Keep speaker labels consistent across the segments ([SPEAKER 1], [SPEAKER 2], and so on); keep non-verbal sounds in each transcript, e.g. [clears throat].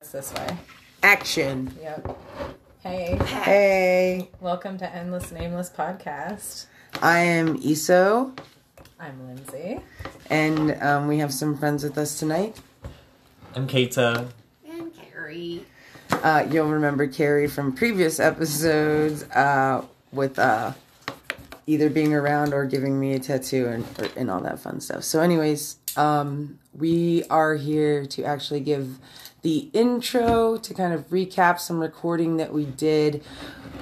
[SPEAKER 1] It's this way.
[SPEAKER 2] Action.
[SPEAKER 1] Yep. Hey,
[SPEAKER 2] Hey,
[SPEAKER 1] welcome to Endless Nameless Podcast.
[SPEAKER 2] I am Iso,
[SPEAKER 1] I'm Lindsay.
[SPEAKER 2] and um, we have some friends with us tonight.
[SPEAKER 3] I'm Keita.
[SPEAKER 4] And Carrie.
[SPEAKER 2] Uh, you'll remember Carrie from previous episodes uh, with uh, either being around or giving me a tattoo and, or, and all that fun stuff. So, anyways, um, we are here to actually give the intro to kind of recap some recording that we did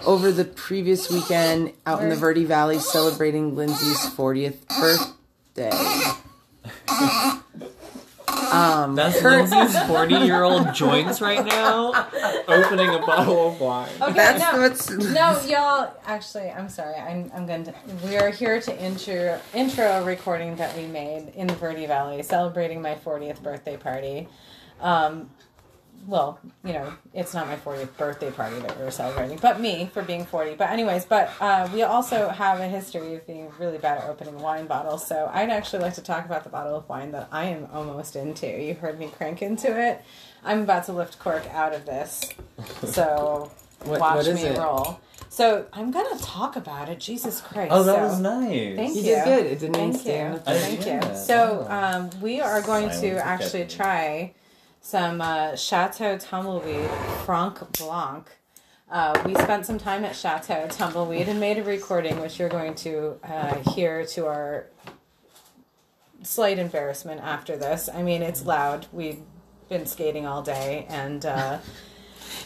[SPEAKER 2] over the previous weekend out in the Verde Valley celebrating Lindsay's 40th birthday.
[SPEAKER 3] That's [laughs] Lindsay's 40 year old joints right now, opening a bottle of wine.
[SPEAKER 1] Okay,
[SPEAKER 2] That's
[SPEAKER 1] no,
[SPEAKER 2] what's.
[SPEAKER 1] no, y'all. Actually, I'm sorry. I'm I'm going to. We are here to intro intro a recording that we made in the Verde Valley, celebrating my 40th birthday party. Um, well, you know, it's not my 40th birthday party that we were celebrating, but me for being 40. But anyways, but uh, we also have a history of being really bad at opening wine bottles. So I'd actually like to talk about the bottle of wine that I am almost into. You heard me crank into it. I'm about to lift cork out of this. So
[SPEAKER 2] What-
[SPEAKER 1] watch
[SPEAKER 2] what is
[SPEAKER 1] me
[SPEAKER 2] it?
[SPEAKER 1] roll. So I'm gonna talk about it. Jesus Christ!
[SPEAKER 3] Oh, that
[SPEAKER 1] so.
[SPEAKER 3] was nice.
[SPEAKER 1] Thank you.
[SPEAKER 2] You did good. It didn't even
[SPEAKER 1] Thank
[SPEAKER 2] stand
[SPEAKER 1] you.
[SPEAKER 2] up.
[SPEAKER 3] I
[SPEAKER 1] Thank
[SPEAKER 3] did
[SPEAKER 1] you.
[SPEAKER 3] that.
[SPEAKER 1] So
[SPEAKER 3] Oh.
[SPEAKER 1] um, we are going
[SPEAKER 3] Silence
[SPEAKER 1] to
[SPEAKER 3] is
[SPEAKER 1] actually
[SPEAKER 3] deafening.
[SPEAKER 1] try some uh, Chateau Tumbleweed Franc Blanc. Uh, we spent some time at Chateau Tumbleweed and made a recording, which you're going to uh, hear to our slight embarrassment after this. I mean, it's loud. We've been skating all day, and uh,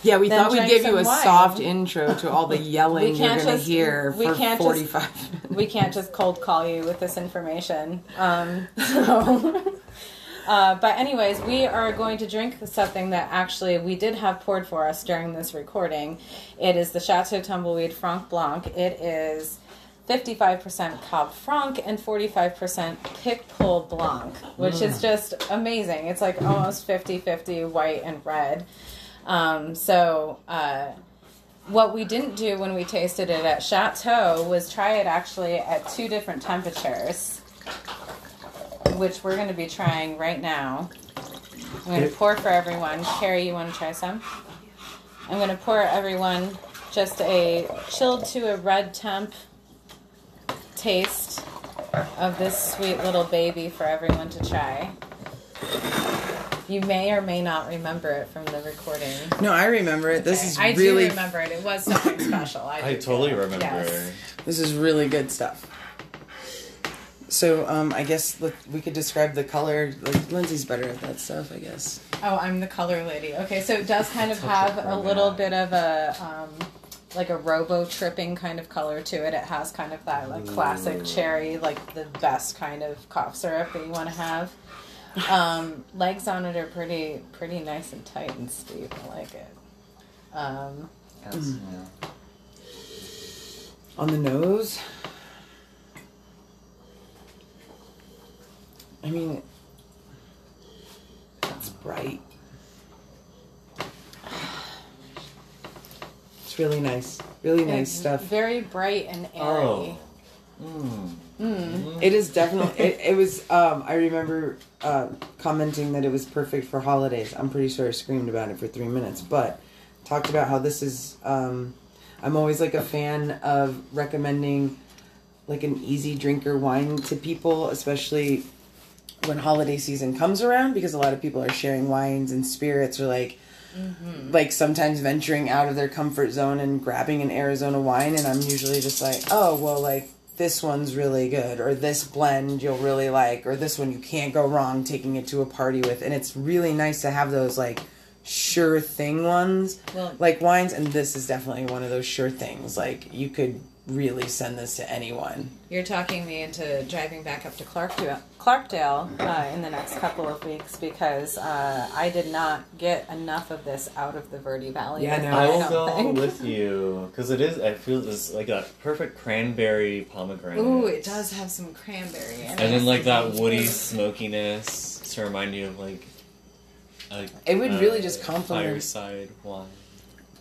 [SPEAKER 2] Yeah, we
[SPEAKER 1] Then
[SPEAKER 2] thought we'd
[SPEAKER 1] drink
[SPEAKER 2] give you a
[SPEAKER 1] some wine.
[SPEAKER 2] soft intro to all the
[SPEAKER 1] [laughs]
[SPEAKER 2] yelling
[SPEAKER 1] We
[SPEAKER 2] you're
[SPEAKER 1] can't
[SPEAKER 2] going to
[SPEAKER 1] just-
[SPEAKER 2] hear
[SPEAKER 1] we
[SPEAKER 2] for
[SPEAKER 1] can't just-
[SPEAKER 2] 45
[SPEAKER 1] [laughs]
[SPEAKER 2] minutes.
[SPEAKER 1] we can't just cold call you with this information. Um, [laughs] so, uh, but anyways, we are going to drink something that actually we did have poured for us during this recording. It is the Chateau Tumbleweed Franc Blanc. It is. 55% Cab Franc and 45% Pic Pole Blanc, which is just amazing. It's like almost 50 50 white and red. Um, so, uh, what we didn't do when we tasted it at Chateau was try it actually at two different temperatures, which we're going to be trying right now. I'm going to
[SPEAKER 3] It-
[SPEAKER 1] pour for everyone. Carrie, you want to try some? I'm going to pour everyone just a chilled to a red temp taste of this sweet little baby for everyone to try. You may or may not remember it from the recording.
[SPEAKER 2] No, I remember it. This is
[SPEAKER 1] I
[SPEAKER 2] really
[SPEAKER 1] do remember it. It was something special. I, do
[SPEAKER 3] I totally remember.
[SPEAKER 1] Yes.
[SPEAKER 2] this is really good stuff. So, um, I guess look, we could describe the color. Like, Lindsay's better at that stuff, I guess.
[SPEAKER 1] Oh, I'm the color lady. Okay, so it does kind of
[SPEAKER 3] Such a
[SPEAKER 1] have a
[SPEAKER 3] pronoun.
[SPEAKER 1] little bit of a um, like a robo tripping kind of color to it. It has kind of that like classic cherry, like the best kind of cough syrup that you want to have. Um, legs on it are pretty pretty nice and tight and steep. I like it. Um,
[SPEAKER 2] On the nose. I mean, that's bright. It's really nice. Really nice
[SPEAKER 1] it's
[SPEAKER 2] stuff.
[SPEAKER 1] Very bright and airy.
[SPEAKER 3] Oh. Mm.
[SPEAKER 2] It is definitely. It, it was. Um, I remember uh, commenting that it was perfect for holidays. I'm pretty sure I screamed about it for three minutes, but talked about how this is. Um, I'm always like a fan of recommending like an easy drinker wine to people, especially when holiday season comes around, because a lot of people are sharing wines and spirits or like like sometimes venturing out of their comfort zone and grabbing an Arizona wine and I'm usually just like, "Oh, well like this one's really good or this blend you'll really like or this one you can't go wrong taking it to a party with." And it's really nice to have those like sure thing ones.
[SPEAKER 1] Well-
[SPEAKER 2] like wines and this is definitely one of those sure things. Like you could really send this to anyone.
[SPEAKER 1] You're talking me into driving back up to Clarkdale, Clarkdale uh, in the next couple of weeks because uh, I did not get enough of this out of the Verde Valley.
[SPEAKER 2] Yeah, I know.
[SPEAKER 3] I
[SPEAKER 1] don't
[SPEAKER 3] will go
[SPEAKER 1] think.
[SPEAKER 3] with you because it is. I feel it's like a perfect cranberry pomegranate.
[SPEAKER 1] Ooh, it does have some cranberry in it.
[SPEAKER 3] And then like that woody smokiness to remind you of like. A,
[SPEAKER 2] It would really just
[SPEAKER 4] Uh,
[SPEAKER 2] complement-
[SPEAKER 3] fireside wine.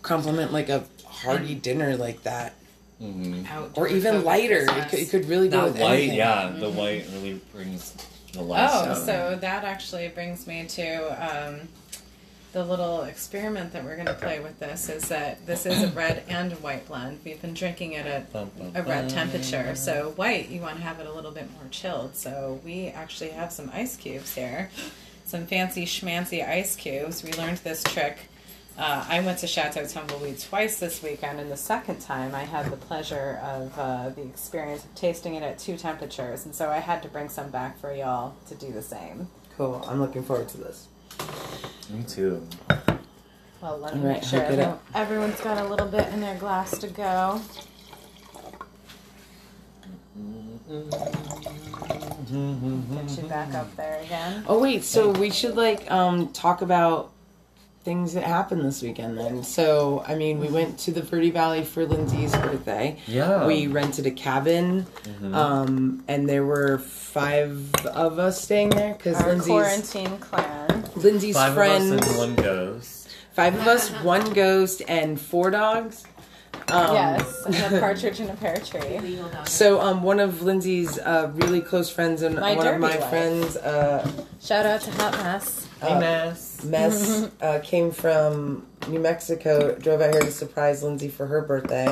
[SPEAKER 2] Compliment like a hearty dinner like that
[SPEAKER 3] Mhm.
[SPEAKER 2] or
[SPEAKER 1] Outdoor
[SPEAKER 2] even
[SPEAKER 1] focus
[SPEAKER 2] lighter. It
[SPEAKER 1] Christmas.
[SPEAKER 2] could, it could really go
[SPEAKER 3] That
[SPEAKER 2] with
[SPEAKER 3] white,
[SPEAKER 2] anything.
[SPEAKER 3] yeah, the white really brings the lights
[SPEAKER 1] Oh,
[SPEAKER 3] out.
[SPEAKER 1] so that actually brings me to um, the little experiment that we're going to play with this is that this is a red and white blend. We've been drinking it at
[SPEAKER 3] Bum, bum,
[SPEAKER 1] a
[SPEAKER 3] bum.
[SPEAKER 1] red temperature. So white, you want to have it a little bit more chilled. So we actually have some ice cubes here, some fancy schmancy ice cubes. We learned this trick. Uh, I went to Chateau Tumbleweed twice this weekend, and the second time I had the pleasure of uh, the experience of tasting it at two temperatures, and so I had to bring some back for y'all to do the same.
[SPEAKER 2] Cool. I'm looking forward to this.
[SPEAKER 4] Me too.
[SPEAKER 1] Well, let me
[SPEAKER 2] All right,
[SPEAKER 1] make sure
[SPEAKER 2] hook it
[SPEAKER 1] everyone,
[SPEAKER 2] up.
[SPEAKER 1] everyone's got a little bit in their glass to go. Get you back up there again.
[SPEAKER 2] Oh wait, so we should like um talk about things that happened this weekend then. So I mean we went to the Verde Valley for Lindsay's birthday.
[SPEAKER 4] Yeah.
[SPEAKER 2] We rented a cabin,
[SPEAKER 3] Mm-hmm.
[SPEAKER 2] um, and there were five of us staying there because
[SPEAKER 1] Our
[SPEAKER 2] Lindsay's
[SPEAKER 1] quarantine clan.
[SPEAKER 2] Lindsay's
[SPEAKER 3] Five
[SPEAKER 2] friend,
[SPEAKER 3] of us and one ghost.
[SPEAKER 2] five of us, one ghost, and four dogs. Um,
[SPEAKER 1] yes, and a [laughs] partridge in a pear tree.
[SPEAKER 5] Legal dog.
[SPEAKER 2] So um, one of Lindsay's uh, really close friends and
[SPEAKER 1] My
[SPEAKER 2] one of
[SPEAKER 1] derby
[SPEAKER 2] my
[SPEAKER 1] wife.
[SPEAKER 2] friends, uh,
[SPEAKER 1] Shout out to Hot Mess.
[SPEAKER 3] Hey,
[SPEAKER 2] Uh,
[SPEAKER 3] Mess.
[SPEAKER 1] [laughs]
[SPEAKER 2] Mess uh, came from New Mexico, drove out here to surprise Lindsay for her birthday.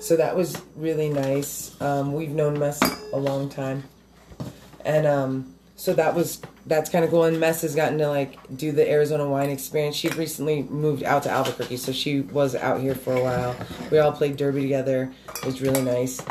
[SPEAKER 2] So that was really nice. Um, we've known Mess a long time. And um, so that was that's kind of cool. And Mess has gotten to like do the Arizona wine experience. She recently moved out to Albuquerque, so she was out here for a while. We all played derby together. It was really nice.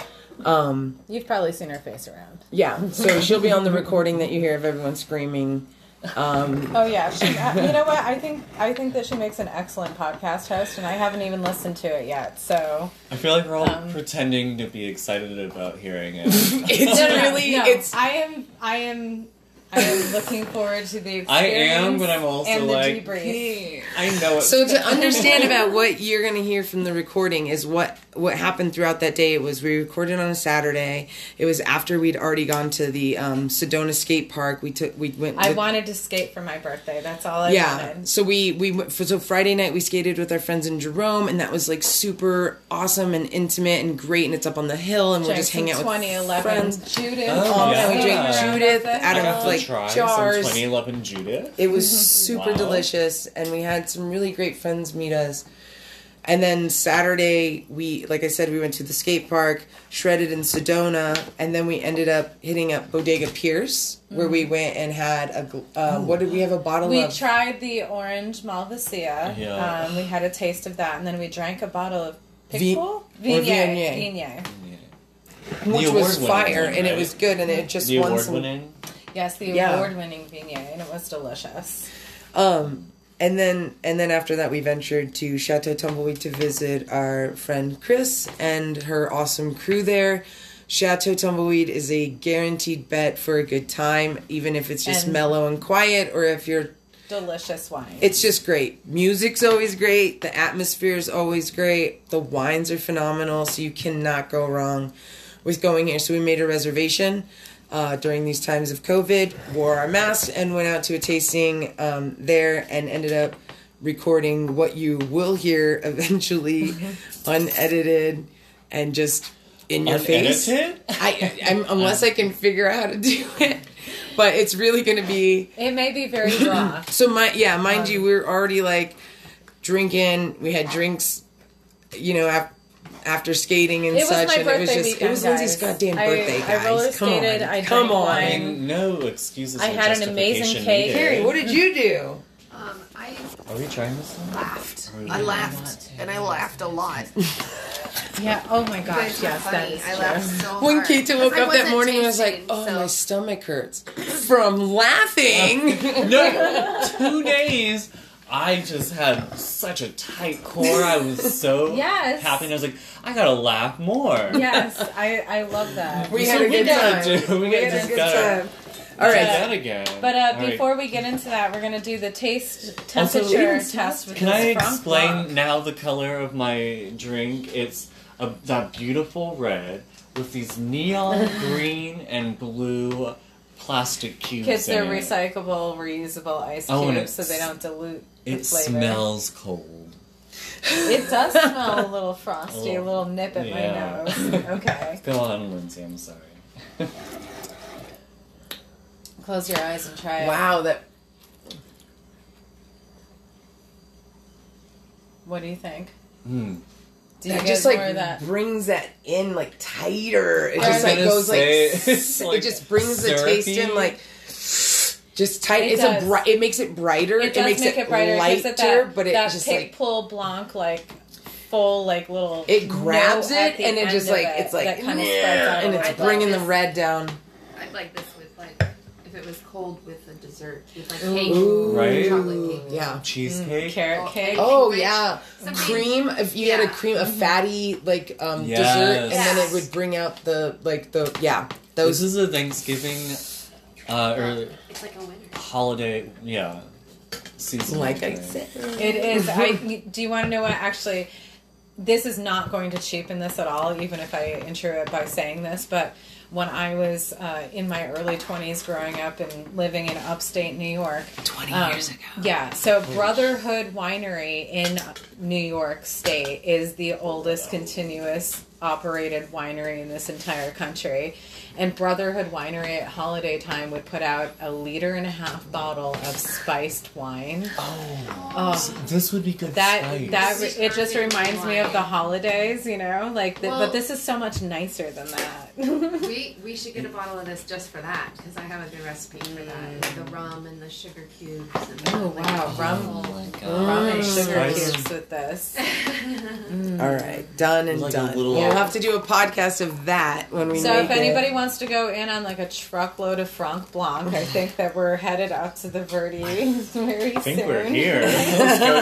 [SPEAKER 2] Um,
[SPEAKER 1] You've probably seen her face around.
[SPEAKER 2] yeah, so she'll be on the recording that you hear of everyone screaming. Um,
[SPEAKER 1] Oh yeah, she, uh, you know what? I think I think that she makes an excellent podcast host, and I haven't even listened to it yet. So
[SPEAKER 3] I feel like we're all
[SPEAKER 1] Um,
[SPEAKER 3] pretending to be excited about hearing it.
[SPEAKER 2] it's
[SPEAKER 1] No, no, no,
[SPEAKER 2] really
[SPEAKER 1] no.
[SPEAKER 2] it's
[SPEAKER 1] I am I am I am looking forward to the
[SPEAKER 3] [laughs]
[SPEAKER 1] experience.
[SPEAKER 3] I am, but I'm also
[SPEAKER 1] and the
[SPEAKER 3] like,
[SPEAKER 1] debrief.
[SPEAKER 3] I know it's
[SPEAKER 2] so to understand about what you're going to hear from the recording is what what happened throughout that day. It was we recorded on a Saturday. It was after we'd already gone to the um, Sedona skate park. We took we went.
[SPEAKER 1] I
[SPEAKER 2] with-
[SPEAKER 1] wanted to skate for my birthday. That's all I
[SPEAKER 2] yeah
[SPEAKER 1] wanted.
[SPEAKER 2] so we we went for, so friday night we skated with our friends in jerome and that was like super awesome and intimate and great and it's up on the hill and we'll just hang out with
[SPEAKER 1] 2011
[SPEAKER 2] friends
[SPEAKER 1] Judith.
[SPEAKER 3] Oh,
[SPEAKER 2] Oh,
[SPEAKER 3] yeah.
[SPEAKER 2] and we drank
[SPEAKER 3] Yeah.
[SPEAKER 2] Judith out
[SPEAKER 3] I
[SPEAKER 2] of
[SPEAKER 3] have to
[SPEAKER 2] like
[SPEAKER 3] try
[SPEAKER 2] jars.
[SPEAKER 3] some 2011 Judith.
[SPEAKER 2] It
[SPEAKER 1] [laughs]
[SPEAKER 2] was super
[SPEAKER 3] Wow.
[SPEAKER 2] delicious, and we had some really great friends meet us. And then Saturday, we, like I said, we went to the skate park, shredded in Sedona, and then we ended up hitting up Bodega Pierce, where we went and had a, gl- uh, what did we have a bottle
[SPEAKER 1] Mm-hmm. Oh, We
[SPEAKER 2] of?
[SPEAKER 1] tried the orange Malvasia.
[SPEAKER 3] Yeah.
[SPEAKER 1] Um, we had a taste of that, and then we drank a bottle of
[SPEAKER 2] Vi-
[SPEAKER 1] pickle
[SPEAKER 2] or
[SPEAKER 1] Viognier.
[SPEAKER 2] Viognier.
[SPEAKER 1] Viognier.
[SPEAKER 2] which was
[SPEAKER 3] award-winning
[SPEAKER 2] fire,
[SPEAKER 3] one,
[SPEAKER 2] and it
[SPEAKER 3] right?
[SPEAKER 2] was good, and it just
[SPEAKER 3] The
[SPEAKER 2] won
[SPEAKER 3] award
[SPEAKER 2] some
[SPEAKER 3] winning.
[SPEAKER 1] Yes, the
[SPEAKER 2] Yeah.
[SPEAKER 1] award-winning Viognier, and it was delicious.
[SPEAKER 2] Um, and then and then after that, we ventured to Chateau Tumbleweed to visit our friend Chris and her awesome crew there. Chateau Tumbleweed is a guaranteed bet for a good time, even if it's just
[SPEAKER 1] And-
[SPEAKER 2] mellow and quiet, or if you're.
[SPEAKER 1] Delicious wine.
[SPEAKER 2] It's just great. Music's always great. The atmosphere is always great. The wines are phenomenal, so you cannot go wrong with going here. So we made a reservation uh, during these times of COVID, wore our masks, and went out to a tasting um, there, and ended up recording what you will hear [laughs] eventually, unedited, and just in your face.
[SPEAKER 3] Unedited?
[SPEAKER 2] I, I'm, unless I can figure out how to do it, but it's really going to be.
[SPEAKER 1] it may be very
[SPEAKER 3] [laughs]
[SPEAKER 1] raw.
[SPEAKER 2] So my yeah, mind you,
[SPEAKER 1] Um,
[SPEAKER 2] we were already like drinking. We had drinks, you know, af- after skating and
[SPEAKER 1] It was
[SPEAKER 2] such.
[SPEAKER 1] my
[SPEAKER 2] and it was
[SPEAKER 1] birthday
[SPEAKER 2] just
[SPEAKER 1] weekend,
[SPEAKER 2] it was Lindsay's
[SPEAKER 1] guys.
[SPEAKER 2] goddamn
[SPEAKER 1] I-
[SPEAKER 2] birthday,
[SPEAKER 1] I
[SPEAKER 2] guys.
[SPEAKER 1] roller
[SPEAKER 2] Come
[SPEAKER 1] skated,
[SPEAKER 2] on,
[SPEAKER 1] I
[SPEAKER 2] come
[SPEAKER 1] drank
[SPEAKER 2] on,
[SPEAKER 1] wine.
[SPEAKER 3] I mean, no excuses.
[SPEAKER 1] I
[SPEAKER 3] or
[SPEAKER 1] had an amazing
[SPEAKER 3] justification
[SPEAKER 1] cake.
[SPEAKER 3] needed.
[SPEAKER 2] Carrie. What did you do?
[SPEAKER 5] Um, I
[SPEAKER 3] Are we trying this one?
[SPEAKER 5] laughed. I laughed, and I laughed a lot. You
[SPEAKER 1] Yeah. Oh my gosh.
[SPEAKER 5] guys were
[SPEAKER 1] Yes, that
[SPEAKER 5] funny.
[SPEAKER 1] is
[SPEAKER 5] I
[SPEAKER 1] true.
[SPEAKER 5] laughed so
[SPEAKER 2] When
[SPEAKER 5] hard.
[SPEAKER 2] Keita woke
[SPEAKER 5] I
[SPEAKER 2] up that
[SPEAKER 5] wasn't
[SPEAKER 2] morning, I was like,
[SPEAKER 5] tasting,
[SPEAKER 2] "Oh,
[SPEAKER 5] so-
[SPEAKER 2] my stomach hurts from laughing."
[SPEAKER 3] No, [laughs] two days. I just had such a tight core. I was so
[SPEAKER 1] Yes.
[SPEAKER 3] happy. And I was like, I gotta laugh more. [laughs]
[SPEAKER 1] yes, I, I love that.
[SPEAKER 2] We
[SPEAKER 3] So
[SPEAKER 2] had a
[SPEAKER 3] we
[SPEAKER 2] good
[SPEAKER 3] gotta
[SPEAKER 2] time.
[SPEAKER 3] do- we
[SPEAKER 2] We
[SPEAKER 3] gotta
[SPEAKER 2] had a
[SPEAKER 3] just
[SPEAKER 2] good
[SPEAKER 3] gotta
[SPEAKER 2] time. All
[SPEAKER 3] do
[SPEAKER 2] right.
[SPEAKER 3] that again.
[SPEAKER 1] But uh,
[SPEAKER 3] All right.
[SPEAKER 1] before we get into that, we're gonna do the taste
[SPEAKER 3] Also,
[SPEAKER 1] temperature test. With
[SPEAKER 3] Can
[SPEAKER 1] this
[SPEAKER 3] I
[SPEAKER 1] Franc
[SPEAKER 3] explain
[SPEAKER 1] Blanc.
[SPEAKER 3] now the color of my drink? It's a, that beautiful red with these
[SPEAKER 2] [laughs]
[SPEAKER 3] neon green and blue plastic cubes.
[SPEAKER 1] Kids,
[SPEAKER 3] in
[SPEAKER 1] they're
[SPEAKER 3] it.
[SPEAKER 1] recyclable, reusable ice
[SPEAKER 3] Oh, and
[SPEAKER 1] cubes, so they
[SPEAKER 3] it's-
[SPEAKER 1] don't dilute the
[SPEAKER 3] It
[SPEAKER 1] flavor.
[SPEAKER 3] smells cold.
[SPEAKER 1] It
[SPEAKER 3] [laughs]
[SPEAKER 1] does smell a little frosty, a
[SPEAKER 3] Oh,
[SPEAKER 1] little nip at
[SPEAKER 3] yeah.
[SPEAKER 1] my
[SPEAKER 3] [laughs]
[SPEAKER 1] nose. Okay,
[SPEAKER 3] Go on, Lindsay. I'm sorry.
[SPEAKER 1] close your eyes and try it.
[SPEAKER 2] Wow, that
[SPEAKER 1] What do you think?
[SPEAKER 3] Hmm.
[SPEAKER 1] Do you
[SPEAKER 2] That
[SPEAKER 1] guys
[SPEAKER 2] just like
[SPEAKER 1] wear that?
[SPEAKER 2] brings that in like tighter. It
[SPEAKER 1] I
[SPEAKER 2] just
[SPEAKER 1] was
[SPEAKER 2] like
[SPEAKER 3] gonna
[SPEAKER 2] goes like,
[SPEAKER 3] say,
[SPEAKER 2] s-
[SPEAKER 3] it's,
[SPEAKER 2] [laughs] it
[SPEAKER 3] like,
[SPEAKER 2] just brings the taste in
[SPEAKER 3] syrupy.
[SPEAKER 2] like just tight.
[SPEAKER 1] It
[SPEAKER 2] it's
[SPEAKER 1] does.
[SPEAKER 2] a bright. It makes it brighter.
[SPEAKER 1] It does
[SPEAKER 2] makes
[SPEAKER 1] make it brighter.
[SPEAKER 2] lighter,
[SPEAKER 1] it gives it that,
[SPEAKER 2] but it
[SPEAKER 1] that
[SPEAKER 2] just
[SPEAKER 1] pick
[SPEAKER 2] like
[SPEAKER 1] pull blanc like full like little.
[SPEAKER 2] it grabs
[SPEAKER 1] no
[SPEAKER 2] it
[SPEAKER 1] at the
[SPEAKER 2] and it
[SPEAKER 1] end
[SPEAKER 2] just
[SPEAKER 1] of
[SPEAKER 2] like
[SPEAKER 1] it
[SPEAKER 2] it's like
[SPEAKER 1] that kind of
[SPEAKER 2] "Yeah,"
[SPEAKER 1] spreads out.
[SPEAKER 2] and
[SPEAKER 1] a
[SPEAKER 2] it's
[SPEAKER 1] little
[SPEAKER 6] like
[SPEAKER 2] bringing
[SPEAKER 6] this.
[SPEAKER 2] the red down.
[SPEAKER 6] I'd like this with like if it was cold with a dessert, with like cake,
[SPEAKER 2] Ooh.
[SPEAKER 3] Right?
[SPEAKER 6] chocolate cake.
[SPEAKER 2] Yeah.
[SPEAKER 1] bit.
[SPEAKER 3] Cheesecake.
[SPEAKER 1] carrot cake.
[SPEAKER 6] Oh,
[SPEAKER 2] Oh
[SPEAKER 6] Cream
[SPEAKER 2] yeah,
[SPEAKER 6] Something-
[SPEAKER 2] cream. If you had a
[SPEAKER 6] Yeah.
[SPEAKER 2] cream,
[SPEAKER 1] Mm-hmm.
[SPEAKER 2] a fatty like um
[SPEAKER 3] Yes.
[SPEAKER 2] dessert, and then it
[SPEAKER 6] Yes.
[SPEAKER 2] would bring out the like the yeah
[SPEAKER 3] This
[SPEAKER 2] those
[SPEAKER 3] is a Thanksgiving uh, or
[SPEAKER 6] It's like a winner.
[SPEAKER 3] holiday, yeah, season.
[SPEAKER 2] like I
[SPEAKER 3] thing.
[SPEAKER 2] said.
[SPEAKER 1] It
[SPEAKER 2] [laughs]
[SPEAKER 1] is. I do you want to know what actually? This is not going to cheapen this at all, even if I intro it by saying this. But when I was uh, in my early twenties, growing up and living in upstate New York, twenty years ago, Um, yeah. So Brotherhood Winery in New York State is the oldest continuous operated winery in this entire country. And Brotherhood Winery at holiday time would put out a liter and a half bottle of spiced wine. Oh,
[SPEAKER 3] This would be good.
[SPEAKER 1] that
[SPEAKER 3] spice.
[SPEAKER 1] that
[SPEAKER 6] This is
[SPEAKER 1] it just
[SPEAKER 6] perfect
[SPEAKER 1] reminds me of
[SPEAKER 6] wine.
[SPEAKER 1] the holidays, you know, like the,
[SPEAKER 6] Well-
[SPEAKER 1] but this is so much nicer than
[SPEAKER 6] [laughs]
[SPEAKER 1] that.
[SPEAKER 6] We we should get a bottle of this just for that because I have a good recipe for that. The rum and the sugar cubes. And the,
[SPEAKER 1] Oh,
[SPEAKER 6] like,
[SPEAKER 1] wow, rum.
[SPEAKER 6] whole- [laughs]
[SPEAKER 1] Rum and sugar
[SPEAKER 3] Spice.
[SPEAKER 1] cubes with this. Mm.
[SPEAKER 2] All right, done and
[SPEAKER 3] Like a
[SPEAKER 2] done.
[SPEAKER 3] little-
[SPEAKER 2] We'll have to do a podcast of that when we.
[SPEAKER 1] So if
[SPEAKER 2] make it.
[SPEAKER 1] anybody wants to go in on like a truckload of Franc Blanc, I think that we're headed out to the Verdi [laughs] very soon.
[SPEAKER 3] I think we're
[SPEAKER 1] [laughs]
[SPEAKER 3] here. Let's go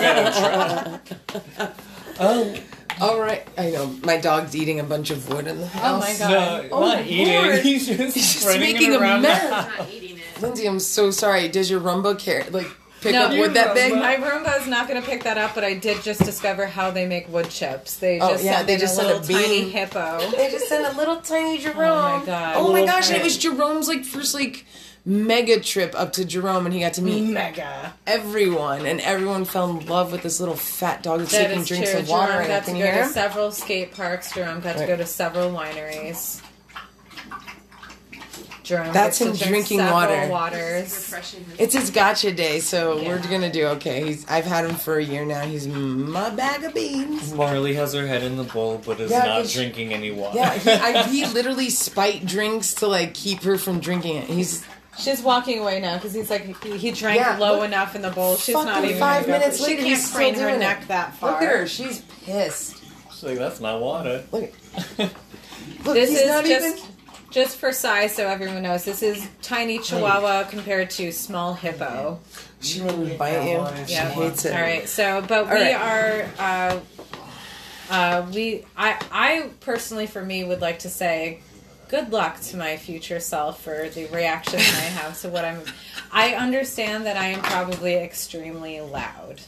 [SPEAKER 3] get a truck. Oh,
[SPEAKER 2] all right, I know my dog's eating a bunch of wood in the
[SPEAKER 1] Oh
[SPEAKER 2] house.
[SPEAKER 1] my
[SPEAKER 3] no,
[SPEAKER 1] god.
[SPEAKER 3] not eating.
[SPEAKER 2] Lord.
[SPEAKER 3] He's just
[SPEAKER 2] just
[SPEAKER 3] spreading
[SPEAKER 2] making a
[SPEAKER 3] it around.
[SPEAKER 2] mess.
[SPEAKER 6] I'm not eating it.
[SPEAKER 2] Lindsay, I'm so sorry. Does your Rumba care like pick
[SPEAKER 1] No,
[SPEAKER 2] up wood that big?
[SPEAKER 1] My Roomba's not going to pick that up, but I did just discover how they make wood chips. They
[SPEAKER 2] Oh,
[SPEAKER 1] just
[SPEAKER 2] yeah,
[SPEAKER 1] sent
[SPEAKER 2] they
[SPEAKER 1] in
[SPEAKER 2] just
[SPEAKER 1] a
[SPEAKER 2] sent a
[SPEAKER 1] little tiny
[SPEAKER 2] bean.
[SPEAKER 1] hippo.
[SPEAKER 2] They just sent a little tiny Jerome.
[SPEAKER 1] Oh my god.
[SPEAKER 2] Oh my
[SPEAKER 3] Little
[SPEAKER 2] gosh, and it
[SPEAKER 3] friend.
[SPEAKER 2] was Jerome's like first like mega trip up to Jerome, and he got to meet
[SPEAKER 1] Mega.
[SPEAKER 2] everyone, and everyone fell in love with this little fat dog that's
[SPEAKER 1] That
[SPEAKER 2] taking
[SPEAKER 1] is
[SPEAKER 2] drinks
[SPEAKER 1] true.
[SPEAKER 2] of water.
[SPEAKER 1] Jerome
[SPEAKER 2] and I
[SPEAKER 1] got to
[SPEAKER 2] can
[SPEAKER 1] go
[SPEAKER 2] hear
[SPEAKER 1] to
[SPEAKER 2] him.
[SPEAKER 1] several skate parks. Jerome got to
[SPEAKER 2] Right.
[SPEAKER 1] go to several wineries. Jerome gets
[SPEAKER 2] That's
[SPEAKER 1] to
[SPEAKER 2] him
[SPEAKER 1] drink
[SPEAKER 2] drinking
[SPEAKER 1] several
[SPEAKER 2] water.
[SPEAKER 1] Waters.
[SPEAKER 6] Refreshing.
[SPEAKER 2] It's his gotcha day, so we're
[SPEAKER 1] Yeah.
[SPEAKER 2] gonna do okay. He's I've had him for a year now. He's my bag of beans.
[SPEAKER 3] Marley has her head in the bowl, but is
[SPEAKER 2] Yeah,
[SPEAKER 3] not
[SPEAKER 2] it's-
[SPEAKER 3] drinking any water.
[SPEAKER 2] Yeah,
[SPEAKER 3] [laughs]
[SPEAKER 2] he, I, he literally spiked drinks to like keep her from drinking it. He's
[SPEAKER 1] She's walking away now because he's like he, he drank
[SPEAKER 2] Yeah,
[SPEAKER 1] low
[SPEAKER 2] look-
[SPEAKER 1] enough in the bowl. She's not
[SPEAKER 2] Fucking
[SPEAKER 1] even
[SPEAKER 2] five
[SPEAKER 1] gonna go-
[SPEAKER 2] minutes
[SPEAKER 1] She
[SPEAKER 2] later,
[SPEAKER 1] can't
[SPEAKER 2] he's still
[SPEAKER 1] crane her
[SPEAKER 2] doing it.
[SPEAKER 1] neck that far.
[SPEAKER 2] look at her. She's pissed.
[SPEAKER 3] She's like, that's not water.
[SPEAKER 2] Look, look.
[SPEAKER 1] This
[SPEAKER 2] he's
[SPEAKER 1] is
[SPEAKER 2] not
[SPEAKER 1] just
[SPEAKER 2] even.
[SPEAKER 1] just for size, so everyone knows. This is tiny Chihuahua compared to small hippo.
[SPEAKER 2] She wouldn't bite you. She
[SPEAKER 1] Yeah.
[SPEAKER 2] hates it.
[SPEAKER 1] All right. So, but we
[SPEAKER 2] right.
[SPEAKER 1] are. Uh, uh, we. I. I personally, for me, would like to say, good luck to my future self for the reaction that I have to what I'm. I understand that I am probably extremely loud.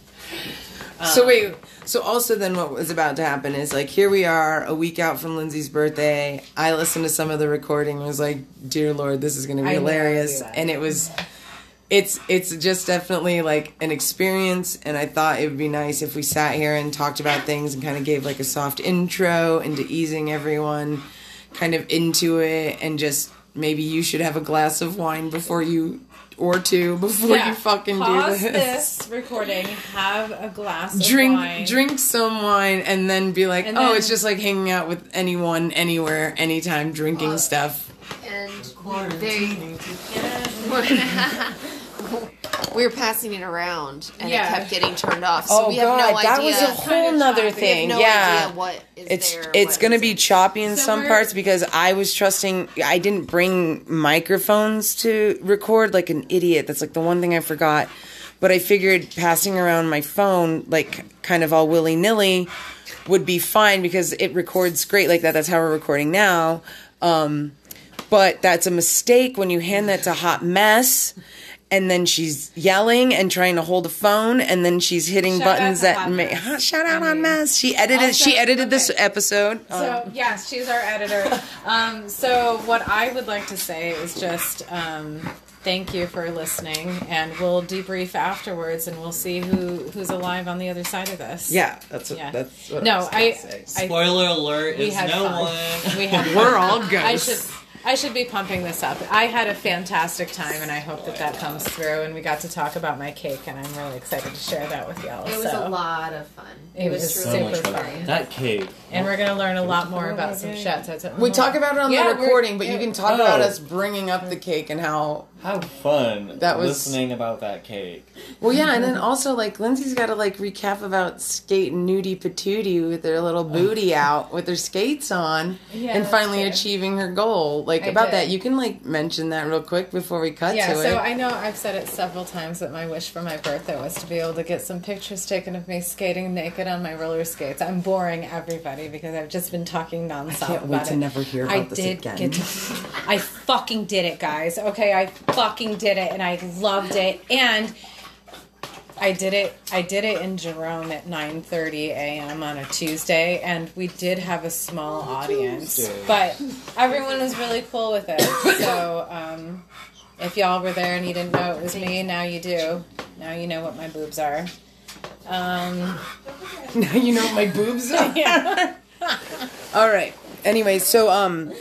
[SPEAKER 1] Um,
[SPEAKER 2] So wait. So also then, what was about to happen is like here we are a week out from Lindsay's birthday. I listened to some of the recording and was like, "Dear Lord, this is going to be
[SPEAKER 1] I know, I do
[SPEAKER 2] hilarious,"
[SPEAKER 1] that.
[SPEAKER 2] and it was. It's it's just definitely like an experience, and I thought it would be nice if we sat here and talked about things and kind of gave like a soft intro into easing everyone, kind of into it, and just maybe you should have a glass of wine before you or two before
[SPEAKER 1] Yeah.
[SPEAKER 2] you fucking
[SPEAKER 1] Pause
[SPEAKER 2] do
[SPEAKER 1] this recording. Have a glass.
[SPEAKER 2] drink
[SPEAKER 1] Of wine.
[SPEAKER 2] drink some wine and then be like
[SPEAKER 1] And
[SPEAKER 2] oh
[SPEAKER 1] then-
[SPEAKER 2] it's just like hanging out with anyone anywhere anytime drinking
[SPEAKER 6] Well,
[SPEAKER 2] stuff
[SPEAKER 6] and they [laughs] we were passing it around and
[SPEAKER 1] Yeah.
[SPEAKER 6] it kept getting turned off. So
[SPEAKER 2] Oh,
[SPEAKER 6] we have no
[SPEAKER 2] God, that
[SPEAKER 6] idea.
[SPEAKER 2] was a whole nother
[SPEAKER 6] we have
[SPEAKER 2] thing,
[SPEAKER 6] no
[SPEAKER 2] yeah.
[SPEAKER 6] idea what is
[SPEAKER 2] it's
[SPEAKER 6] there,
[SPEAKER 2] it's
[SPEAKER 6] what
[SPEAKER 2] gonna
[SPEAKER 6] isn't.
[SPEAKER 2] be choppy in
[SPEAKER 1] So
[SPEAKER 2] some
[SPEAKER 1] we're-
[SPEAKER 2] parts because i was trusting i didn't bring microphones to record like an idiot that's like the one thing i forgot but i figured passing around my phone like kind of all willy-nilly would be fine because it records great like that that's how we're recording now um but that's a mistake when you hand that to hot mess and then she's yelling and trying to hold a phone and then she's hitting
[SPEAKER 1] Shout out
[SPEAKER 2] buttons
[SPEAKER 1] to
[SPEAKER 2] that
[SPEAKER 1] Hot
[SPEAKER 2] make
[SPEAKER 1] Mess.
[SPEAKER 2] Hot shout out on mess she edited she
[SPEAKER 1] Also-
[SPEAKER 2] edited this
[SPEAKER 1] okay.
[SPEAKER 2] episode Um,
[SPEAKER 1] So yes, she's our editor.
[SPEAKER 2] [laughs]
[SPEAKER 1] Um, so what I would like to say is just um, thank you for listening, and we'll debrief afterwards, and we'll see who who's alive on the other side of this.
[SPEAKER 2] yeah that's what
[SPEAKER 1] Yeah.
[SPEAKER 2] that's what
[SPEAKER 1] no,
[SPEAKER 2] was gonna
[SPEAKER 1] I.
[SPEAKER 2] say.
[SPEAKER 1] I
[SPEAKER 3] Spoiler alert:
[SPEAKER 1] we
[SPEAKER 3] is
[SPEAKER 1] had
[SPEAKER 3] no
[SPEAKER 1] fun.
[SPEAKER 3] one.
[SPEAKER 1] [laughs] we had.
[SPEAKER 2] we're all ghosts
[SPEAKER 1] I should. I should be pumping this up. I had a fantastic time, and I hope that that comes through. And we got to talk about my cake, and I'm really excited to share that with y'all.
[SPEAKER 6] It was
[SPEAKER 1] so.
[SPEAKER 6] a lot of fun.
[SPEAKER 1] It
[SPEAKER 6] It,
[SPEAKER 1] was
[SPEAKER 6] was,
[SPEAKER 1] so
[SPEAKER 6] truly
[SPEAKER 1] much fun.
[SPEAKER 6] fun.
[SPEAKER 3] Oh That cake.
[SPEAKER 1] And we're gonna learn a lot more about some chateau.
[SPEAKER 2] We talk about it on
[SPEAKER 1] Yeah,
[SPEAKER 2] the
[SPEAKER 1] we're-
[SPEAKER 2] recording, but you
[SPEAKER 1] yeah.
[SPEAKER 2] can talk about
[SPEAKER 3] Oh.
[SPEAKER 2] us bringing up the cake and how.
[SPEAKER 3] Have fun
[SPEAKER 2] That was-
[SPEAKER 3] listening about that cake.
[SPEAKER 2] Well, yeah, and then also like Lindsay's got to like recap about skate nudie patootie with their little booty out with their skates on,
[SPEAKER 1] Yeah,
[SPEAKER 2] and
[SPEAKER 1] that's
[SPEAKER 2] finally
[SPEAKER 1] true.
[SPEAKER 2] achieving her goal. Like
[SPEAKER 1] I
[SPEAKER 2] about
[SPEAKER 1] did.
[SPEAKER 2] that, you can like mention that real quick before we cut
[SPEAKER 1] Yeah,
[SPEAKER 2] to
[SPEAKER 1] so
[SPEAKER 2] it.
[SPEAKER 1] I know I've said it several times that my wish for my birthday was to be able to get some pictures taken of me skating naked on my roller skates. I'm boring everybody because I've just been talking nonstop.
[SPEAKER 2] can't wait
[SPEAKER 1] about
[SPEAKER 2] to
[SPEAKER 1] it.
[SPEAKER 2] never hear
[SPEAKER 1] I
[SPEAKER 2] about this
[SPEAKER 1] did
[SPEAKER 2] again. [laughs]
[SPEAKER 1] Get to, I fucking did it, guys. Okay, I fucking did it, and I loved it, and. I did it. I did it in Jerome at 9:30 a.m. on a Tuesday, and we did have a small audience, but everyone was really cool with it. So, um, if y'all were there and you didn't know it was me, now you do. Now you know what my boobs are. Um,
[SPEAKER 2] [laughs] now you know what my boobs are.
[SPEAKER 1] yeah.
[SPEAKER 2] All right. Anyway, so um,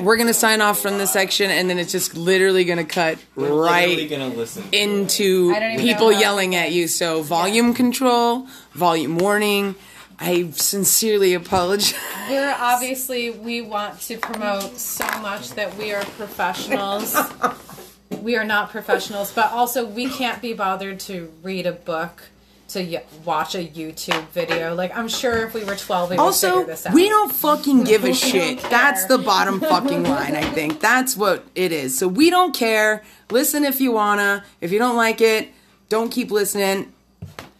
[SPEAKER 2] we're gonna sign off from this section, and then it's just literally gonna cut
[SPEAKER 3] We're literally
[SPEAKER 2] right
[SPEAKER 3] gonna listen to it.
[SPEAKER 2] into
[SPEAKER 1] I don't even
[SPEAKER 2] people
[SPEAKER 1] know how-
[SPEAKER 2] yelling at you. So volume control, volume warning. I sincerely apologize.
[SPEAKER 1] We're obviously we want to promote so much that we are
[SPEAKER 2] [laughs]
[SPEAKER 1] professionals. we are not professionals, but also we can't be bothered to read a book. To y- watch a YouTube video, like I'm sure if we were 12, we would
[SPEAKER 2] Also,
[SPEAKER 1] figure this out.
[SPEAKER 2] we don't
[SPEAKER 1] [laughs]
[SPEAKER 2] fucking give a shit.
[SPEAKER 1] care.
[SPEAKER 2] That's the bottom fucking line, I think. That's what it is. So we don't care. Listen if you wanna. If you don't like it, don't keep listening.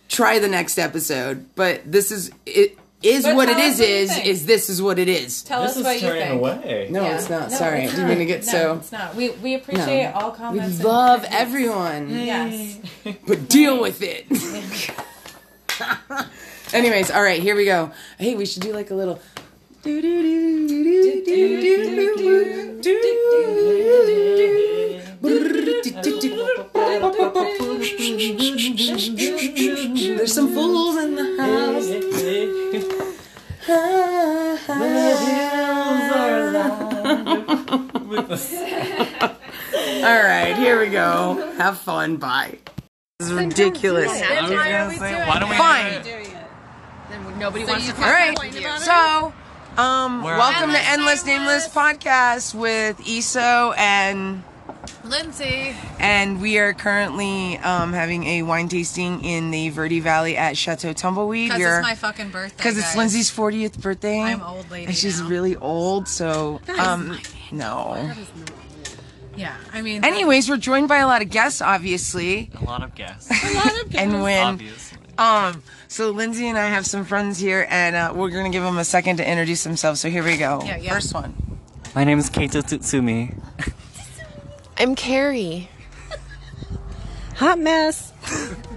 [SPEAKER 2] Try the next episode. But this is it is
[SPEAKER 1] But
[SPEAKER 2] what it
[SPEAKER 1] tell us
[SPEAKER 2] is
[SPEAKER 1] what you
[SPEAKER 2] is
[SPEAKER 1] think.
[SPEAKER 2] is this is what it is.
[SPEAKER 1] tell
[SPEAKER 3] This
[SPEAKER 1] us
[SPEAKER 3] is
[SPEAKER 1] what you
[SPEAKER 3] turning
[SPEAKER 1] think.
[SPEAKER 3] away.
[SPEAKER 2] No,
[SPEAKER 1] Yeah.
[SPEAKER 2] it's not.
[SPEAKER 1] No,
[SPEAKER 2] Sorry.
[SPEAKER 1] it's
[SPEAKER 2] I didn't mean to
[SPEAKER 1] not.
[SPEAKER 2] get
[SPEAKER 1] No,
[SPEAKER 2] so
[SPEAKER 1] It's not. We we appreciate all
[SPEAKER 2] we
[SPEAKER 1] comments. and
[SPEAKER 2] love
[SPEAKER 1] opinions. Mm-hmm.
[SPEAKER 2] everyone,
[SPEAKER 1] Yes.
[SPEAKER 2] but deal with it. [laughs] Anyways, all right, here we go. Hey, we should do like a little. [laughs] There's some fools in the house. All right, here we go. Have fun. Bye. This is ridiculous.
[SPEAKER 3] Why don't we?
[SPEAKER 2] Fine.
[SPEAKER 6] Nobody wants to
[SPEAKER 2] All right. So, um, welcome to Endless Nameless Podcast with Eso and
[SPEAKER 6] Lindsay.
[SPEAKER 2] and we are currently um, having a wine tasting in the Verde Valley at Chateau Tumbleweed.
[SPEAKER 1] Because
[SPEAKER 2] We are-
[SPEAKER 1] it's my fucking birthday.
[SPEAKER 2] because it's
[SPEAKER 1] guys.
[SPEAKER 2] Lindsay's 40th birthday.
[SPEAKER 1] I'm old lady
[SPEAKER 2] And she's
[SPEAKER 1] now.
[SPEAKER 2] really old, so um no.
[SPEAKER 1] Yeah, I mean.
[SPEAKER 2] Anyways, we're joined by a lot of guests obviously.
[SPEAKER 3] A lot of guests.
[SPEAKER 2] And when
[SPEAKER 3] Obviously.
[SPEAKER 2] um so Lindsay and I have some friends here and uh, we're going to give them a second to introduce themselves. So here we go.
[SPEAKER 1] Yeah, yeah.
[SPEAKER 2] First one.
[SPEAKER 3] My name is Keita Tsutsumi.
[SPEAKER 5] I'm Carrie.
[SPEAKER 7] Hot mess.
[SPEAKER 6] Frank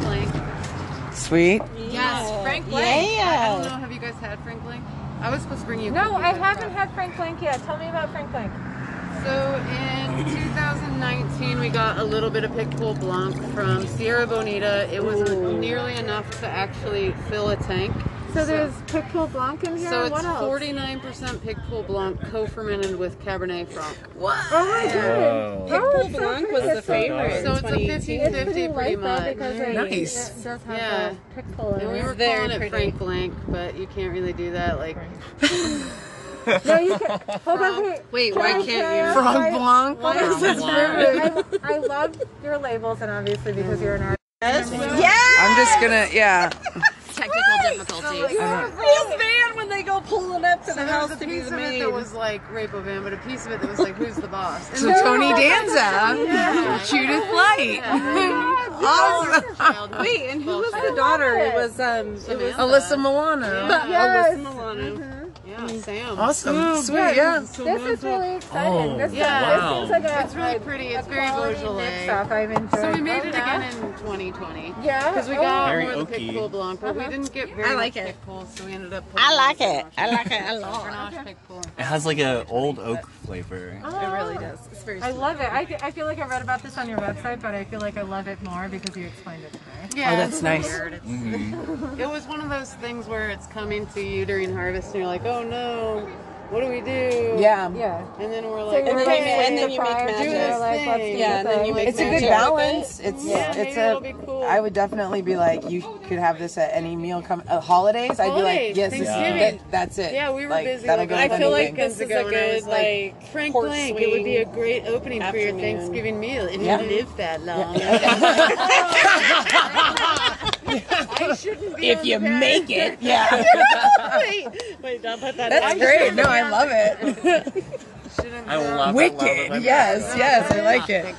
[SPEAKER 6] Blank.
[SPEAKER 2] Sweet.
[SPEAKER 6] Yes, Frank Blank. I don't know. Have you guys had Frank Blank? I was supposed to bring you.
[SPEAKER 8] No, Oh, I haven't had Frank Blank yet. Tell me about Frank Blank.
[SPEAKER 6] So in 2019, we got a little bit of Pickleball Blanc from Sierra Bonita. It was nearly enough to actually fill a tank.
[SPEAKER 8] So there's Pickleball Blanc in here.
[SPEAKER 6] So
[SPEAKER 8] and what
[SPEAKER 6] it's
[SPEAKER 8] else?
[SPEAKER 6] 49% Pickleball Blanc co-fermented with Cabernet Franc.
[SPEAKER 8] Oh my god. Oh, it's so pretty. It's so-
[SPEAKER 6] So it's a 50
[SPEAKER 8] It's pretty
[SPEAKER 6] 50 pretty
[SPEAKER 8] light though
[SPEAKER 6] much.
[SPEAKER 8] because it,
[SPEAKER 2] Nice.
[SPEAKER 8] it does have
[SPEAKER 6] Yeah.
[SPEAKER 8] the pickle in
[SPEAKER 6] And we
[SPEAKER 8] it.
[SPEAKER 6] were calling it Frank Blank, but you can't really do that. Like,
[SPEAKER 8] No, you can.
[SPEAKER 6] [laughs]
[SPEAKER 8] Hold on, wait.
[SPEAKER 6] wait,
[SPEAKER 8] Can
[SPEAKER 6] why
[SPEAKER 8] I
[SPEAKER 6] can't you?
[SPEAKER 8] clarify?
[SPEAKER 2] Frog Blanc.
[SPEAKER 8] Hold on,
[SPEAKER 6] [laughs]
[SPEAKER 8] wait, I, I love your labels, and obviously because you're an artist.
[SPEAKER 2] I'm just going to yeah.
[SPEAKER 6] Technical difficulties.
[SPEAKER 7] Real man when they go pulling up to the
[SPEAKER 6] There was
[SPEAKER 7] house
[SPEAKER 6] a
[SPEAKER 7] to be
[SPEAKER 6] piece
[SPEAKER 7] the
[SPEAKER 6] of it that
[SPEAKER 7] maid.
[SPEAKER 6] was like rape of him, but a piece of it that was like, who's the boss? [laughs] And
[SPEAKER 2] So Tony Danza, Judith
[SPEAKER 6] [laughs]
[SPEAKER 2] Light. [laughs] Awesome.
[SPEAKER 7] Wait, and who was the daughter? It was um,
[SPEAKER 6] Samantha.
[SPEAKER 7] Alyssa Milano.
[SPEAKER 6] Yeah,
[SPEAKER 8] Yes.
[SPEAKER 6] Alyssa Milano. Yeah. Yeah, Sam.
[SPEAKER 4] Awesome. Sweet. Yeah.
[SPEAKER 1] This is really exciting.
[SPEAKER 9] Oh,
[SPEAKER 1] This,
[SPEAKER 6] yeah.
[SPEAKER 1] this seems like a,
[SPEAKER 6] It's really
[SPEAKER 1] a-
[SPEAKER 6] pretty.
[SPEAKER 1] a
[SPEAKER 6] It's very
[SPEAKER 1] quality
[SPEAKER 6] Beaujolais.
[SPEAKER 1] mix-up. I'm enjoying.
[SPEAKER 6] So we made
[SPEAKER 1] Oh,
[SPEAKER 6] it
[SPEAKER 1] yeah.
[SPEAKER 6] again in 2020.
[SPEAKER 1] Yeah.
[SPEAKER 6] Because we
[SPEAKER 1] Oh,
[SPEAKER 6] got
[SPEAKER 4] Very
[SPEAKER 6] more of the
[SPEAKER 4] oaky.
[SPEAKER 6] Pic Pool Blanc, but we didn't get very
[SPEAKER 10] Uh-huh. I like
[SPEAKER 6] much
[SPEAKER 10] it.
[SPEAKER 6] Pic Pool, so we ended up
[SPEAKER 10] I like
[SPEAKER 6] putting
[SPEAKER 10] it. I like it a lot.
[SPEAKER 6] Grenache Pic Pool.
[SPEAKER 4] It has like an old oak flavor.
[SPEAKER 1] Oh,
[SPEAKER 10] It really does. It's very
[SPEAKER 1] I
[SPEAKER 10] sweet.
[SPEAKER 1] love it. I, fe- I feel like I read about this on your website, but I feel like I love it more because you explained it to me.
[SPEAKER 6] Yeah,
[SPEAKER 11] Oh, that's
[SPEAKER 6] it's
[SPEAKER 11] nice.
[SPEAKER 6] weird. It's- It was one of those things where it's coming to you during harvest, and you're like, oh no, what do we do?
[SPEAKER 2] Yeah.
[SPEAKER 1] Yeah.
[SPEAKER 6] And then we're like,
[SPEAKER 1] you're
[SPEAKER 10] And then,
[SPEAKER 1] Okay,
[SPEAKER 10] you,
[SPEAKER 1] so
[SPEAKER 10] and then you make
[SPEAKER 1] surprise,
[SPEAKER 10] magic.
[SPEAKER 1] do this thing.
[SPEAKER 6] let's do
[SPEAKER 10] Yeah, and then you make
[SPEAKER 1] It's
[SPEAKER 2] It's a
[SPEAKER 10] magic
[SPEAKER 2] good
[SPEAKER 10] with
[SPEAKER 2] balance.
[SPEAKER 10] it.
[SPEAKER 2] It's
[SPEAKER 6] Yeah,
[SPEAKER 2] it's
[SPEAKER 6] maybe it'll be
[SPEAKER 2] a.
[SPEAKER 6] cool.
[SPEAKER 2] I would definitely be like, you could have this at any meal. Come uh, holidays, I'd be
[SPEAKER 6] Holidays,
[SPEAKER 2] like, yes, this is
[SPEAKER 6] Thanksgiving.
[SPEAKER 2] that, that's it.
[SPEAKER 6] Yeah, we were
[SPEAKER 2] Like,
[SPEAKER 6] busy.
[SPEAKER 2] that'll
[SPEAKER 6] Like,
[SPEAKER 2] go
[SPEAKER 6] I
[SPEAKER 2] with
[SPEAKER 6] feel like
[SPEAKER 2] anything.
[SPEAKER 6] this is a good like Frank
[SPEAKER 10] pork
[SPEAKER 6] Blank. It would be a
[SPEAKER 10] swing
[SPEAKER 6] great opening for your
[SPEAKER 10] afternoon.
[SPEAKER 6] Thanksgiving meal if
[SPEAKER 2] Yeah.
[SPEAKER 6] you live that long.
[SPEAKER 10] [laughs]
[SPEAKER 6] I shouldn't be
[SPEAKER 2] if
[SPEAKER 6] on
[SPEAKER 2] you
[SPEAKER 6] the path.
[SPEAKER 2] make it, [laughs] yeah,
[SPEAKER 6] wait, wait, don't put that.
[SPEAKER 2] that's
[SPEAKER 6] in.
[SPEAKER 2] great. No, I love [laughs] it.
[SPEAKER 6] Shouldn't
[SPEAKER 4] I
[SPEAKER 6] be
[SPEAKER 4] love it. I
[SPEAKER 6] on-
[SPEAKER 4] love
[SPEAKER 2] Wicked.
[SPEAKER 4] it.
[SPEAKER 2] Yes, yes, I like it.
[SPEAKER 6] Thank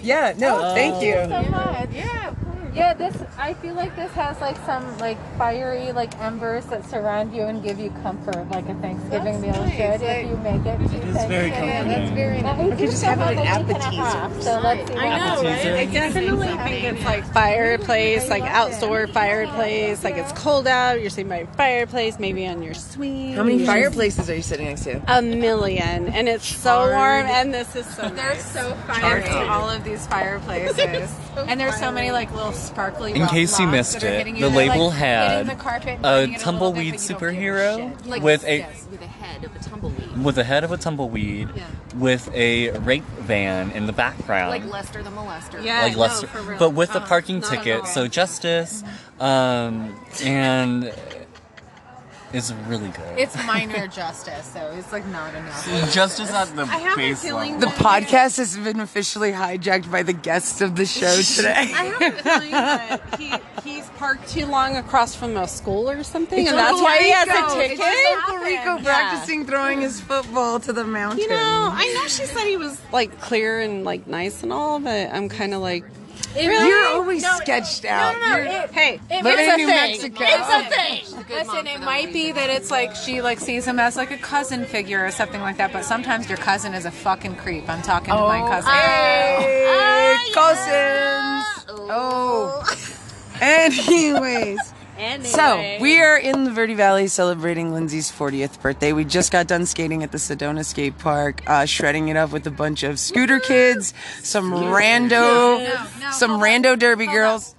[SPEAKER 2] [laughs] Yeah, no, thank you.
[SPEAKER 1] So much.
[SPEAKER 6] Yeah.
[SPEAKER 1] Yeah, this I feel like this has like some like fiery like embers that surround you and give you comfort, like a Thanksgiving
[SPEAKER 6] That's
[SPEAKER 1] meal
[SPEAKER 6] nice.
[SPEAKER 1] should
[SPEAKER 6] Like-
[SPEAKER 1] if you make it.
[SPEAKER 9] It is very
[SPEAKER 6] Yeah,
[SPEAKER 9] comforting.
[SPEAKER 6] that's very nice.
[SPEAKER 1] We
[SPEAKER 2] could just have it an appetizer or
[SPEAKER 1] So let's see. what
[SPEAKER 6] I know, right?
[SPEAKER 9] Appetizer.
[SPEAKER 6] I definitely think it's like
[SPEAKER 10] Fireplace, like outdoor fireplace, like it's cold out. You're sitting by your fireplace, maybe on your suite.
[SPEAKER 2] How many fireplaces are you sitting next to?
[SPEAKER 10] A million, and it's so warm. And this is so. They're so fiery.
[SPEAKER 1] all of these fireplaces. and there's so many like little sparkly.
[SPEAKER 4] In
[SPEAKER 1] rock
[SPEAKER 4] case you
[SPEAKER 1] logs
[SPEAKER 4] missed
[SPEAKER 1] that are
[SPEAKER 4] it,
[SPEAKER 1] hitting you.
[SPEAKER 4] the
[SPEAKER 1] They're, like,
[SPEAKER 4] label
[SPEAKER 1] hitting
[SPEAKER 4] had
[SPEAKER 1] the carpet and
[SPEAKER 4] a
[SPEAKER 1] hitting it little bit,
[SPEAKER 4] tumbleweed
[SPEAKER 1] but you don't give a
[SPEAKER 4] superhero
[SPEAKER 1] shit.
[SPEAKER 4] with a
[SPEAKER 5] with a head of a tumbleweed.
[SPEAKER 4] with the head of a tumbleweed with a rape van in the background.
[SPEAKER 5] Like Lester the Molester.
[SPEAKER 10] Yeah,
[SPEAKER 4] like
[SPEAKER 10] no,
[SPEAKER 4] Lester,
[SPEAKER 10] for real.
[SPEAKER 4] but with a
[SPEAKER 10] Uh-huh.
[SPEAKER 4] parking
[SPEAKER 10] Not at
[SPEAKER 4] ticket.
[SPEAKER 10] all.
[SPEAKER 4] So justice, um, and it's really good.
[SPEAKER 1] It's minor justice, so it's like not
[SPEAKER 10] [laughs]
[SPEAKER 1] enough.
[SPEAKER 4] justice at the
[SPEAKER 10] I have a base feeling level.
[SPEAKER 2] The podcast has been officially hijacked by the guests of the [laughs] show today.
[SPEAKER 10] I have a feeling that he, he's parked too long across from a school or
[SPEAKER 2] [laughs]
[SPEAKER 10] something, and that's why he has a ticket.
[SPEAKER 2] Uncle Rico practicing throwing his football to the mountain.
[SPEAKER 10] You know, I know she said he was like clear and like nice and all, but I'm kind of like, really?
[SPEAKER 2] You're always sketched out.
[SPEAKER 10] hey,
[SPEAKER 1] It
[SPEAKER 2] Living
[SPEAKER 1] makes
[SPEAKER 2] in
[SPEAKER 1] a
[SPEAKER 2] New
[SPEAKER 1] thing.
[SPEAKER 2] Mexico.
[SPEAKER 1] It's a thing. Listen, it might be that it's like she like sees him as like a cousin figure or something like that, but sometimes your cousin is a fucking creep. I'm talking to my cousin.
[SPEAKER 2] Oh,
[SPEAKER 1] ah,
[SPEAKER 2] Hey, cousins. Oh. [laughs] Anyways. So we are in the Verde Valley celebrating Lindsay's 40th birthday. We just got done skating at the Sedona Skate Park, uh, shredding it up with a bunch of scooter kids, some rando,
[SPEAKER 1] no,
[SPEAKER 2] some
[SPEAKER 1] hold
[SPEAKER 2] rando derby girls.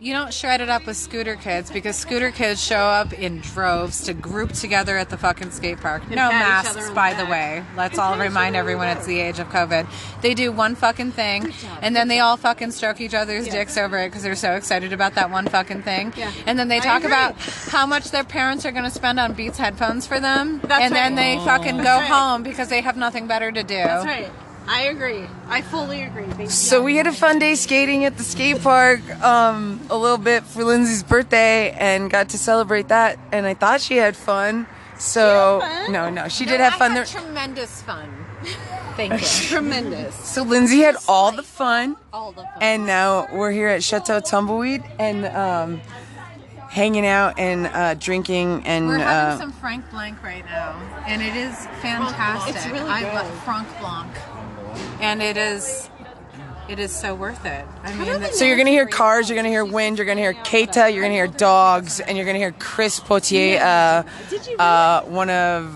[SPEAKER 1] You don't shred it up with scooter kids because scooter kids show up in droves to group together at the fucking skate park. no
[SPEAKER 6] pat each
[SPEAKER 1] masks,
[SPEAKER 6] other on
[SPEAKER 1] by
[SPEAKER 6] the
[SPEAKER 1] the
[SPEAKER 6] back.
[SPEAKER 1] way. Let's all remind everyone it's the age of COVID. They do one fucking thing and then they all fucking stroke each other's dicks over it because they're so excited about that one fucking thing.
[SPEAKER 6] Yeah.
[SPEAKER 1] And then they
[SPEAKER 6] I
[SPEAKER 1] talk
[SPEAKER 6] agree.
[SPEAKER 1] about how much their parents are going to spend on Beats headphones for them.
[SPEAKER 10] That's
[SPEAKER 1] and then
[SPEAKER 10] right.
[SPEAKER 1] they fucking go
[SPEAKER 10] right.
[SPEAKER 1] home because they have nothing better to do.
[SPEAKER 10] That's right. I agree. I fully agree. Thank you.
[SPEAKER 2] So we had a fun day skating at the skate park um, a little bit for Lindsay's birthday and got to celebrate that. And I thought she had fun. So
[SPEAKER 10] fun?
[SPEAKER 2] no, no, she did have fun. There-
[SPEAKER 1] tremendous fun. Thank you.
[SPEAKER 10] tremendous.
[SPEAKER 2] so Lindsay had all the fun.
[SPEAKER 10] All the fun.
[SPEAKER 2] And now we're here at Chateau Tumbleweed and um, hanging out and uh, drinking and
[SPEAKER 1] We're having
[SPEAKER 2] uh,
[SPEAKER 1] some Frank Blanc right now, and it is fantastic.
[SPEAKER 6] It's really
[SPEAKER 1] I love
[SPEAKER 6] good.
[SPEAKER 1] Frank Blanc, and it is it is so worth it. I mean, the-
[SPEAKER 2] so you're gonna hear cars, you're gonna hear wind, you're gonna hear Keita, you're gonna hear dogs, and you're gonna hear Chris Potier, uh, uh, one of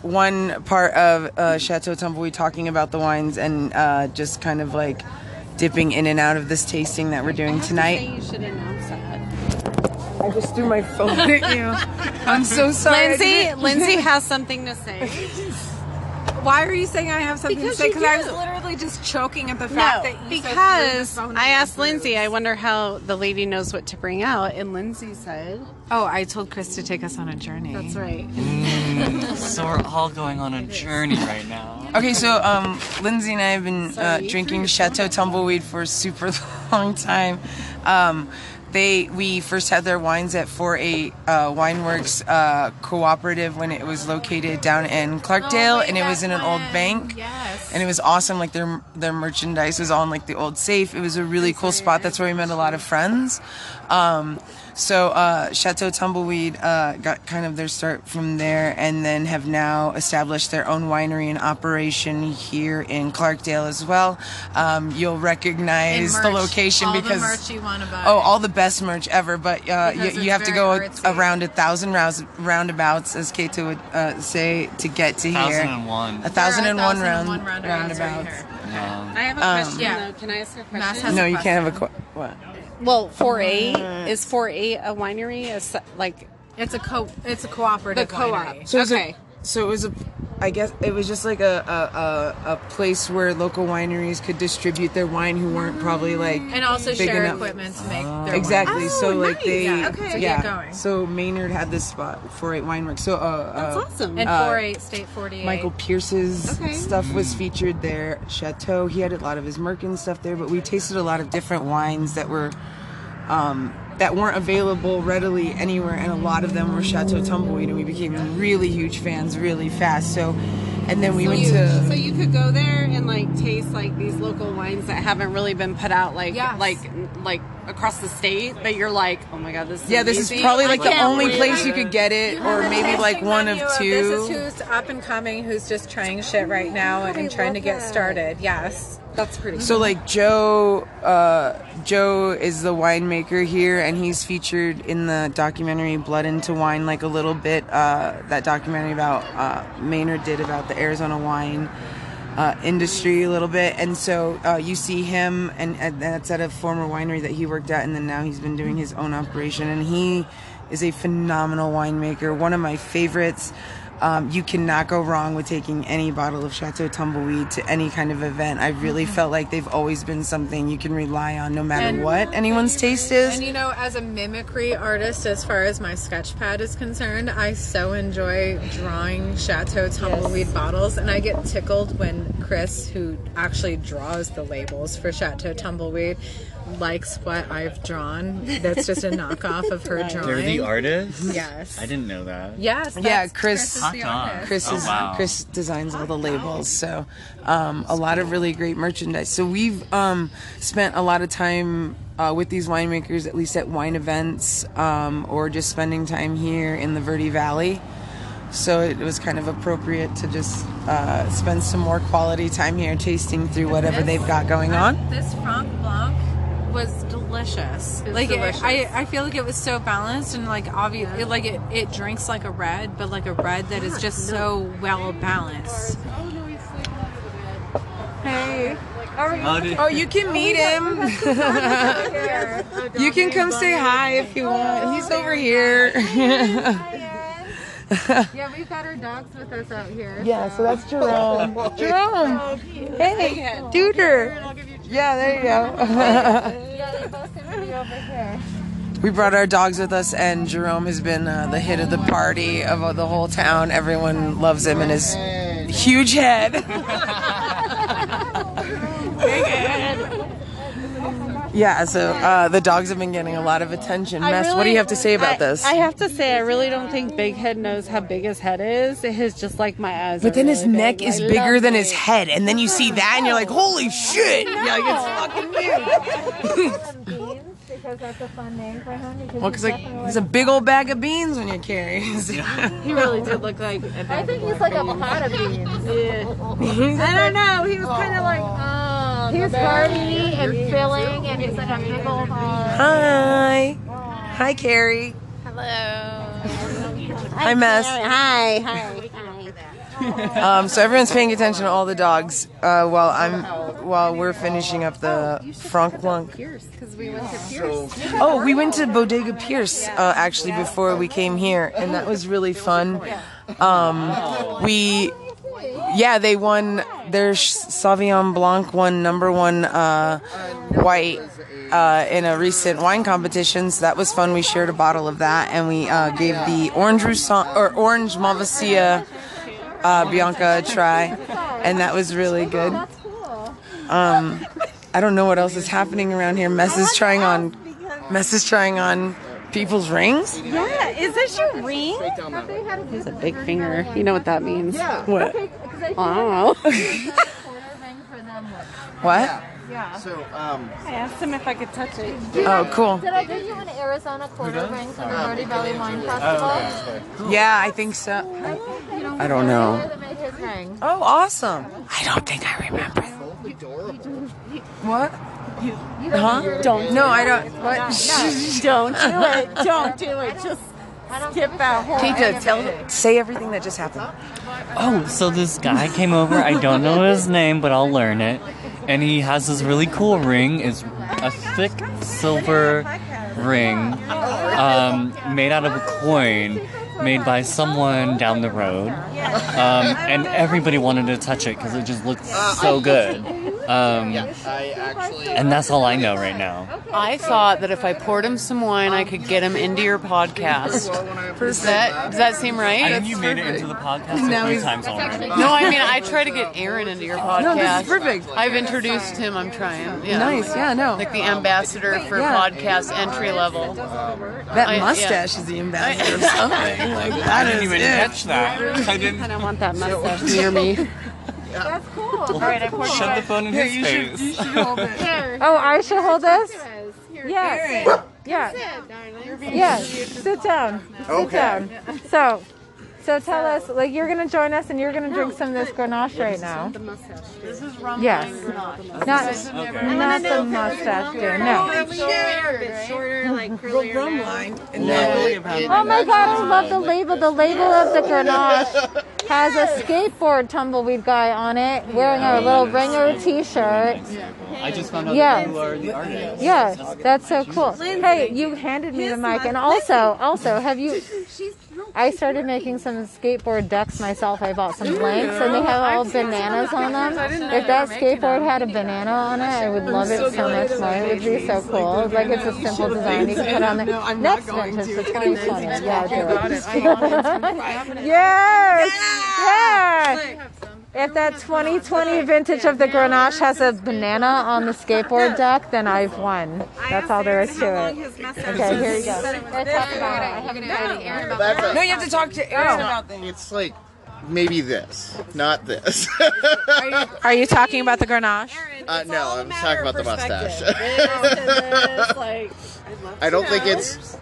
[SPEAKER 2] one part of uh, Chateau Tumbleweed, talking about the wines and uh, just kind of like dipping in and out of this tasting that we're doing tonight.
[SPEAKER 10] you should announce that.
[SPEAKER 2] I just threw my phone at you. I'm so sorry. I
[SPEAKER 10] [laughs] Lindsay,
[SPEAKER 2] didn't-
[SPEAKER 10] Lindsay has something to say.
[SPEAKER 1] why are you saying I have something
[SPEAKER 10] Because
[SPEAKER 1] to say?
[SPEAKER 10] you
[SPEAKER 1] Because I
[SPEAKER 10] do.
[SPEAKER 1] was literally just choking at the
[SPEAKER 10] No,
[SPEAKER 1] fact that you said
[SPEAKER 10] because
[SPEAKER 1] through the phone
[SPEAKER 10] I
[SPEAKER 1] and
[SPEAKER 10] asked
[SPEAKER 1] through.
[SPEAKER 10] Lindsay. I wonder how the lady knows what to bring out, and Lindsay said,
[SPEAKER 1] Oh, I told Chris to take us on a journey.
[SPEAKER 10] "That's right."
[SPEAKER 4] so we're all going on a journey right now.
[SPEAKER 2] Okay, so um, Lindsay and I have been uh,
[SPEAKER 10] Sorry.
[SPEAKER 2] [laughs] drinking Chateau Tumbleweed for a super long time. Um, They we first had their wines at 4A uh, Wineworks uh, Cooperative when it was located down in Clarkdale,
[SPEAKER 1] Oh,
[SPEAKER 2] and it was in an old bank.
[SPEAKER 12] Yes.
[SPEAKER 2] And it was awesome. Like their their merchandise was all in like the old safe. It was a really cool spot. That's where we met a lot of friends. Um, so uh, Chateau Tumbleweed uh, got kind of their start from there, and then have now established their own winery and operation here in Clarkdale as well. Um, you'll recognize
[SPEAKER 12] And
[SPEAKER 2] the
[SPEAKER 12] merch.
[SPEAKER 2] location
[SPEAKER 12] All the
[SPEAKER 2] because
[SPEAKER 12] merch you wanna buy.
[SPEAKER 2] oh, all the best merch ever. But uh,
[SPEAKER 12] Because
[SPEAKER 2] you,
[SPEAKER 12] it's
[SPEAKER 2] you have to
[SPEAKER 12] very
[SPEAKER 2] go a-
[SPEAKER 12] artsy.
[SPEAKER 2] around a thousand rouse, roundabouts, as Kato would uh, say, to get to here.
[SPEAKER 4] 1001.
[SPEAKER 2] A thousand and one round,
[SPEAKER 12] roundabouts right
[SPEAKER 2] roundabouts.
[SPEAKER 13] I have a
[SPEAKER 2] Um,
[SPEAKER 13] question though. Can I ask a question?
[SPEAKER 2] no, you can't have a qu- what?
[SPEAKER 6] Well, 4A is 4A a winery? Is like
[SPEAKER 12] it's a co it's a cooperative
[SPEAKER 6] the co-op.
[SPEAKER 12] winery.
[SPEAKER 2] So it was
[SPEAKER 6] okay.
[SPEAKER 2] A, so it was a, I guess it was just like a a, a a place where local wineries could distribute their wine who weren't probably like
[SPEAKER 12] and also
[SPEAKER 2] big
[SPEAKER 12] share
[SPEAKER 2] enough.
[SPEAKER 12] equipment to make their
[SPEAKER 2] Exactly.
[SPEAKER 12] wine.
[SPEAKER 2] Oh, so like they,
[SPEAKER 12] Yeah, okay. To
[SPEAKER 2] yeah.
[SPEAKER 12] get going.
[SPEAKER 2] So Maynard had this spot for eight wineworks. So uh, that's
[SPEAKER 6] awesome.
[SPEAKER 12] And 48 State 48.
[SPEAKER 2] Michael Pierce's
[SPEAKER 12] Okay.
[SPEAKER 2] stuff was featured there. Chateau, he had a lot of his Merkin stuff there, but we tasted a lot of different wines that were um, that weren't available readily anywhere, and a lot of them were Chateau Tumbleweed, and we became really huge fans really fast. So, and then we
[SPEAKER 6] so
[SPEAKER 2] went
[SPEAKER 6] you,
[SPEAKER 2] to
[SPEAKER 6] so you could go there and like taste like these local wines that haven't really been put out like
[SPEAKER 12] Yes.
[SPEAKER 6] like like across the state, but you're like, oh my god, this is
[SPEAKER 2] yeah, this is
[SPEAKER 6] amazing.
[SPEAKER 2] probably like the
[SPEAKER 6] can't
[SPEAKER 2] only
[SPEAKER 6] wait.
[SPEAKER 2] place you could get it, or maybe like one of two.
[SPEAKER 1] This is who's up and coming, who's just trying shit right now and trying to get started. Yes,
[SPEAKER 6] that's pretty.
[SPEAKER 2] So like Joe, uh, Joe is the winemaker here, and he's featured in the documentary "Blood into Wine" like a little bit. Uh, that documentary about uh, Maynard did about the Arizona wine uh, industry a little bit, and so uh, you see him, and, and that's at a former winery that he worked at, and then now he's been doing his own operation, and he is a phenomenal winemaker, one of my favorites. Um, you cannot go wrong with taking any bottle of Chateau Tumbleweed to any kind of event. I really felt like they've always been something you can rely on no matter
[SPEAKER 1] And-
[SPEAKER 2] what anyone's taste is.
[SPEAKER 1] And you know, as a mimicry artist, as far as my sketch pad is concerned, I so enjoy drawing Chateau tumbleweed bottles, and I get tickled when Chris, who actually draws the labels for Chateau tumbleweed, likes what I've drawn. That's just a knockoff of
[SPEAKER 2] [laughs]
[SPEAKER 1] her drawing.
[SPEAKER 4] They're the artists?
[SPEAKER 1] Yes.
[SPEAKER 4] I didn't know that.
[SPEAKER 1] Yes.
[SPEAKER 2] yeah,
[SPEAKER 1] that's-
[SPEAKER 2] Chris.
[SPEAKER 4] Chris is the Hot artist.
[SPEAKER 2] Chris
[SPEAKER 4] dog.
[SPEAKER 2] is
[SPEAKER 4] Oh, wow.
[SPEAKER 2] Chris designs all the labels, so um, a lot of really great merchandise. So we've um, spent a lot of time uh, with these winemakers, at least at wine events, um, or just spending time here in the Verde Valley. So it was kind of appropriate to just uh, spend some more quality time here, tasting through whatever they've got going on.
[SPEAKER 1] This Franc Blanc was delicious. like it-
[SPEAKER 12] delicious.
[SPEAKER 1] I, I feel like it was so balanced and like obvious. It, like it, it drinks like a red, but like a red that is just so well balanced. Hey.
[SPEAKER 4] Oh, did-
[SPEAKER 2] Oh, you can meet him. [laughs] you can come say hi if you want. He's over here.
[SPEAKER 13] Yeah, we've got our dogs with us out here.
[SPEAKER 2] Yeah, so that's Jerome. Jerome. Hey, Duder. Yeah,
[SPEAKER 6] [laughs]
[SPEAKER 2] there you
[SPEAKER 13] Yeah, they both seem to be over here.
[SPEAKER 2] go. we brought our dogs with us, and Jerome has been uh, the hit of the party of uh, the whole town. Everyone loves him and his huge head. [laughs] yeah, so uh, the dogs have been getting a lot of attention.
[SPEAKER 6] I
[SPEAKER 2] Mess, what do
[SPEAKER 6] really-
[SPEAKER 2] you have to say about
[SPEAKER 6] I-
[SPEAKER 2] this?
[SPEAKER 6] I have to say, I really don't think Big Head knows how big his head is. His just like my eyes.
[SPEAKER 2] But
[SPEAKER 6] are
[SPEAKER 2] then his
[SPEAKER 6] really
[SPEAKER 2] neck
[SPEAKER 6] big.
[SPEAKER 2] is
[SPEAKER 6] I
[SPEAKER 2] bigger
[SPEAKER 6] love
[SPEAKER 2] than
[SPEAKER 6] it.
[SPEAKER 2] his head, and then you see that, and you're like, "Holy shit!" Yeah, like, it's fucking huge.
[SPEAKER 10] Beans, because that's a fun name for him. Because
[SPEAKER 2] well,
[SPEAKER 10] he's
[SPEAKER 2] because like
[SPEAKER 10] definitely
[SPEAKER 2] it's a big old bag of beans when you carry. [laughs] he
[SPEAKER 6] really did look like.
[SPEAKER 10] I think he's like a lot of beans.
[SPEAKER 6] I don't know. He was kind of like. Oh,
[SPEAKER 10] He's partying and filling, and he's like a big old hog.
[SPEAKER 2] Hi, hi, Carrie.
[SPEAKER 10] Hello.
[SPEAKER 2] Hi, Mess.
[SPEAKER 10] Hi, hi, hi.
[SPEAKER 2] [laughs] Um, so everyone's paying attention to all the dogs uh, while I'm while we're finishing up the Franc Blanc
[SPEAKER 6] Because we went to Pierce.
[SPEAKER 2] [laughs] Oh, we went to Bodega Pierce uh, actually before we came here, and that was really fun. Um, we, yeah, they won their Sauvignon Blanc won number one uh, white uh, in a recent wine competition, so that was fun. We shared a bottle of that, and we uh, gave the orange Roussan, or orange Malvasia uh, Bianca a try, and that was really good. Um, I don't know what else is happening around here. Mess is trying on Messes trying on people's rings.
[SPEAKER 7] Yeah, is this your ring? He's
[SPEAKER 6] a big finger. You know what that means.
[SPEAKER 2] Yeah. What?
[SPEAKER 6] Okay,
[SPEAKER 10] I
[SPEAKER 6] oh.
[SPEAKER 2] What?
[SPEAKER 10] Yeah. So,
[SPEAKER 7] um, I asked him if I could touch it.
[SPEAKER 2] Oh, cool.
[SPEAKER 10] Did I give you an Arizona quarter ring from the
[SPEAKER 2] Oh.
[SPEAKER 10] Verde Valley Wine Festival?
[SPEAKER 2] Yeah, I think so.
[SPEAKER 10] You don't
[SPEAKER 2] I don't
[SPEAKER 10] know.
[SPEAKER 2] know.
[SPEAKER 10] that made his ring.
[SPEAKER 2] Oh, awesome. I don't think I remember. What?
[SPEAKER 10] You don't
[SPEAKER 2] Huh?
[SPEAKER 10] remember-
[SPEAKER 2] No, I don't. What?
[SPEAKER 7] Don't do it. Don't do it. Just skip that whole
[SPEAKER 2] Tita, tell, say everything that just happened.
[SPEAKER 4] Oh, so this guy came over. I don't know his name, but I'll learn it. And he has this really cool ring. It's a thick silver ring um, made out of a coin made by someone down the road. Um, and everybody wanted to touch it because it just looked so [laughs] good. Um, and that's all I know right now.
[SPEAKER 6] I thought that if I poured him some wine, I could get him into your podcast. Does that, does that seem right?
[SPEAKER 4] I think you made it into the podcast
[SPEAKER 6] No,
[SPEAKER 4] a few
[SPEAKER 6] he's-
[SPEAKER 4] times already.
[SPEAKER 6] No, I mean I try to get Aaron into your podcast.
[SPEAKER 4] No, this is
[SPEAKER 6] perfect. I've introduced him. I'm trying. Yeah.
[SPEAKER 2] Nice, yeah, no.
[SPEAKER 6] Like the ambassador for
[SPEAKER 2] Yeah.
[SPEAKER 6] podcast entry level.
[SPEAKER 2] That
[SPEAKER 6] I- yeah.
[SPEAKER 2] mustache is the
[SPEAKER 7] [laughs]
[SPEAKER 2] ambassador of something. Like,
[SPEAKER 4] I
[SPEAKER 2] that
[SPEAKER 4] didn't
[SPEAKER 2] is
[SPEAKER 4] even
[SPEAKER 2] it.
[SPEAKER 4] catch that. I didn't.
[SPEAKER 6] I want that mustache near me.
[SPEAKER 10] That's cool.
[SPEAKER 4] All right, I poured Shove the it. phone in his face. [laughs]
[SPEAKER 10] Oh, I should hold this? Yes. Yeah. Yeah. Sit down. Sit
[SPEAKER 14] Okay.
[SPEAKER 10] down. So, so tell us, like, you're gonna join us and you're gonna drink some of this Grenache right now.
[SPEAKER 6] This is rum
[SPEAKER 10] Yes.
[SPEAKER 6] wine Grenache.
[SPEAKER 10] Not,
[SPEAKER 6] This is
[SPEAKER 10] not
[SPEAKER 6] never-
[SPEAKER 10] the mustache beer. No.
[SPEAKER 6] shorter, like curlier
[SPEAKER 2] rum line.
[SPEAKER 10] Oh my god, I love the label. The label of the Grenache has a skateboard tumbleweed guy on it wearing a little ringer t shirt.
[SPEAKER 4] I just found out
[SPEAKER 10] Yeah.
[SPEAKER 4] that you are the artist.
[SPEAKER 10] Yeah, that's so cool. Hey, you handed me the mic, and also, also, have you? I started making some skateboard decks myself. I bought some blanks, and they have all bananas on them. If that skateboard had a banana on it, I would love it so much more. It would be so cool. Like it's a simple design you can put on the next vintage. It's gonna be funny. Yeah, do [laughs] it. Yes, yeah. If that 2020 vintage of the Grenache has a banana on the skateboard deck, then I've won. That's all there is to it. Okay, here you go.
[SPEAKER 2] No, you have to talk to Aaron about
[SPEAKER 14] things. It's like maybe this, not this.
[SPEAKER 1] [laughs] Are you, are you talking about the Grenache?
[SPEAKER 14] Uh, no, I'm talking about the mustache. [laughs] I don't think it's.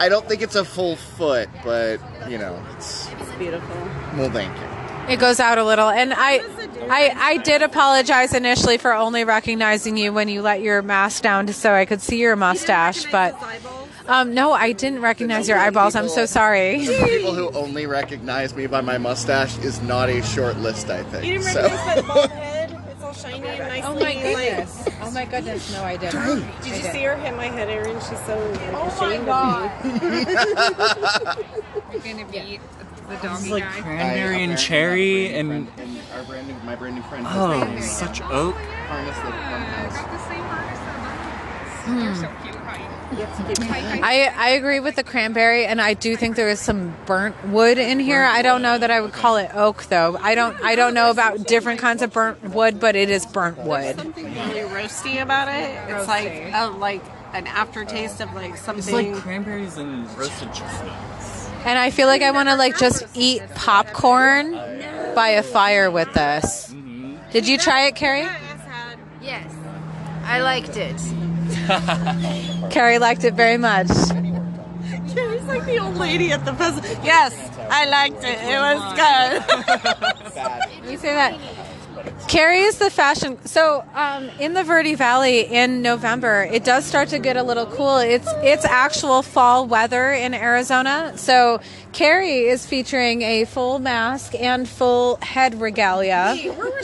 [SPEAKER 14] I don't think it's a full foot, but you know, it's
[SPEAKER 6] beautiful.
[SPEAKER 14] Well, thank you.
[SPEAKER 1] It goes out a little, and I, I, I did apologize initially for only recognizing you when you let your mask down so I could see your mustache, but. Um, no, I didn't recognize your eyeballs. I'm so sorry.
[SPEAKER 14] People who only recognize me by my mustache is not a short list. I think.
[SPEAKER 7] You didn't
[SPEAKER 14] so.
[SPEAKER 7] recognize
[SPEAKER 14] [laughs]
[SPEAKER 7] that bald head? It's all shiny and nice.
[SPEAKER 1] Oh my
[SPEAKER 7] looking, like-
[SPEAKER 1] goodness. Oh my goodness. No, I didn't.
[SPEAKER 7] Did
[SPEAKER 1] I
[SPEAKER 7] you
[SPEAKER 1] didn't.
[SPEAKER 7] see her hit my head, Erin? She's so like,
[SPEAKER 1] Oh my
[SPEAKER 7] ashamed of me.
[SPEAKER 1] You're gonna beat the
[SPEAKER 4] It's
[SPEAKER 1] doggy
[SPEAKER 4] like
[SPEAKER 1] guy.
[SPEAKER 4] cranberry
[SPEAKER 14] I-
[SPEAKER 4] and cherry and
[SPEAKER 14] and our brand new, my brand new friend.
[SPEAKER 4] oh, such oak.
[SPEAKER 14] Harness the funhouse.
[SPEAKER 1] I, I agree with the cranberry, and I do think there is some burnt wood in here. I don't know that I would call it oak, though. I don't I don't know about different kinds of burnt wood, but it is burnt wood.
[SPEAKER 7] Something really roasty about it. It's like a, like an aftertaste of like
[SPEAKER 4] It's
[SPEAKER 7] something.
[SPEAKER 4] like cranberries and roasted chestnuts.
[SPEAKER 1] And I feel like I want to like just eat popcorn by a fire with this. Did you try it, Carrie?
[SPEAKER 10] Yes, I liked it.
[SPEAKER 1] Carrie liked it very much.
[SPEAKER 7] Carrie's like the old lady at the festival. Yes, I liked it. It was good.
[SPEAKER 1] you say that? Carrie is the fashion. So um, in the Verde Valley in November, it does start to get a little cool. It's it's actual fall weather in Arizona. So Carrie is featuring a full mask and full head regalia,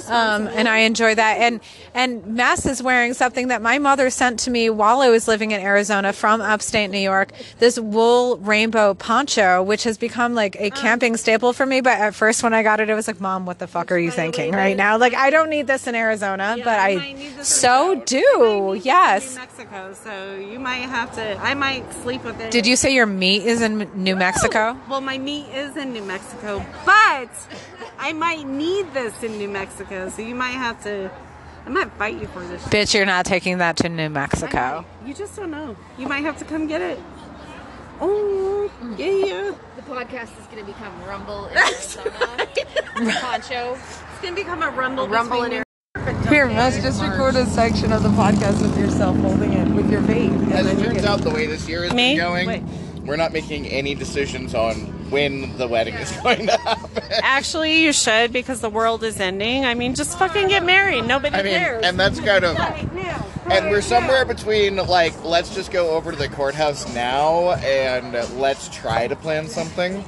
[SPEAKER 1] um, and I enjoy that. And and Mess is wearing something that my mother sent to me while I was living in Arizona from upstate New York. This wool rainbow poncho, which has become like a camping staple for me. But at first, when I got it, it was like, Mom, what the fuck are you thinking right now? Like I don't need this in Arizona, but I so do. Yes.
[SPEAKER 7] Mexico, so you might have to. I might sleep with it.
[SPEAKER 1] Did you say your meat is in New Mexico?
[SPEAKER 7] Well, my meat is in New Mexico, but I might need this in New Mexico, so you might have to
[SPEAKER 6] I might bite you for this. shit.
[SPEAKER 8] Bitch, you're not taking that to New Mexico.
[SPEAKER 6] You just don't know. You might have to come get it. Oh, yeah, yeah.
[SPEAKER 15] The podcast is going to become Rumble in Arizona. Poncho.
[SPEAKER 6] It's going to become a rumble.
[SPEAKER 15] Rumble
[SPEAKER 6] between
[SPEAKER 15] in
[SPEAKER 6] your-
[SPEAKER 16] Here, Mose, just record a section of the podcast with yourself holding it with your vape.
[SPEAKER 14] As it turns out, the way this year has
[SPEAKER 16] Me?
[SPEAKER 14] been going,
[SPEAKER 16] Wait.
[SPEAKER 14] we're not making any decisions on when the wedding is going to happen.
[SPEAKER 6] Actually, you should because the world is ending. I mean, just fucking get married. Nobody
[SPEAKER 14] I mean,
[SPEAKER 6] cares.
[SPEAKER 14] and that's kind of.
[SPEAKER 6] now.
[SPEAKER 14] And we're somewhere between like let's just go over to the courthouse now and let's try to plan something. Um,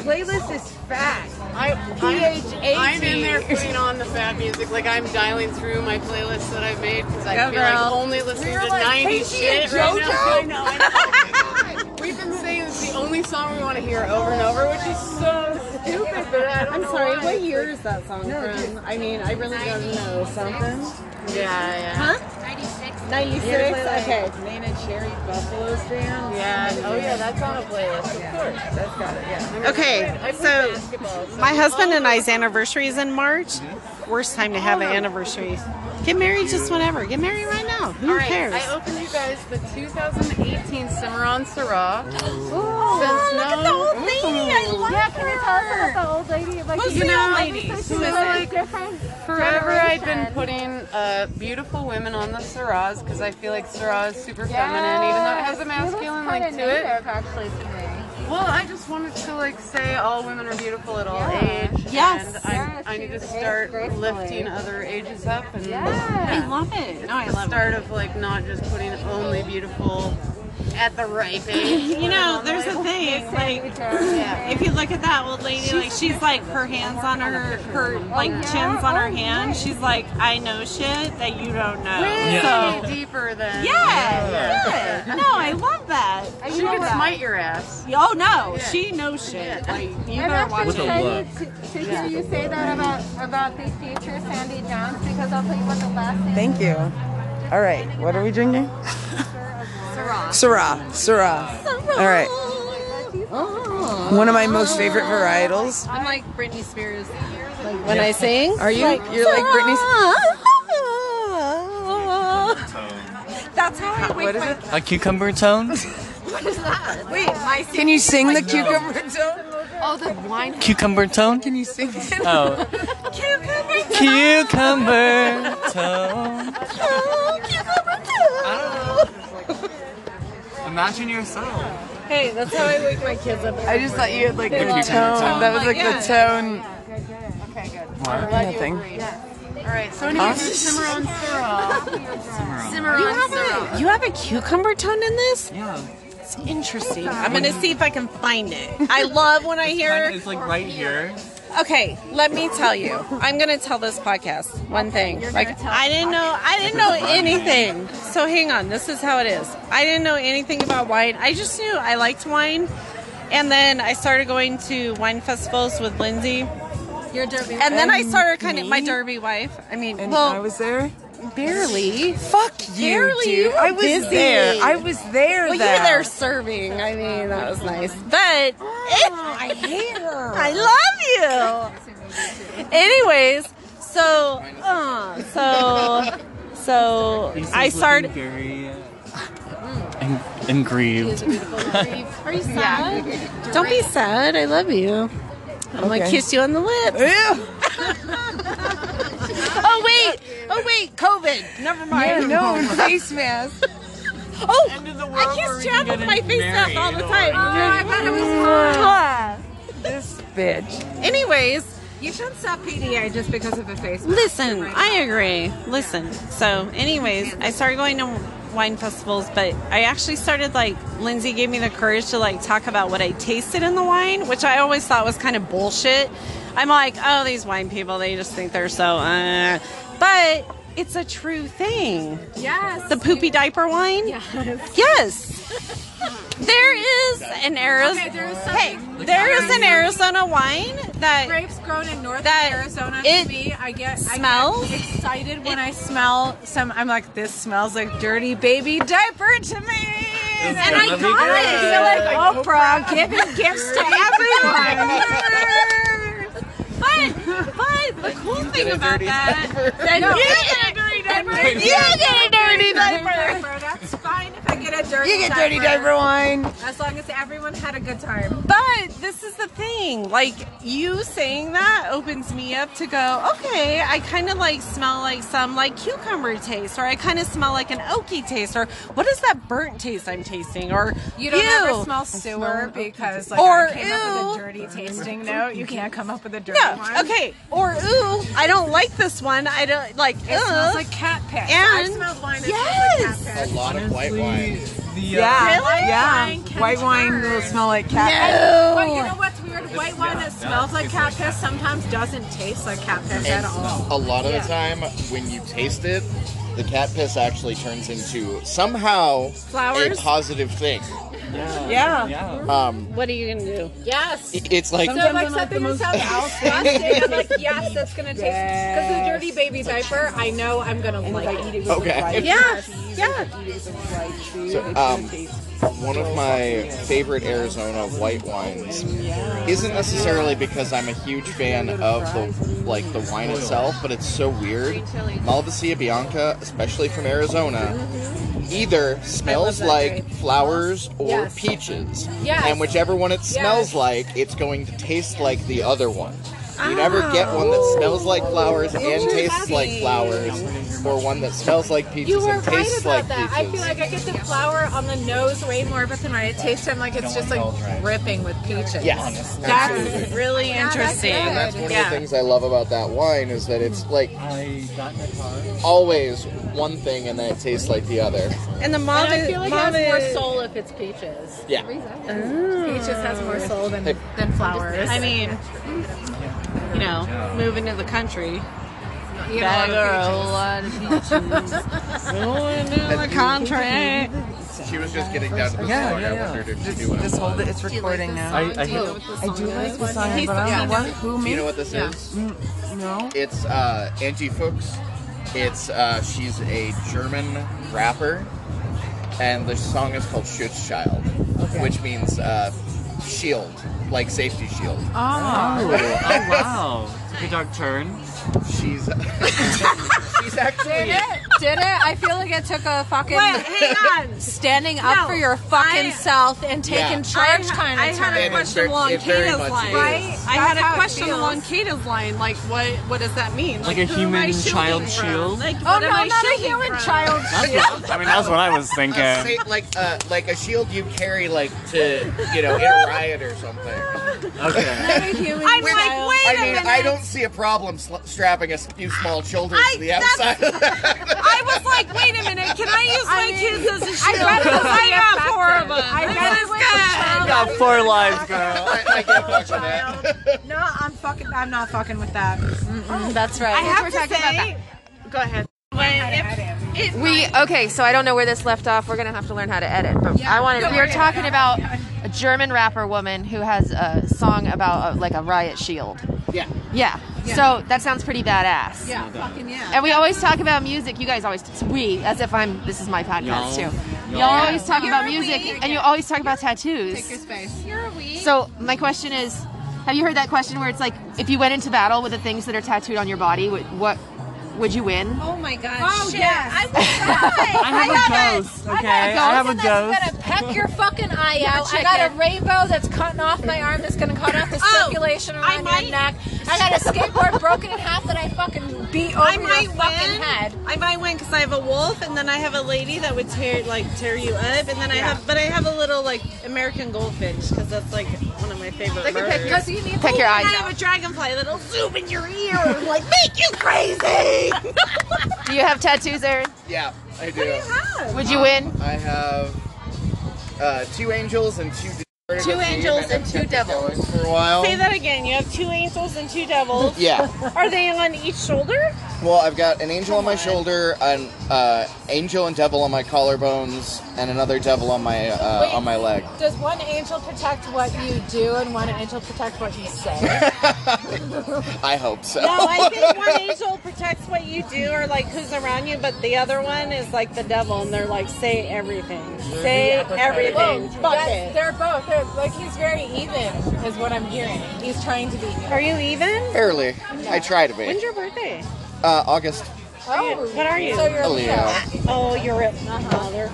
[SPEAKER 6] Playlist is fat. I, I'm, I'm in there putting on the fat music. Like I'm dialing through my playlist that I've made because I
[SPEAKER 15] Go,
[SPEAKER 6] feel like
[SPEAKER 15] girl.
[SPEAKER 6] only listening
[SPEAKER 15] We're
[SPEAKER 6] to
[SPEAKER 15] like
[SPEAKER 6] 90s
[SPEAKER 15] Casey and
[SPEAKER 6] shit right now.
[SPEAKER 15] JoJo.
[SPEAKER 6] I know, I know. We've been saying it's the only song we want to hear over and over, which is so stupid. But I don't
[SPEAKER 7] I'm
[SPEAKER 6] know
[SPEAKER 7] sorry,
[SPEAKER 6] why.
[SPEAKER 7] what year is that song
[SPEAKER 6] No,
[SPEAKER 7] from?
[SPEAKER 6] dude.
[SPEAKER 7] I mean, I really don't know something.
[SPEAKER 6] Yeah, yeah.
[SPEAKER 7] Huh?
[SPEAKER 15] 96.
[SPEAKER 7] 96?
[SPEAKER 6] Yeah, play, like,
[SPEAKER 7] okay. Nana Cherry Buffalo Stand?
[SPEAKER 6] Yeah. Oh yeah, that's on a playlist. Of course, that's got it. Yeah.
[SPEAKER 7] Okay,
[SPEAKER 6] so my husband and I's anniversary is in March. Worst time to have an anniversary. Get married just whenever. Get married right now. Who
[SPEAKER 15] All right,
[SPEAKER 6] cares?
[SPEAKER 15] I
[SPEAKER 6] opened you guys the 2018 Cimarron Syrah.
[SPEAKER 10] Oh,
[SPEAKER 6] Since
[SPEAKER 10] look at
[SPEAKER 6] known-
[SPEAKER 10] the old lady. I
[SPEAKER 6] Ooh.
[SPEAKER 10] love yeah, her. Can you tell us about the old lady? Like,
[SPEAKER 6] Who's
[SPEAKER 10] you
[SPEAKER 6] the
[SPEAKER 10] know,
[SPEAKER 6] old
[SPEAKER 10] I just
[SPEAKER 6] lady?
[SPEAKER 10] think she's
[SPEAKER 6] Who is
[SPEAKER 10] a
[SPEAKER 6] it?
[SPEAKER 10] different
[SPEAKER 6] Forever I've been
[SPEAKER 10] generation.
[SPEAKER 6] putting uh, beautiful women on the Syrahs because I feel like Syrah is super feminine, even though it has a masculine
[SPEAKER 10] kind
[SPEAKER 6] link
[SPEAKER 10] of
[SPEAKER 6] to it.
[SPEAKER 10] Actually, to me.
[SPEAKER 6] Well, I just wanted to like say all women are beautiful at all
[SPEAKER 10] Yeah.
[SPEAKER 6] age.
[SPEAKER 10] Yes.
[SPEAKER 6] And I, I need to start lifting other ages up. And yeah. I love it. No, I love start of like not just putting only beautiful at the ripe age.
[SPEAKER 7] You know, there's a thing. Like, if you look at that old lady, like she's Oh, like her hands on her, her like chins on her hand. She's like, I know shit that you don't know.
[SPEAKER 6] Way
[SPEAKER 7] So,
[SPEAKER 6] deeper than
[SPEAKER 7] yeah, yeah. No, I love that.
[SPEAKER 6] She could smite your ass.
[SPEAKER 7] Oh no, she knows shit. Like, you
[SPEAKER 10] I'm
[SPEAKER 7] better watch
[SPEAKER 10] actually
[SPEAKER 7] it.
[SPEAKER 10] excited to, to hear you say that about about the future Sandy Jones because I'll tell you what the last thing.
[SPEAKER 16] Thank you. All right, what are we drinking? Syrah. Syrah. All right. One of my most favorite varietals.
[SPEAKER 6] I'm like Britney Spears. Like
[SPEAKER 16] Yeah. Are you? You're like Britney.
[SPEAKER 7] That's how I wake
[SPEAKER 16] is
[SPEAKER 7] my.
[SPEAKER 4] A cucumber tone?
[SPEAKER 7] What is that? Wait, my.
[SPEAKER 16] Can you sing the
[SPEAKER 7] No.
[SPEAKER 16] cucumber tone?
[SPEAKER 7] Oh, the wine.
[SPEAKER 4] Cucumber tone?
[SPEAKER 16] Can you sing it?
[SPEAKER 4] Oh. [laughs] Cucumber tone. Imagine yourself.
[SPEAKER 7] Hey, that's how I wake my kids up.
[SPEAKER 16] I just thought you had like the
[SPEAKER 7] They
[SPEAKER 16] tone.
[SPEAKER 7] love it.
[SPEAKER 16] That was like the tone.
[SPEAKER 6] Okay, good.
[SPEAKER 16] What? Nothing.
[SPEAKER 6] All right, so anyway,
[SPEAKER 16] Huh?
[SPEAKER 6] Cimarron Syrah. Cimarron
[SPEAKER 7] You have,
[SPEAKER 6] Syrah.
[SPEAKER 7] a, you have a cucumber tongue in this?
[SPEAKER 4] Yeah.
[SPEAKER 7] It's interesting. I'm going to see if I can find it. I love when I hear.
[SPEAKER 4] It's like right here.
[SPEAKER 7] Okay, let me tell you. I'm gonna tell this podcast one thing. Like I didn't know I didn't know anything. So hang on, this is how it is. I didn't know anything about wine. I just knew I liked wine. And then I started going to wine festivals with Lindsay. Your derby And then I
[SPEAKER 16] And
[SPEAKER 7] started kind of my
[SPEAKER 16] me?
[SPEAKER 7] derby wife. I mean
[SPEAKER 16] And
[SPEAKER 7] well
[SPEAKER 16] I was there.
[SPEAKER 7] barely.
[SPEAKER 16] Fuck you,
[SPEAKER 7] Barely.
[SPEAKER 16] dude. I was
[SPEAKER 7] Busy.
[SPEAKER 16] there. I was there.
[SPEAKER 7] Well, you
[SPEAKER 16] though.
[SPEAKER 7] were there serving. I mean, that was nice. But I [laughs] hate her. I love you. Anyways, so uh, so so
[SPEAKER 4] He's
[SPEAKER 7] I
[SPEAKER 4] looking
[SPEAKER 7] started.
[SPEAKER 4] Very uh, and, and grieved.
[SPEAKER 7] Are you sad? Don't be sad. I love you. I'm gonna
[SPEAKER 4] Okay.
[SPEAKER 7] kiss you on the lips. [laughs] oh wait, oh wait, COVID. Never
[SPEAKER 16] Yeah,
[SPEAKER 7] mind.
[SPEAKER 16] no, and face mask.
[SPEAKER 7] Oh, I kiss Chad with my face mask all the time. I thought it was hot.
[SPEAKER 16] This bitch.
[SPEAKER 7] Anyways,
[SPEAKER 6] You shouldn't stop PDA just because of a face.
[SPEAKER 7] listen, I agree. Listen. So, anyways, I started going to wine festivals, but I actually started like Lindsay gave me the courage to like talk about what I tasted in the wine, which I always thought was kind of bullshit. I'm like, oh, these wine people, they just think they're so. Uh. But it's a true thing.
[SPEAKER 15] Yes.
[SPEAKER 7] The poopy diaper wine. Yes. There is an Arizona.
[SPEAKER 15] Okay, there is
[SPEAKER 7] hey, there is an Arizona wine that
[SPEAKER 15] Grapes grown in northern
[SPEAKER 7] That
[SPEAKER 15] Arizona.
[SPEAKER 7] it
[SPEAKER 15] to me, I get
[SPEAKER 7] smells-
[SPEAKER 15] I get excited when I
[SPEAKER 7] smell some. I'm like, this smells like dirty baby diaper to me. And
[SPEAKER 15] gonna
[SPEAKER 7] I
[SPEAKER 15] be
[SPEAKER 7] got it. I
[SPEAKER 15] good.
[SPEAKER 7] feel like Oprah giving gifts to everyone. but but But the cool thing
[SPEAKER 6] a
[SPEAKER 7] about
[SPEAKER 6] dirty
[SPEAKER 7] that,
[SPEAKER 6] diaper.
[SPEAKER 7] that
[SPEAKER 6] No.
[SPEAKER 7] you get a dirty diaper.
[SPEAKER 6] You get a dirty
[SPEAKER 7] diaper. That's fine if I get a dirty.
[SPEAKER 16] You get dirty diaper wine.
[SPEAKER 7] As long as everyone had a good time. But this is the thing, like you saying that opens me up to go. Okay, I kind of like smell like some like cucumber taste, or I kind of smell like an oaky taste, or what is that burnt taste I'm tasting, or
[SPEAKER 1] You don't
[SPEAKER 7] ew.
[SPEAKER 1] ever smell sewer because like
[SPEAKER 7] Or
[SPEAKER 1] I came up with a dirty tasting note. You can't come up with a dirty
[SPEAKER 7] No,
[SPEAKER 1] one.
[SPEAKER 7] okay. Or ooh, I don't like this one. I don't like.
[SPEAKER 1] It smells like cat piss.
[SPEAKER 7] And
[SPEAKER 1] I smelled wine that
[SPEAKER 7] yes,
[SPEAKER 1] smelled
[SPEAKER 14] A lot of white wine.
[SPEAKER 16] yeah,
[SPEAKER 1] Really?
[SPEAKER 16] yeah.
[SPEAKER 1] Wine can
[SPEAKER 16] White wine
[SPEAKER 1] turn.
[SPEAKER 16] will smell like cat.
[SPEAKER 1] And- well, you know what's weird? White wine that
[SPEAKER 14] yeah,
[SPEAKER 1] smells
[SPEAKER 14] no,
[SPEAKER 1] like
[SPEAKER 14] it's
[SPEAKER 1] cat piss sometimes doesn't taste like cat piss at
[SPEAKER 14] And
[SPEAKER 1] all.
[SPEAKER 14] a lot of
[SPEAKER 1] Yeah.
[SPEAKER 14] the time, when you taste it, the cat piss actually turns into somehow
[SPEAKER 7] Flowers?
[SPEAKER 14] a positive thing.
[SPEAKER 7] Yeah.
[SPEAKER 14] Um,
[SPEAKER 7] What are you gonna do?
[SPEAKER 1] Yes.
[SPEAKER 14] it's like
[SPEAKER 1] so like something that sounds [laughs] disgusting, I'm like, yes, that's gonna taste. Because the dirty baby diaper, I know I'm gonna like it.
[SPEAKER 14] with Okay. rice,
[SPEAKER 1] [laughs] Yeah.
[SPEAKER 14] So, um, one of my favorite Arizona white wines isn't necessarily because I'm a huge fan of the like the wine itself, but it's so weird. Malvasia Bianca, especially from Arizona, either smells
[SPEAKER 6] I love that
[SPEAKER 14] like flowers or
[SPEAKER 6] Yes.
[SPEAKER 14] peaches,
[SPEAKER 6] Yes.
[SPEAKER 14] and whichever one it smells
[SPEAKER 6] Yes.
[SPEAKER 14] like, it's going to taste like the other one. You never
[SPEAKER 1] Ah.
[SPEAKER 14] get one that smells like flowers and tastes like flowers, or one that smells like
[SPEAKER 1] You
[SPEAKER 14] peaches
[SPEAKER 1] were
[SPEAKER 14] and
[SPEAKER 1] right about
[SPEAKER 14] tastes like
[SPEAKER 1] that. I
[SPEAKER 14] peaches.
[SPEAKER 1] feel like I get the flour on the nose way more of it than when I taste it. I'm like, it's just like dripping with peaches. Ah,
[SPEAKER 14] Yes.
[SPEAKER 1] That's
[SPEAKER 14] Absolutely.
[SPEAKER 1] really interesting.
[SPEAKER 14] And that's one of the things I love about that wine is that it's like always one thing and then it tastes like the other.
[SPEAKER 7] And the mom
[SPEAKER 1] I
[SPEAKER 7] is-
[SPEAKER 1] feel like
[SPEAKER 7] mom
[SPEAKER 1] it has more
[SPEAKER 7] is-
[SPEAKER 1] soul if it's peaches.
[SPEAKER 14] Yeah.
[SPEAKER 1] Peaches has more soul than
[SPEAKER 14] Hey.
[SPEAKER 1] than flowers.
[SPEAKER 7] I mean, you know, moving to the country.
[SPEAKER 1] You know,
[SPEAKER 7] Bag
[SPEAKER 1] a
[SPEAKER 7] lot of peaches. Going to the country.
[SPEAKER 14] She was just getting down to the
[SPEAKER 16] Yeah,
[SPEAKER 14] song.
[SPEAKER 16] yeah,
[SPEAKER 14] I
[SPEAKER 16] yeah.
[SPEAKER 14] wondered if
[SPEAKER 16] Just-
[SPEAKER 14] you knew what
[SPEAKER 16] just
[SPEAKER 14] it
[SPEAKER 16] hold
[SPEAKER 14] was.
[SPEAKER 16] it. It's recording now.
[SPEAKER 14] I- I Do you know
[SPEAKER 16] do like the song,
[SPEAKER 14] He's
[SPEAKER 16] but
[SPEAKER 14] the
[SPEAKER 16] I don't
[SPEAKER 14] one
[SPEAKER 16] know who
[SPEAKER 14] Do
[SPEAKER 16] made
[SPEAKER 14] you know what this is?
[SPEAKER 16] it. No.
[SPEAKER 14] It's uh, Angie Fuchs. It's uh, she's a German rapper, and the song is called Schutzschild, which means uh, shield, like safety
[SPEAKER 7] [laughs]
[SPEAKER 14] shield.
[SPEAKER 4] Oh, oh wow. Took a dark turn.
[SPEAKER 14] She's she's actually
[SPEAKER 8] Did it? I feel like it took a fucking
[SPEAKER 7] Wait, hang on.
[SPEAKER 8] standing up
[SPEAKER 7] No,
[SPEAKER 8] for your fucking
[SPEAKER 7] I-
[SPEAKER 8] self and taking
[SPEAKER 7] Yeah.
[SPEAKER 8] charge
[SPEAKER 7] I-
[SPEAKER 8] kind of
[SPEAKER 7] I had a
[SPEAKER 8] turn.
[SPEAKER 7] question along
[SPEAKER 14] it very
[SPEAKER 7] Kata's
[SPEAKER 14] much
[SPEAKER 7] line.
[SPEAKER 14] is.
[SPEAKER 7] I
[SPEAKER 8] That's
[SPEAKER 7] had
[SPEAKER 8] how
[SPEAKER 7] a
[SPEAKER 8] it
[SPEAKER 7] question
[SPEAKER 8] feels.
[SPEAKER 7] along Kata's line. Like, what? What does that mean?
[SPEAKER 4] Like a
[SPEAKER 7] who am I
[SPEAKER 4] human
[SPEAKER 7] shielding
[SPEAKER 4] child
[SPEAKER 7] from?
[SPEAKER 4] shield?
[SPEAKER 7] Like,
[SPEAKER 8] Oh,
[SPEAKER 7] what
[SPEAKER 8] no,
[SPEAKER 7] am I
[SPEAKER 8] not a
[SPEAKER 7] shielding
[SPEAKER 8] human
[SPEAKER 7] from?
[SPEAKER 8] child
[SPEAKER 4] That's what, I mean, that's what I was thinking.
[SPEAKER 14] a
[SPEAKER 7] [laughs]
[SPEAKER 14] sa- like uh, like a shield you carry like to you know in a riot or something.
[SPEAKER 4] [laughs] Okay.
[SPEAKER 7] I'm like, wait a
[SPEAKER 14] I mean,
[SPEAKER 7] minute.
[SPEAKER 14] I don't see a problem sl- strapping a s- few small children
[SPEAKER 7] I-
[SPEAKER 14] to the outside. [laughs] of that.
[SPEAKER 7] I was like, wait a minute. Can I use my kids as a shield?
[SPEAKER 8] rather
[SPEAKER 7] Because I
[SPEAKER 8] be
[SPEAKER 7] got
[SPEAKER 8] effective.
[SPEAKER 7] four of them.
[SPEAKER 8] I'd
[SPEAKER 7] This
[SPEAKER 8] rather
[SPEAKER 7] is
[SPEAKER 8] wait
[SPEAKER 7] good.
[SPEAKER 4] You got four lives, girl.
[SPEAKER 14] I, I get much of that.
[SPEAKER 1] No, I'm fucking. I'm not fucking with that.
[SPEAKER 8] That's right.
[SPEAKER 7] I have
[SPEAKER 8] We're
[SPEAKER 7] to
[SPEAKER 8] talking about that.
[SPEAKER 7] say.
[SPEAKER 1] Go ahead.
[SPEAKER 7] But if, it
[SPEAKER 5] We okay, so I don't know where this left off. We're gonna have to learn how to edit. But I wanted. We were talking about a German rapper woman who has a song about a, like a riot shield.
[SPEAKER 14] Yeah.
[SPEAKER 5] Yeah. So that sounds pretty badass.
[SPEAKER 1] Yeah, fucking yeah.
[SPEAKER 5] And we always talk about music. You guys always we as if I'm. This is my podcast
[SPEAKER 4] Y'all.
[SPEAKER 5] too.
[SPEAKER 4] Y'all.
[SPEAKER 5] Y'all always talk about music, and you always talk about
[SPEAKER 1] Take your
[SPEAKER 5] tattoos.
[SPEAKER 1] space.
[SPEAKER 5] So my question is, have you heard that question where it's like, if you went into battle with the things that are tattooed on your body, what, what would you win?
[SPEAKER 7] Oh my god.
[SPEAKER 1] Oh,
[SPEAKER 7] shit.
[SPEAKER 1] yes.
[SPEAKER 7] I will die.
[SPEAKER 4] I have a ghost, okay? I have a ghost.
[SPEAKER 10] That's gonna peck your fucking eye
[SPEAKER 7] You're a
[SPEAKER 10] out. I got a
[SPEAKER 7] chicken.
[SPEAKER 10] rainbow that's cutting off my arm. That's gonna cut off the
[SPEAKER 7] Oh,
[SPEAKER 10] circulation
[SPEAKER 7] I
[SPEAKER 10] around
[SPEAKER 7] might-
[SPEAKER 10] your neck. I got a skateboard broken in half that I fucking beat over
[SPEAKER 7] I
[SPEAKER 10] your
[SPEAKER 7] might
[SPEAKER 10] fucking
[SPEAKER 7] win.
[SPEAKER 10] head.
[SPEAKER 7] I might win because I have a wolf, and then I have a lady that would tear like tear you up, and then I have but I have a little like American goldfinch because that's like one of my favorite.
[SPEAKER 5] Like a
[SPEAKER 7] birds.
[SPEAKER 5] pickaxe.
[SPEAKER 10] You need
[SPEAKER 5] Peck your
[SPEAKER 7] And
[SPEAKER 5] eyes
[SPEAKER 7] I
[SPEAKER 5] out.
[SPEAKER 7] have a dragonfly that'll zoom in your ear and like make you crazy.
[SPEAKER 5] Do you have tattoos, Erin?
[SPEAKER 14] Yeah, I do.
[SPEAKER 5] Would you win?
[SPEAKER 14] I have uh, two angels and two.
[SPEAKER 5] Two angels and two devils.
[SPEAKER 14] For a while.
[SPEAKER 7] Say that again. You have two angels and two devils.
[SPEAKER 14] Yeah.
[SPEAKER 7] Are they on each shoulder?
[SPEAKER 14] Well, I've got an angel on my shoulder, an uh, angel and devil on my collarbones, and another devil on my uh,
[SPEAKER 10] Wait.
[SPEAKER 14] on my leg.
[SPEAKER 10] Does one angel protect what you do and one angel protect what you say?
[SPEAKER 14] I hope so.
[SPEAKER 7] No, I
[SPEAKER 14] [laughs]
[SPEAKER 7] think one angel protects what you do or like who's around you, but the other one is like the devil, and they're like, say everything, say everything.
[SPEAKER 10] Whoa,
[SPEAKER 7] Fuck
[SPEAKER 10] that's-
[SPEAKER 7] it.
[SPEAKER 10] They're both. They're, like he's very even, is what I'm hearing. He's trying to be. Even.
[SPEAKER 7] Are you even?
[SPEAKER 14] Barely. I try to
[SPEAKER 7] When's
[SPEAKER 14] be.
[SPEAKER 7] your birthday?
[SPEAKER 14] Uh, August.
[SPEAKER 10] Oh,
[SPEAKER 7] what are you?
[SPEAKER 10] So you're
[SPEAKER 14] a Leo.
[SPEAKER 7] Oh, you're a motherfucker.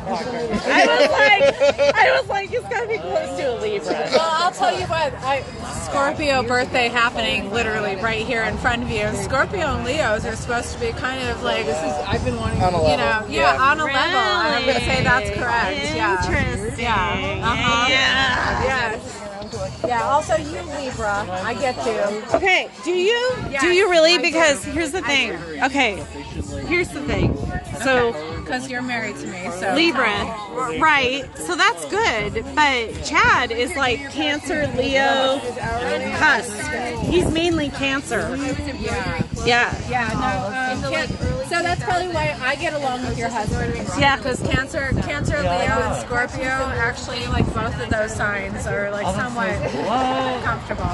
[SPEAKER 7] I was like, I was like, it's gotta be close to a Libra.
[SPEAKER 10] Well, I'll tell you what. I, Scorpio birthday happening literally right here in front of you. Scorpio and Leos are supposed to be kind of like this is. I've been wanting,
[SPEAKER 14] On a
[SPEAKER 10] you
[SPEAKER 14] level,
[SPEAKER 10] know, yeah,
[SPEAKER 14] yeah.
[SPEAKER 10] on a level. I would say that's correct. Yeah. Interesting. Yeah. Uh-huh. Yeah. Yeah. Also, you Libra. I get you.
[SPEAKER 7] Okay. Do you?
[SPEAKER 10] Yeah,
[SPEAKER 7] do you really?
[SPEAKER 10] I do.
[SPEAKER 7] Because here's the thing. Okay. Here's the thing. So
[SPEAKER 10] Because you're married to me, so
[SPEAKER 7] Libra, right? So that's good. But Chad is like Cancer, Leo, cusp. He's mainly Cancer.
[SPEAKER 10] Yeah.
[SPEAKER 7] Yeah.
[SPEAKER 10] Yeah, no. Um, can- so that's probably why I get along with your husband.
[SPEAKER 7] Yeah.
[SPEAKER 10] because Cancer, Cancer, Leo, and Scorpio actually like both of those signs are like somewhat [laughs] comfortable.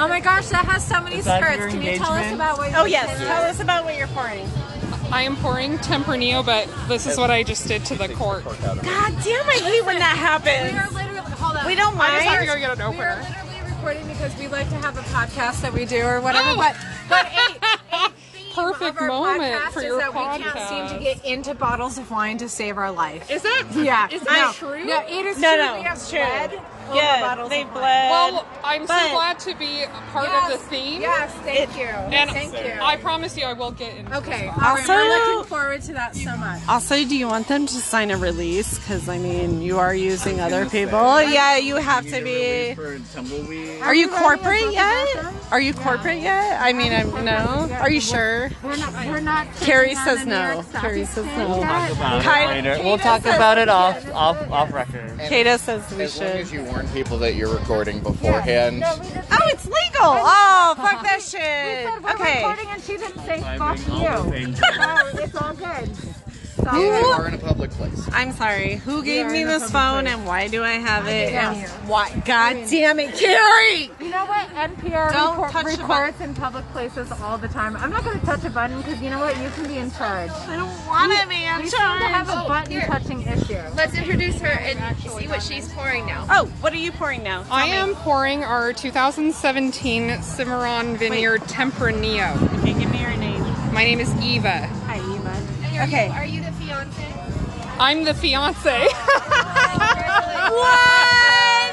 [SPEAKER 10] Oh my gosh, that has so many
[SPEAKER 1] Is that
[SPEAKER 10] skirts.
[SPEAKER 1] your
[SPEAKER 10] Can you tell us
[SPEAKER 1] engagement?
[SPEAKER 10] about what?
[SPEAKER 7] Oh
[SPEAKER 10] you
[SPEAKER 7] yes.
[SPEAKER 10] did?
[SPEAKER 7] Tell us about what you're pouring.
[SPEAKER 1] I am pouring Tempranillo, but this is what I just did to the cork.
[SPEAKER 7] God damn! I hate when that happens.
[SPEAKER 10] We are literally hold on.
[SPEAKER 7] We
[SPEAKER 10] I
[SPEAKER 7] don't
[SPEAKER 10] just
[SPEAKER 7] mind.
[SPEAKER 10] have to go get an opener. We are literally recording because we like to have a podcast that we do or whatever. But but a, a theme
[SPEAKER 1] Perfect
[SPEAKER 10] of our
[SPEAKER 1] moment
[SPEAKER 10] podcast
[SPEAKER 1] for
[SPEAKER 10] is
[SPEAKER 1] your
[SPEAKER 10] that we can't seem to get into bottles of wine to save our life.
[SPEAKER 1] Is that
[SPEAKER 10] yeah?
[SPEAKER 1] is
[SPEAKER 10] no.
[SPEAKER 1] that true?
[SPEAKER 10] No, it is
[SPEAKER 7] No,
[SPEAKER 10] true.
[SPEAKER 7] no,
[SPEAKER 10] we have
[SPEAKER 7] it's true.
[SPEAKER 10] bled over
[SPEAKER 7] Yeah,
[SPEAKER 10] bottles
[SPEAKER 7] they
[SPEAKER 10] of wine.
[SPEAKER 7] bled.
[SPEAKER 1] Well, I'm
[SPEAKER 7] But-
[SPEAKER 1] so glad to be a part of the
[SPEAKER 10] Yes,
[SPEAKER 1] theme.
[SPEAKER 10] Yes, thank you.
[SPEAKER 1] And
[SPEAKER 10] thank you.
[SPEAKER 1] I promise you, I will get in.
[SPEAKER 10] okay, all right,
[SPEAKER 7] Also-
[SPEAKER 10] we're looking forward to that so much.
[SPEAKER 7] Also, do you want them to sign a release? Because I mean, you are using other
[SPEAKER 10] gonna say,
[SPEAKER 7] people.
[SPEAKER 10] like,
[SPEAKER 7] yeah, you have
[SPEAKER 10] you
[SPEAKER 7] to
[SPEAKER 10] need
[SPEAKER 7] be.
[SPEAKER 10] Tumbleweed.
[SPEAKER 7] Are you corporate yet? Are you corporate yet? I mean, I'm no. Are you sure?
[SPEAKER 10] We're not. We're not.
[SPEAKER 7] Carrie says no. Carrie says no.
[SPEAKER 4] Talk about
[SPEAKER 7] Kai-
[SPEAKER 4] it later. We'll
[SPEAKER 7] Kata
[SPEAKER 4] talk
[SPEAKER 7] says-
[SPEAKER 4] about it off off off record.
[SPEAKER 7] Kata says we
[SPEAKER 14] as long as
[SPEAKER 7] should.
[SPEAKER 14] you warn people that you're recording beforehand.
[SPEAKER 7] Oh, it's legal. Oh, fuck that
[SPEAKER 1] Oh
[SPEAKER 7] shit. Okay.
[SPEAKER 10] and she didn't say
[SPEAKER 14] fuck you.
[SPEAKER 10] it's all good.
[SPEAKER 14] Yeah, you
[SPEAKER 7] Who-
[SPEAKER 14] are in a public place.
[SPEAKER 7] I'm sorry. Who
[SPEAKER 10] We
[SPEAKER 7] gave
[SPEAKER 10] are
[SPEAKER 7] me
[SPEAKER 10] in a
[SPEAKER 7] this
[SPEAKER 10] public
[SPEAKER 7] phone
[SPEAKER 10] place.
[SPEAKER 7] and why do I have
[SPEAKER 10] I
[SPEAKER 7] it?
[SPEAKER 10] didn't
[SPEAKER 7] And
[SPEAKER 10] hear.
[SPEAKER 7] why? God damn it, Carrie!
[SPEAKER 10] You know what? NPR
[SPEAKER 7] Don't
[SPEAKER 10] report-
[SPEAKER 7] touch the
[SPEAKER 10] records in public places all the time. I'm not going to touch a button because you know what? You can be in charge. I
[SPEAKER 7] don't want to be in
[SPEAKER 10] We seem to have
[SPEAKER 7] charge. Oh,
[SPEAKER 10] a button touching issue.
[SPEAKER 5] Let's introduce her and see what she's pouring now.
[SPEAKER 7] Oh, what are you pouring now? Oh Tell
[SPEAKER 1] I
[SPEAKER 7] me.
[SPEAKER 1] am pouring our 2017 Cimarron Vineyard Tempranillo.
[SPEAKER 7] Okay, give me your name.
[SPEAKER 1] My name is Eva.
[SPEAKER 7] Hi, Eva.
[SPEAKER 5] And are
[SPEAKER 1] Okay.
[SPEAKER 5] You, are you the fiance? Oh,
[SPEAKER 1] I'm the fiance.
[SPEAKER 7] [laughs] What?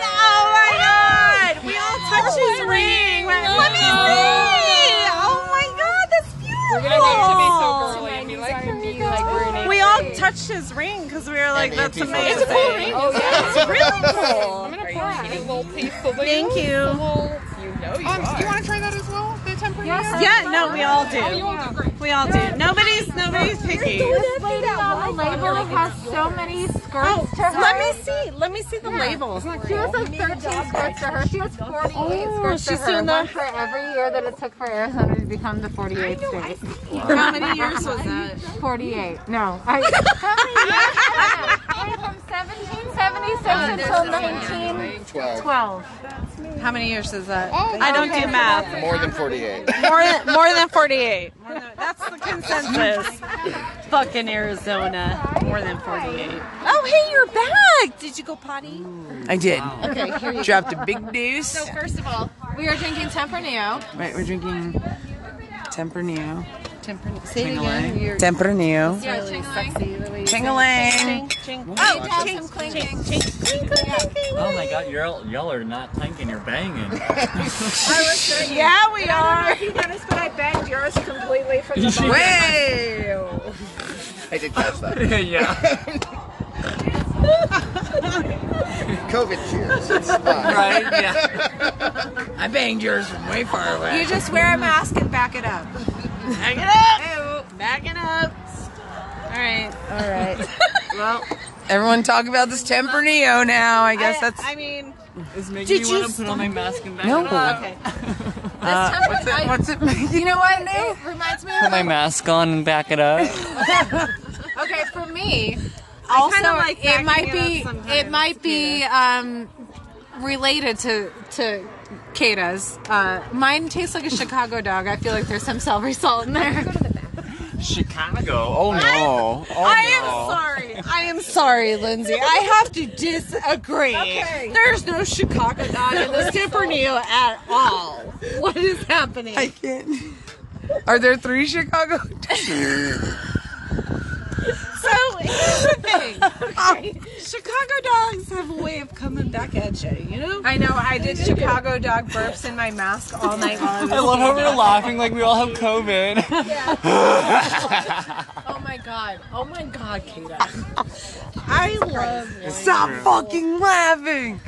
[SPEAKER 7] Oh my god! We all
[SPEAKER 1] Oh
[SPEAKER 7] touched his ring. Let me see. Oh my god, that's beautiful.
[SPEAKER 1] We're gonna have to be so girly and be like,
[SPEAKER 7] We all touched his ring because we were like, that's amazing.
[SPEAKER 1] It's a cool ring.
[SPEAKER 7] Oh, yeah. It's really cool.
[SPEAKER 1] I'm gonna pour a cute little piece of
[SPEAKER 7] Thank you.
[SPEAKER 1] You know you um, Do you want to try that as well? The Tempranillo.
[SPEAKER 7] Yeah, no, we all do.
[SPEAKER 1] Oh, you all do great.
[SPEAKER 7] We all do. Nobody's nobody's picky.
[SPEAKER 10] This lady on the label has so many skirts
[SPEAKER 7] Oh.
[SPEAKER 10] to her.
[SPEAKER 7] Let me see. Let me see the label.
[SPEAKER 10] She has like 13 skirts to her. She has 48 skirts
[SPEAKER 7] Oh, she's
[SPEAKER 10] to her.
[SPEAKER 7] doing
[SPEAKER 10] One
[SPEAKER 7] that.
[SPEAKER 10] for every year that it took for Arizona to become the 48th state. [laughs]
[SPEAKER 7] How many years was that?
[SPEAKER 10] 48.
[SPEAKER 7] [laughs]
[SPEAKER 10] No. I, how many years was
[SPEAKER 7] Oh,
[SPEAKER 10] that? It was From 1776 until
[SPEAKER 14] Twelve.
[SPEAKER 10] 1912.
[SPEAKER 7] How many years is that?
[SPEAKER 10] Oh,
[SPEAKER 7] I don't do
[SPEAKER 10] okay.
[SPEAKER 7] math.
[SPEAKER 14] More than 48.
[SPEAKER 7] More than more than 48. More than, that's the consensus. Fucking Arizona. More than 48. Oh, hey, you're back. Did you go potty?
[SPEAKER 2] I did.
[SPEAKER 7] Okay, here you go.
[SPEAKER 2] Dropped a big deuce.
[SPEAKER 10] So first of all, we are drinking Tempranillo.
[SPEAKER 2] right, we're drinking Tempranillo.
[SPEAKER 7] Tempered. Say it again. You're
[SPEAKER 2] Tempranillo.
[SPEAKER 10] Yeah, Ching-a-ling.
[SPEAKER 2] Ching-a-ling.
[SPEAKER 10] Oh, ching, ching, ching, ching, ching,
[SPEAKER 4] Oh my god, you're all, y'all are not clanking, you're banging.
[SPEAKER 10] I was drinking.
[SPEAKER 7] Yeah, we
[SPEAKER 10] And I don't
[SPEAKER 7] are.
[SPEAKER 10] know if you noticed, but I banged yours completely from the bottom.
[SPEAKER 2] Way.
[SPEAKER 14] I did catch
[SPEAKER 4] [laughs]
[SPEAKER 14] that.
[SPEAKER 4] yeah.
[SPEAKER 14] COVID cheers. It's fine.
[SPEAKER 2] Right, yeah. I banged yours from way far away.
[SPEAKER 10] You just wear a mask and back it up.
[SPEAKER 7] Back it up. Back it up. All right.
[SPEAKER 2] All right.
[SPEAKER 7] Well,
[SPEAKER 2] Everyone talk about this Tempranillo now. I guess
[SPEAKER 7] I,
[SPEAKER 2] that's.
[SPEAKER 7] I mean,
[SPEAKER 4] It's
[SPEAKER 2] Did
[SPEAKER 4] making
[SPEAKER 2] you
[SPEAKER 4] me want to put on my mask and back
[SPEAKER 2] No.
[SPEAKER 4] it up.
[SPEAKER 7] okay.
[SPEAKER 4] Uh,
[SPEAKER 2] what's it? What's it? You know what? It
[SPEAKER 5] reminds me
[SPEAKER 4] Put my mask on and back it up.
[SPEAKER 5] okay, for me,
[SPEAKER 1] also
[SPEAKER 5] kinda like
[SPEAKER 1] it
[SPEAKER 5] backing
[SPEAKER 1] might
[SPEAKER 5] it
[SPEAKER 1] be
[SPEAKER 5] up
[SPEAKER 1] it might be um, related to to Kata's. Uh, mine tastes like a Chicago dog. I feel like there's some celery salt in there.
[SPEAKER 14] Chicago. Oh no. Oh,
[SPEAKER 1] I
[SPEAKER 14] no.
[SPEAKER 1] am sorry. I am sorry, Lindsay. I have to disagree. There's no Chicago dog in this Tempranillo at all. What is happening? I
[SPEAKER 2] can't. Are there three Chicago?
[SPEAKER 1] So here's the thing. Chicago dogs have a way of coming back at you, you know? I know. I did Chicago dog burps in my mask all night long.
[SPEAKER 4] I love how [laughs] we're laughing like we all have COVID.
[SPEAKER 1] Oh my god. Oh my god, Kata. I love
[SPEAKER 4] It's
[SPEAKER 2] Stop
[SPEAKER 4] true.
[SPEAKER 2] fucking laughing.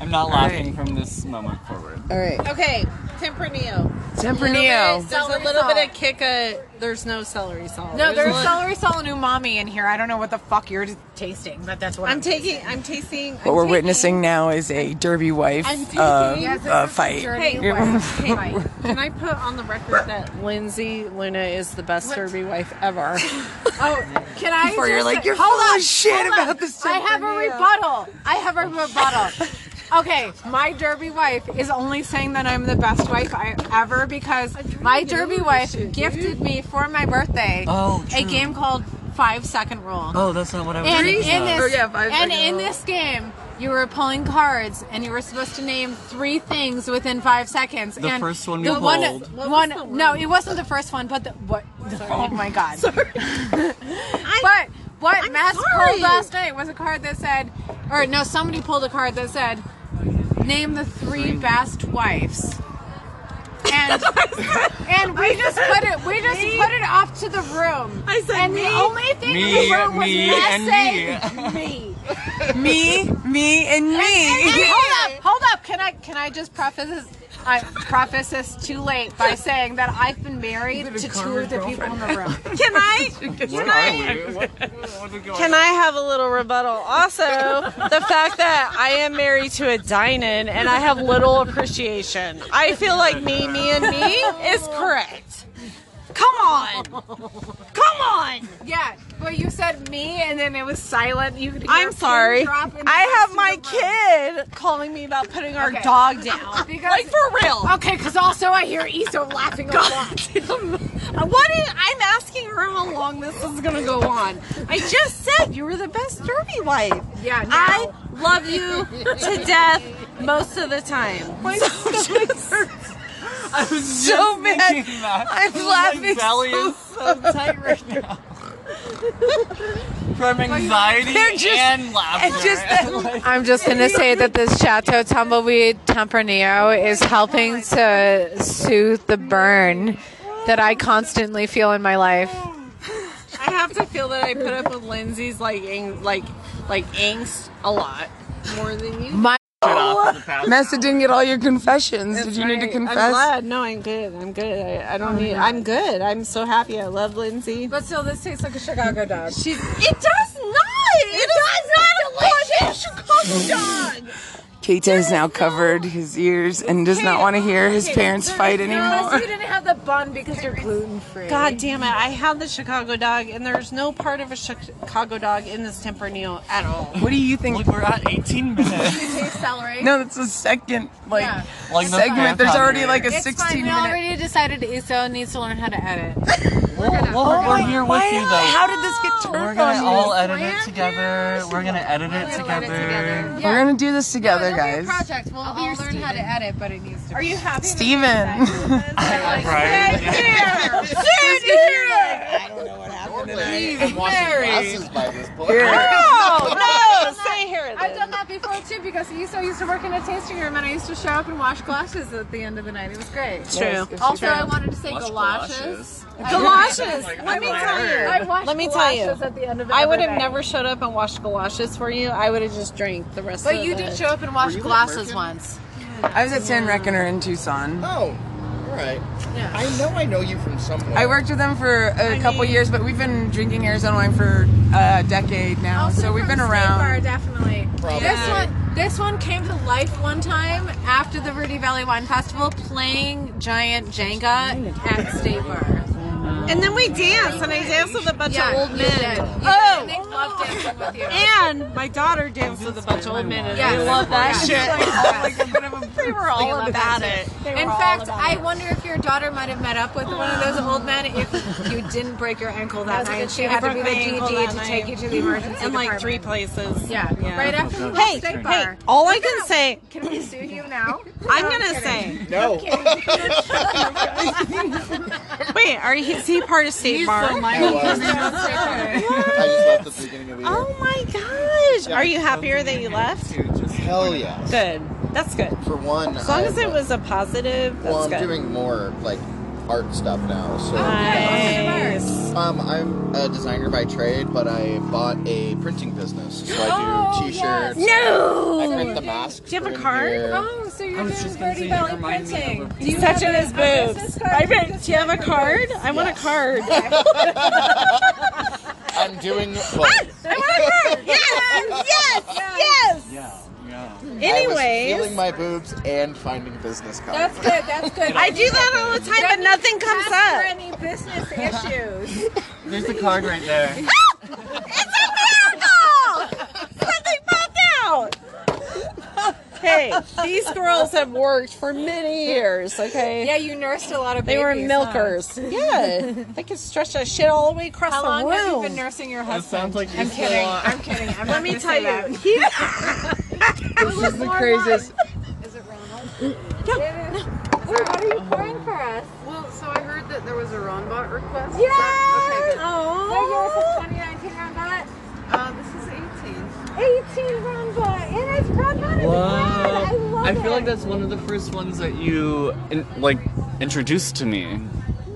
[SPEAKER 4] I'm not laughing from this moment forward.
[SPEAKER 2] All right.
[SPEAKER 1] Okay, Tempranillo.
[SPEAKER 2] Tempranillo.
[SPEAKER 1] There's a little bit of kick of. There's no celery salt.
[SPEAKER 10] No, there's
[SPEAKER 1] a-
[SPEAKER 10] celery salt and umami in here. I don't know what the fuck you're tasting, but that's what I'm,
[SPEAKER 1] I'm taking. I'm tasting.
[SPEAKER 2] What we're witnessing now is a derby wife
[SPEAKER 1] I'm taking-
[SPEAKER 2] uh,
[SPEAKER 1] Yes,
[SPEAKER 2] uh,
[SPEAKER 1] it's a
[SPEAKER 2] fight.
[SPEAKER 1] Hey,
[SPEAKER 2] [laughs]
[SPEAKER 1] hey, can I put on the record that Lindsay Luna is the best derby wife
[SPEAKER 2] [laughs]
[SPEAKER 1] ever? oh, can I?
[SPEAKER 2] Before you're
[SPEAKER 1] just-
[SPEAKER 2] like, "You're
[SPEAKER 1] hold
[SPEAKER 2] full of
[SPEAKER 1] on,
[SPEAKER 2] shit
[SPEAKER 1] hold
[SPEAKER 2] about
[SPEAKER 1] on.
[SPEAKER 2] this
[SPEAKER 1] I have a
[SPEAKER 2] Tempranillo."
[SPEAKER 1] rebuttal. I have a [laughs] rebuttal. Okay, my derby wife is only saying that I'm the best wife I ever because my derby wife gifted me for my birthday
[SPEAKER 4] Oh,
[SPEAKER 1] a
[SPEAKER 4] true.
[SPEAKER 1] game called Five Second Rule.
[SPEAKER 4] Oh, that's not what I was
[SPEAKER 1] And
[SPEAKER 4] thinking
[SPEAKER 1] in
[SPEAKER 4] of.
[SPEAKER 1] this, and in this game, you were pulling cards, and you were supposed to name three things within five seconds.
[SPEAKER 4] The
[SPEAKER 1] and
[SPEAKER 4] first one
[SPEAKER 1] the
[SPEAKER 4] you
[SPEAKER 1] one,
[SPEAKER 4] pulled.
[SPEAKER 1] one- no, it wasn't the first one, but the [laughs] what? Oh my god! [laughs] but what Matt pulled
[SPEAKER 5] sorry.
[SPEAKER 1] last night was a card that said, or no, somebody pulled a card that said, "Name the three best wives." And, and we just put it we just
[SPEAKER 5] Me.
[SPEAKER 1] put it off to the room. I said and the only thing in
[SPEAKER 2] Me,
[SPEAKER 1] the room was
[SPEAKER 2] me, and
[SPEAKER 1] messing me.
[SPEAKER 2] me, me, and me.
[SPEAKER 1] And- and hold up, hold up. Can I can I just preface this? I preface this too late by saying that I've been married to two of the people in the room.
[SPEAKER 7] Can I? Can I? Can I have a little rebuttal? Also, the fact that I am married to a dinan and I have little appreciation. I feel like me, me, and me is correct. Come on. Come on.
[SPEAKER 1] [laughs] Yeah, but you said me, and then it was silent. You could. Hear
[SPEAKER 7] I'm
[SPEAKER 1] a pin
[SPEAKER 7] sorry.
[SPEAKER 1] drop in the
[SPEAKER 7] I have
[SPEAKER 1] rest
[SPEAKER 7] my
[SPEAKER 1] of the room.
[SPEAKER 7] kid calling me about putting our Oh,
[SPEAKER 1] Okay.
[SPEAKER 7] dog down.
[SPEAKER 1] Because-
[SPEAKER 7] like for real.
[SPEAKER 1] Okay, because also I hear Eso laughing a lot.
[SPEAKER 7] [laughs] what is, I'm asking her how long this is gonna go on. I just said you were the best derby wife.
[SPEAKER 1] Yeah, no.
[SPEAKER 7] I love you to death most of the time. So just-
[SPEAKER 4] I was
[SPEAKER 7] So
[SPEAKER 4] just
[SPEAKER 7] mad.
[SPEAKER 4] thinking that.
[SPEAKER 7] I'm
[SPEAKER 4] My
[SPEAKER 7] laughing
[SPEAKER 4] belly
[SPEAKER 7] so
[SPEAKER 4] is so tight right now. From anxiety
[SPEAKER 10] They're just-
[SPEAKER 4] and laughter. [laughs]
[SPEAKER 10] I'm just gonna say that this Chateau Tumbleweed Tempranillo is
[SPEAKER 1] Oh
[SPEAKER 10] helping to soothe the burn that I constantly feel in my life.
[SPEAKER 7] I have to feel that I put up with Lindsay's like ang- like like angst a lot more than you.
[SPEAKER 2] My
[SPEAKER 7] Oh.
[SPEAKER 2] Messa didn't get all your confessions. Did you need to
[SPEAKER 7] Right.
[SPEAKER 2] confess?
[SPEAKER 7] I'm glad. No, I'm good. I'm good. I, I don't need. I'm good. I'm so happy. I love Lindsay.
[SPEAKER 1] But still, this tastes like a Chicago dog.
[SPEAKER 7] She. It does not. It, does, not. Delicious Chicago dog.
[SPEAKER 2] Kate has now covered his ears and does not want to hear his
[SPEAKER 7] Kate,
[SPEAKER 2] parents fight anymore.
[SPEAKER 1] you didn't have the bun because you're gluten free.
[SPEAKER 7] God damn it! I had the Chicago dog, and there's no part of a Chicago dog in this Tempranillo at all.
[SPEAKER 2] [laughs] What do you think?
[SPEAKER 4] Look, we're at 18 minutes.
[SPEAKER 1] celery.
[SPEAKER 2] No, that's the second like
[SPEAKER 1] Yeah.
[SPEAKER 4] Like the
[SPEAKER 2] segment. There's already like a
[SPEAKER 1] it's
[SPEAKER 2] 16
[SPEAKER 1] fine. We
[SPEAKER 2] minute.
[SPEAKER 1] already decided Eso needs to learn how to edit.
[SPEAKER 4] We'll, we'll, we're here with you though.
[SPEAKER 2] How did this get turned
[SPEAKER 4] We're gonna
[SPEAKER 2] on
[SPEAKER 4] all
[SPEAKER 2] you?
[SPEAKER 4] edit it together. We're gonna edit it together.
[SPEAKER 2] We're gonna do this together,
[SPEAKER 1] Your
[SPEAKER 2] guys.
[SPEAKER 1] project. We'll all learn how to edit, but it needs to. Are you happy?
[SPEAKER 2] Steven.
[SPEAKER 4] Right?
[SPEAKER 7] no, stay here.
[SPEAKER 1] I've done that before too because Iso used to work in a tasting room and I used to show up and wash glasses at the end of the night. It was great.
[SPEAKER 7] It's true. Yes, it's
[SPEAKER 1] Also,
[SPEAKER 7] true.
[SPEAKER 1] I wanted to say
[SPEAKER 7] Wash
[SPEAKER 1] galoshes. I-
[SPEAKER 7] Galoshes.
[SPEAKER 1] I
[SPEAKER 7] Let me
[SPEAKER 1] washed-
[SPEAKER 7] tell you.
[SPEAKER 1] I washed
[SPEAKER 7] Let me tell you.
[SPEAKER 1] galoshes at the end of
[SPEAKER 7] I would
[SPEAKER 1] every
[SPEAKER 7] have
[SPEAKER 1] night.
[SPEAKER 7] never showed up and washed galoshes for you. I would have just drank the rest.
[SPEAKER 1] But
[SPEAKER 7] of
[SPEAKER 1] you
[SPEAKER 7] the...
[SPEAKER 1] did show up and wash
[SPEAKER 7] you at
[SPEAKER 1] glasses
[SPEAKER 7] Merkin?
[SPEAKER 1] once.
[SPEAKER 2] I was at San Reckoner in Tucson.
[SPEAKER 14] Oh. right. I know I know you from somewhere.
[SPEAKER 2] I worked with them for a couple years, but we've been drinking Arizona wine for a decade now, so we've been around.
[SPEAKER 1] definitely.
[SPEAKER 2] Probably.
[SPEAKER 1] This one, this one came to life one time after the Verde Valley Wine Festival, playing giant Jenga at State Bar.
[SPEAKER 5] And then we danced, and I danced with a bunch
[SPEAKER 1] Yeah,
[SPEAKER 5] of old
[SPEAKER 1] you
[SPEAKER 5] men.
[SPEAKER 1] did. You did,
[SPEAKER 5] Oh,
[SPEAKER 1] and they love dancing with you.
[SPEAKER 5] And my daughter danced with a bunch of old men, and
[SPEAKER 1] Yes.
[SPEAKER 5] they love that
[SPEAKER 1] Yes.
[SPEAKER 5] shit.
[SPEAKER 1] Yes.
[SPEAKER 5] they were all about it. They
[SPEAKER 1] In
[SPEAKER 5] were all
[SPEAKER 1] fact,
[SPEAKER 5] about
[SPEAKER 1] I wonder if your daughter might have met up with one of those old men if you didn't break your ankle that
[SPEAKER 5] That was a
[SPEAKER 1] night.
[SPEAKER 5] good
[SPEAKER 1] She
[SPEAKER 5] thing.
[SPEAKER 1] had to
[SPEAKER 5] I
[SPEAKER 1] be
[SPEAKER 5] broke
[SPEAKER 1] the
[SPEAKER 5] my ankle
[SPEAKER 1] GD
[SPEAKER 5] that
[SPEAKER 1] to
[SPEAKER 5] night.
[SPEAKER 1] take you to the emergency
[SPEAKER 5] In like three
[SPEAKER 1] places. Yeah,
[SPEAKER 5] Yeah.
[SPEAKER 1] right after the
[SPEAKER 5] Hey,
[SPEAKER 1] state
[SPEAKER 5] hey,
[SPEAKER 1] bar.
[SPEAKER 5] all I
[SPEAKER 1] [laughs]
[SPEAKER 5] can say-
[SPEAKER 1] Can we sue you
[SPEAKER 5] [laughs]
[SPEAKER 1] now?
[SPEAKER 5] I'm
[SPEAKER 1] No,
[SPEAKER 5] gonna
[SPEAKER 1] kidding.
[SPEAKER 5] say
[SPEAKER 14] No.
[SPEAKER 5] Wait, are he, is he part of State Bar?
[SPEAKER 14] [laughs] I just left at the beginning of the year.
[SPEAKER 5] oh my gosh! Are you happier that you left?
[SPEAKER 14] Hell yeah.
[SPEAKER 5] Good. That's good.
[SPEAKER 14] For one,
[SPEAKER 5] as long
[SPEAKER 14] I-
[SPEAKER 5] as it was a positive, that's
[SPEAKER 14] Well, I'm
[SPEAKER 5] good.
[SPEAKER 14] doing more like art stuff now. So
[SPEAKER 5] Nice.
[SPEAKER 14] um, I'm a designer by trade, but I bought a printing business, so I do T-shirts.
[SPEAKER 5] Oh, No!
[SPEAKER 14] I print the masks.
[SPEAKER 5] Do you have a
[SPEAKER 14] for in
[SPEAKER 5] card?
[SPEAKER 14] here.
[SPEAKER 1] Oh, so you're doing Verde
[SPEAKER 5] saying,
[SPEAKER 1] Valley printing. Do
[SPEAKER 5] He's
[SPEAKER 1] you
[SPEAKER 5] touching
[SPEAKER 1] have
[SPEAKER 5] his
[SPEAKER 1] a- a
[SPEAKER 5] boobs.
[SPEAKER 1] business
[SPEAKER 5] I
[SPEAKER 1] card?
[SPEAKER 5] bet. Do you have a card? I want a card.
[SPEAKER 14] I'm doing. Well,
[SPEAKER 5] I want a card. Yes. Yes. Yes.
[SPEAKER 17] Yeah. Yeah.
[SPEAKER 14] I was
[SPEAKER 5] Anyways.
[SPEAKER 14] feeling my boobs and finding business cards.
[SPEAKER 1] That's good. That's good.
[SPEAKER 5] [laughs] I do that all the time, but nothing comes up.
[SPEAKER 1] Any business
[SPEAKER 5] [laughs]
[SPEAKER 1] issues?
[SPEAKER 17] There's the card right there.
[SPEAKER 5] miracle! Something popped out.
[SPEAKER 1] [laughs]
[SPEAKER 5] Hey, these girls have worked for many years. Okay.
[SPEAKER 1] Yeah, you nursed a lot of.
[SPEAKER 5] They were
[SPEAKER 1] babies, [laughs]
[SPEAKER 5] milkers.
[SPEAKER 1] huh?
[SPEAKER 5] Yeah, they could stretch that shit all the way across
[SPEAKER 1] How
[SPEAKER 5] the
[SPEAKER 1] long
[SPEAKER 5] room.
[SPEAKER 1] have you been nursing your husband?
[SPEAKER 17] sounds like you
[SPEAKER 1] I'm
[SPEAKER 17] still
[SPEAKER 1] kidding.
[SPEAKER 17] are.
[SPEAKER 1] I'm kidding.
[SPEAKER 5] [laughs]
[SPEAKER 1] I'm
[SPEAKER 5] Let
[SPEAKER 1] not
[SPEAKER 5] me
[SPEAKER 1] gonna
[SPEAKER 5] tell
[SPEAKER 1] say that.
[SPEAKER 5] you, he,
[SPEAKER 1] This is the
[SPEAKER 2] craziest-
[SPEAKER 6] Is it Ronald?
[SPEAKER 1] What are you pouring for us?
[SPEAKER 6] Well, so I heard that there was a Ronbot request.
[SPEAKER 1] Yeah.
[SPEAKER 6] Okay, good.
[SPEAKER 1] Oh. So yours is 2019 Ronbot.
[SPEAKER 6] Uh, this is 18.
[SPEAKER 1] 18 Ronbot, and it's Ronbot in the
[SPEAKER 4] Wow.
[SPEAKER 1] can. I love
[SPEAKER 4] I
[SPEAKER 1] it.
[SPEAKER 4] feel like that's one of the first ones that you in, like introduced to me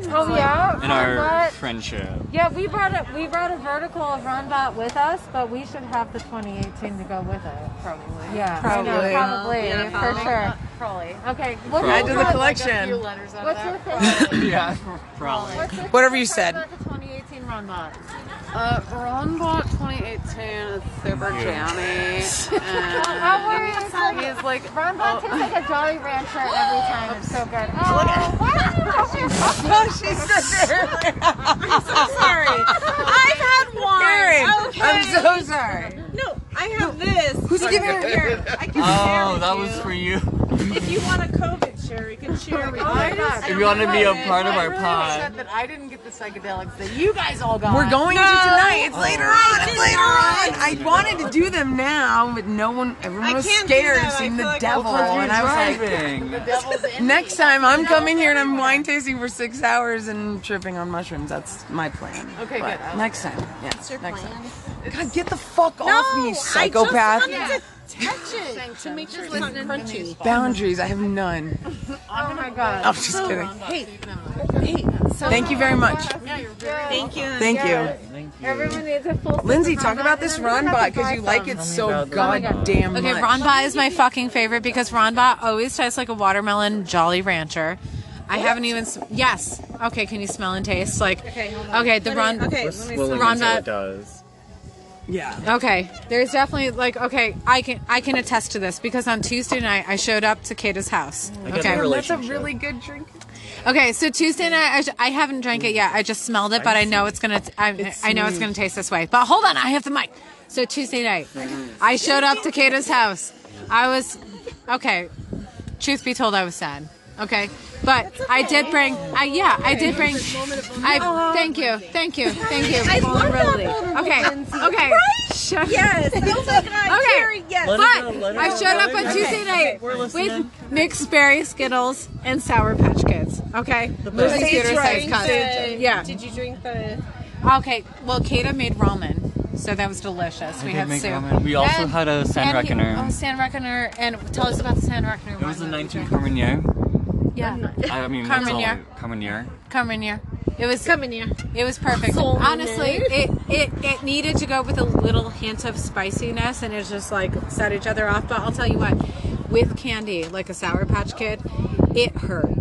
[SPEAKER 10] Oh yeah,
[SPEAKER 4] in our
[SPEAKER 10] Ronbot.
[SPEAKER 4] friendship.
[SPEAKER 10] Yeah, we brought a we brought a vertical of Ronbot with us, but we should have the 2018 to go with it. Probably. Yeah. I know,
[SPEAKER 2] Probably.
[SPEAKER 10] Probably.
[SPEAKER 2] Yeah,
[SPEAKER 10] for
[SPEAKER 2] probably.
[SPEAKER 10] sure.
[SPEAKER 18] Probably.
[SPEAKER 10] Okay.
[SPEAKER 2] Probably. Add to the
[SPEAKER 5] Oh,
[SPEAKER 10] your-
[SPEAKER 2] collection.
[SPEAKER 10] What's [coughs] your favorite?
[SPEAKER 4] yeah, probably.
[SPEAKER 10] What's your
[SPEAKER 2] Whatever you
[SPEAKER 10] favorite
[SPEAKER 2] said.
[SPEAKER 10] part about the 2018 Ronbot?
[SPEAKER 6] Uh, Ronbot 2018 is super jammy.
[SPEAKER 10] Don't
[SPEAKER 6] And
[SPEAKER 10] worry, it's
[SPEAKER 6] [laughs]
[SPEAKER 10] like,
[SPEAKER 6] he's like,
[SPEAKER 10] Ronbot tastes like a Jolly Rancher every time. It's so good. Oh,
[SPEAKER 2] Oh, she said
[SPEAKER 5] I'm so sorry. I've had one.
[SPEAKER 2] Karen,
[SPEAKER 5] Okay.
[SPEAKER 2] I'm so sorry.
[SPEAKER 5] no, I have this.
[SPEAKER 2] Who's
[SPEAKER 5] Sorry.
[SPEAKER 2] giving her-
[SPEAKER 5] Here, I can share
[SPEAKER 4] Oh,
[SPEAKER 5] with
[SPEAKER 4] that
[SPEAKER 5] you.
[SPEAKER 4] was for you.
[SPEAKER 5] If you want a COVID share, we can share with you.
[SPEAKER 6] I just-
[SPEAKER 4] If you want to be a part of
[SPEAKER 6] I
[SPEAKER 4] our
[SPEAKER 6] really
[SPEAKER 4] pod,
[SPEAKER 6] upset that I didn't get the psychedelics that you guys all got.
[SPEAKER 2] We're going
[SPEAKER 5] No.
[SPEAKER 2] to tonight. It's later on. It's
[SPEAKER 5] It's
[SPEAKER 2] later
[SPEAKER 5] not.
[SPEAKER 2] on. I wanted to do them now, but no one, everyone
[SPEAKER 5] I
[SPEAKER 2] was
[SPEAKER 5] can't do
[SPEAKER 2] scared
[SPEAKER 5] them.
[SPEAKER 2] of
[SPEAKER 5] I
[SPEAKER 2] seeing
[SPEAKER 5] feel
[SPEAKER 2] the
[SPEAKER 5] like I'll
[SPEAKER 2] devil. And I was like,
[SPEAKER 4] driving.
[SPEAKER 2] next time I'm coming here and I'm wine tasting for six hours and tripping on mushrooms. That's my plan.
[SPEAKER 6] Okay,
[SPEAKER 2] But
[SPEAKER 6] good. I like
[SPEAKER 2] Next time. Yeah. That's
[SPEAKER 5] your
[SPEAKER 2] next
[SPEAKER 5] plan.
[SPEAKER 2] Time. God, get the fuck off me,
[SPEAKER 5] No,
[SPEAKER 2] you psychopath.
[SPEAKER 5] I just wanted to touch it to make sure it's not crunchy.
[SPEAKER 2] Boundaries. I have none.
[SPEAKER 6] Oh my god.
[SPEAKER 2] I'm just kidding.
[SPEAKER 5] Hey,
[SPEAKER 2] Thank you very much.
[SPEAKER 5] thank you.
[SPEAKER 2] Thank you.
[SPEAKER 10] [laughs] Everyone needs a full.
[SPEAKER 2] Lindsay, talk about this Ronbot because you like it so goddamn much.
[SPEAKER 1] Okay, Ronbot is my fucking favorite because Ronbot always tastes like a watermelon Jolly Rancher. I haven't even. s- Yes. Okay. Can you smell and taste? Like. Okay. Okay. The
[SPEAKER 5] Let me-
[SPEAKER 1] Ron.
[SPEAKER 5] Okay, let me
[SPEAKER 1] The
[SPEAKER 5] smell.
[SPEAKER 1] Ronbot.
[SPEAKER 17] does.
[SPEAKER 2] Yeah.
[SPEAKER 1] Okay, there's definitely like okay, I can I can attest to this because on Tuesday night I showed up to Kata's house.
[SPEAKER 17] got
[SPEAKER 1] okay,
[SPEAKER 17] the
[SPEAKER 2] That's a
[SPEAKER 17] relationship.
[SPEAKER 2] really good drink.
[SPEAKER 1] okay, so Tuesday night I, sh- I haven't drank it yet. I just smelled it, but I know it's gonna t- I, I know it's gonna taste this way. But hold on, I have the mic. So Tuesday night
[SPEAKER 5] Uh-huh.
[SPEAKER 1] I showed up to Kata's house. I was okay. Truth be told, I was sad. Okay, but I did bring. I yeah, I did bring. I thank you, thank you, thank you.
[SPEAKER 5] I love
[SPEAKER 1] Vulnerability.
[SPEAKER 5] that vulnerability.
[SPEAKER 1] Okay, okay. Shut
[SPEAKER 5] Yes. Oh my God.
[SPEAKER 1] [laughs] Okay.
[SPEAKER 5] Carrie, yes.
[SPEAKER 1] But
[SPEAKER 17] Let it go, let it
[SPEAKER 1] I
[SPEAKER 17] go,
[SPEAKER 1] showed
[SPEAKER 17] let
[SPEAKER 1] up
[SPEAKER 17] it
[SPEAKER 1] on
[SPEAKER 17] go.
[SPEAKER 1] Tuesday night
[SPEAKER 17] we're listening.
[SPEAKER 1] with mixed berry Skittles and Sour Patch Kids. Okay, the
[SPEAKER 5] Did you
[SPEAKER 1] size
[SPEAKER 5] drink the-
[SPEAKER 1] costume. Yeah.
[SPEAKER 5] Did you drink the?
[SPEAKER 1] Okay. Well, Kata made ramen, so that was delicious.
[SPEAKER 4] I
[SPEAKER 1] we
[SPEAKER 4] did
[SPEAKER 1] had
[SPEAKER 4] make
[SPEAKER 1] soup.
[SPEAKER 4] ramen. We also
[SPEAKER 1] And-
[SPEAKER 4] had a San
[SPEAKER 1] and he-
[SPEAKER 4] Reckoner.
[SPEAKER 1] Oh, San Reckoner, and tell us about the San Reckoner.
[SPEAKER 4] It was the 19 Carmenere.
[SPEAKER 1] Yeah,
[SPEAKER 4] I mean, that's all.
[SPEAKER 1] Carmenere.
[SPEAKER 4] Carmenere.
[SPEAKER 1] come in here. It was
[SPEAKER 18] Come in here.
[SPEAKER 1] It was perfect.
[SPEAKER 18] Soul
[SPEAKER 1] Honestly,
[SPEAKER 18] food.
[SPEAKER 1] it, it it needed to go with a little hint of spiciness, and it just like set each other off. But I'll tell you what, with candy like a Sour Patch Kid, it hurt.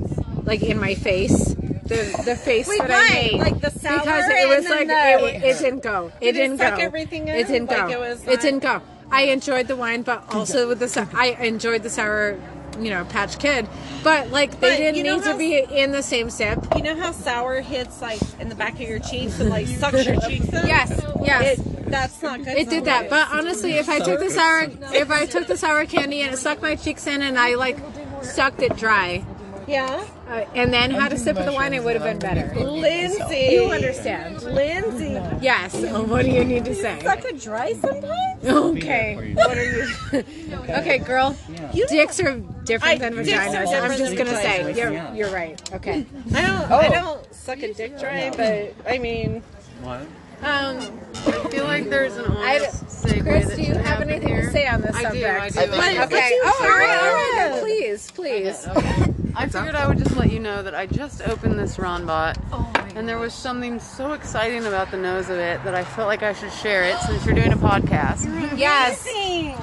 [SPEAKER 1] like in my face. The the face
[SPEAKER 7] Wait,
[SPEAKER 1] that I
[SPEAKER 7] why?
[SPEAKER 1] made,
[SPEAKER 7] Like the sour
[SPEAKER 1] because it was like
[SPEAKER 7] and then
[SPEAKER 1] it,
[SPEAKER 7] the-
[SPEAKER 1] it didn't go. It
[SPEAKER 7] Did it
[SPEAKER 1] didn't
[SPEAKER 7] suck
[SPEAKER 1] go.
[SPEAKER 7] everything in?
[SPEAKER 1] It didn't go.
[SPEAKER 7] Like, it was
[SPEAKER 1] it didn't go. I enjoyed the wine, but also with the sou- I enjoyed the sour, you know, Patch Kid, but like they
[SPEAKER 7] But
[SPEAKER 1] didn't
[SPEAKER 7] you know
[SPEAKER 1] need
[SPEAKER 7] how-
[SPEAKER 1] to be in the same sip.
[SPEAKER 7] You know how sour hits like in the back of your cheeks and like sucks your cheeks in?
[SPEAKER 1] Yes, yes.
[SPEAKER 7] It, that's not good.
[SPEAKER 1] It did that, but honestly, if I took the sour, if I took the sour candy and it sucked my cheeks in, and I like sucked it dry,
[SPEAKER 7] yeah,
[SPEAKER 1] uh, and then had a sip of the wine, it would have been better.
[SPEAKER 7] Lindsay,
[SPEAKER 1] you understand,
[SPEAKER 7] Lindsay?
[SPEAKER 1] Yes. [laughs] Oh, what do you need to say?
[SPEAKER 7] Suck it dry sometimes.
[SPEAKER 1] Okay.
[SPEAKER 7] What are you?
[SPEAKER 1] [laughs] Okay, girl. Dicks are different than
[SPEAKER 7] I- dicks are
[SPEAKER 1] vaginas.
[SPEAKER 7] different
[SPEAKER 1] I'm just
[SPEAKER 7] than
[SPEAKER 1] gonna say
[SPEAKER 7] vaginas.
[SPEAKER 1] you're you're right. Okay.
[SPEAKER 7] I don't. I don't suck a dick dry, but I mean.
[SPEAKER 4] What?
[SPEAKER 1] Um,
[SPEAKER 6] I feel like there's an
[SPEAKER 1] I d-
[SPEAKER 6] honest segue
[SPEAKER 1] Chris,
[SPEAKER 6] that
[SPEAKER 1] do you
[SPEAKER 6] should
[SPEAKER 1] have
[SPEAKER 6] happen
[SPEAKER 1] anything
[SPEAKER 6] here.
[SPEAKER 1] to say on this
[SPEAKER 6] I
[SPEAKER 1] subject?
[SPEAKER 6] do, I do. I think
[SPEAKER 1] okay.
[SPEAKER 6] it's okay.
[SPEAKER 1] Oh, all right, all right.
[SPEAKER 6] Yeah.
[SPEAKER 1] Then please, please.
[SPEAKER 6] [laughs] I figured I would just let you know that I just opened this Ronbot,
[SPEAKER 1] Oh
[SPEAKER 6] and there was something so exciting about the nose of it that I felt like I should share it since you're doing a podcast. [laughs]
[SPEAKER 1] Yes.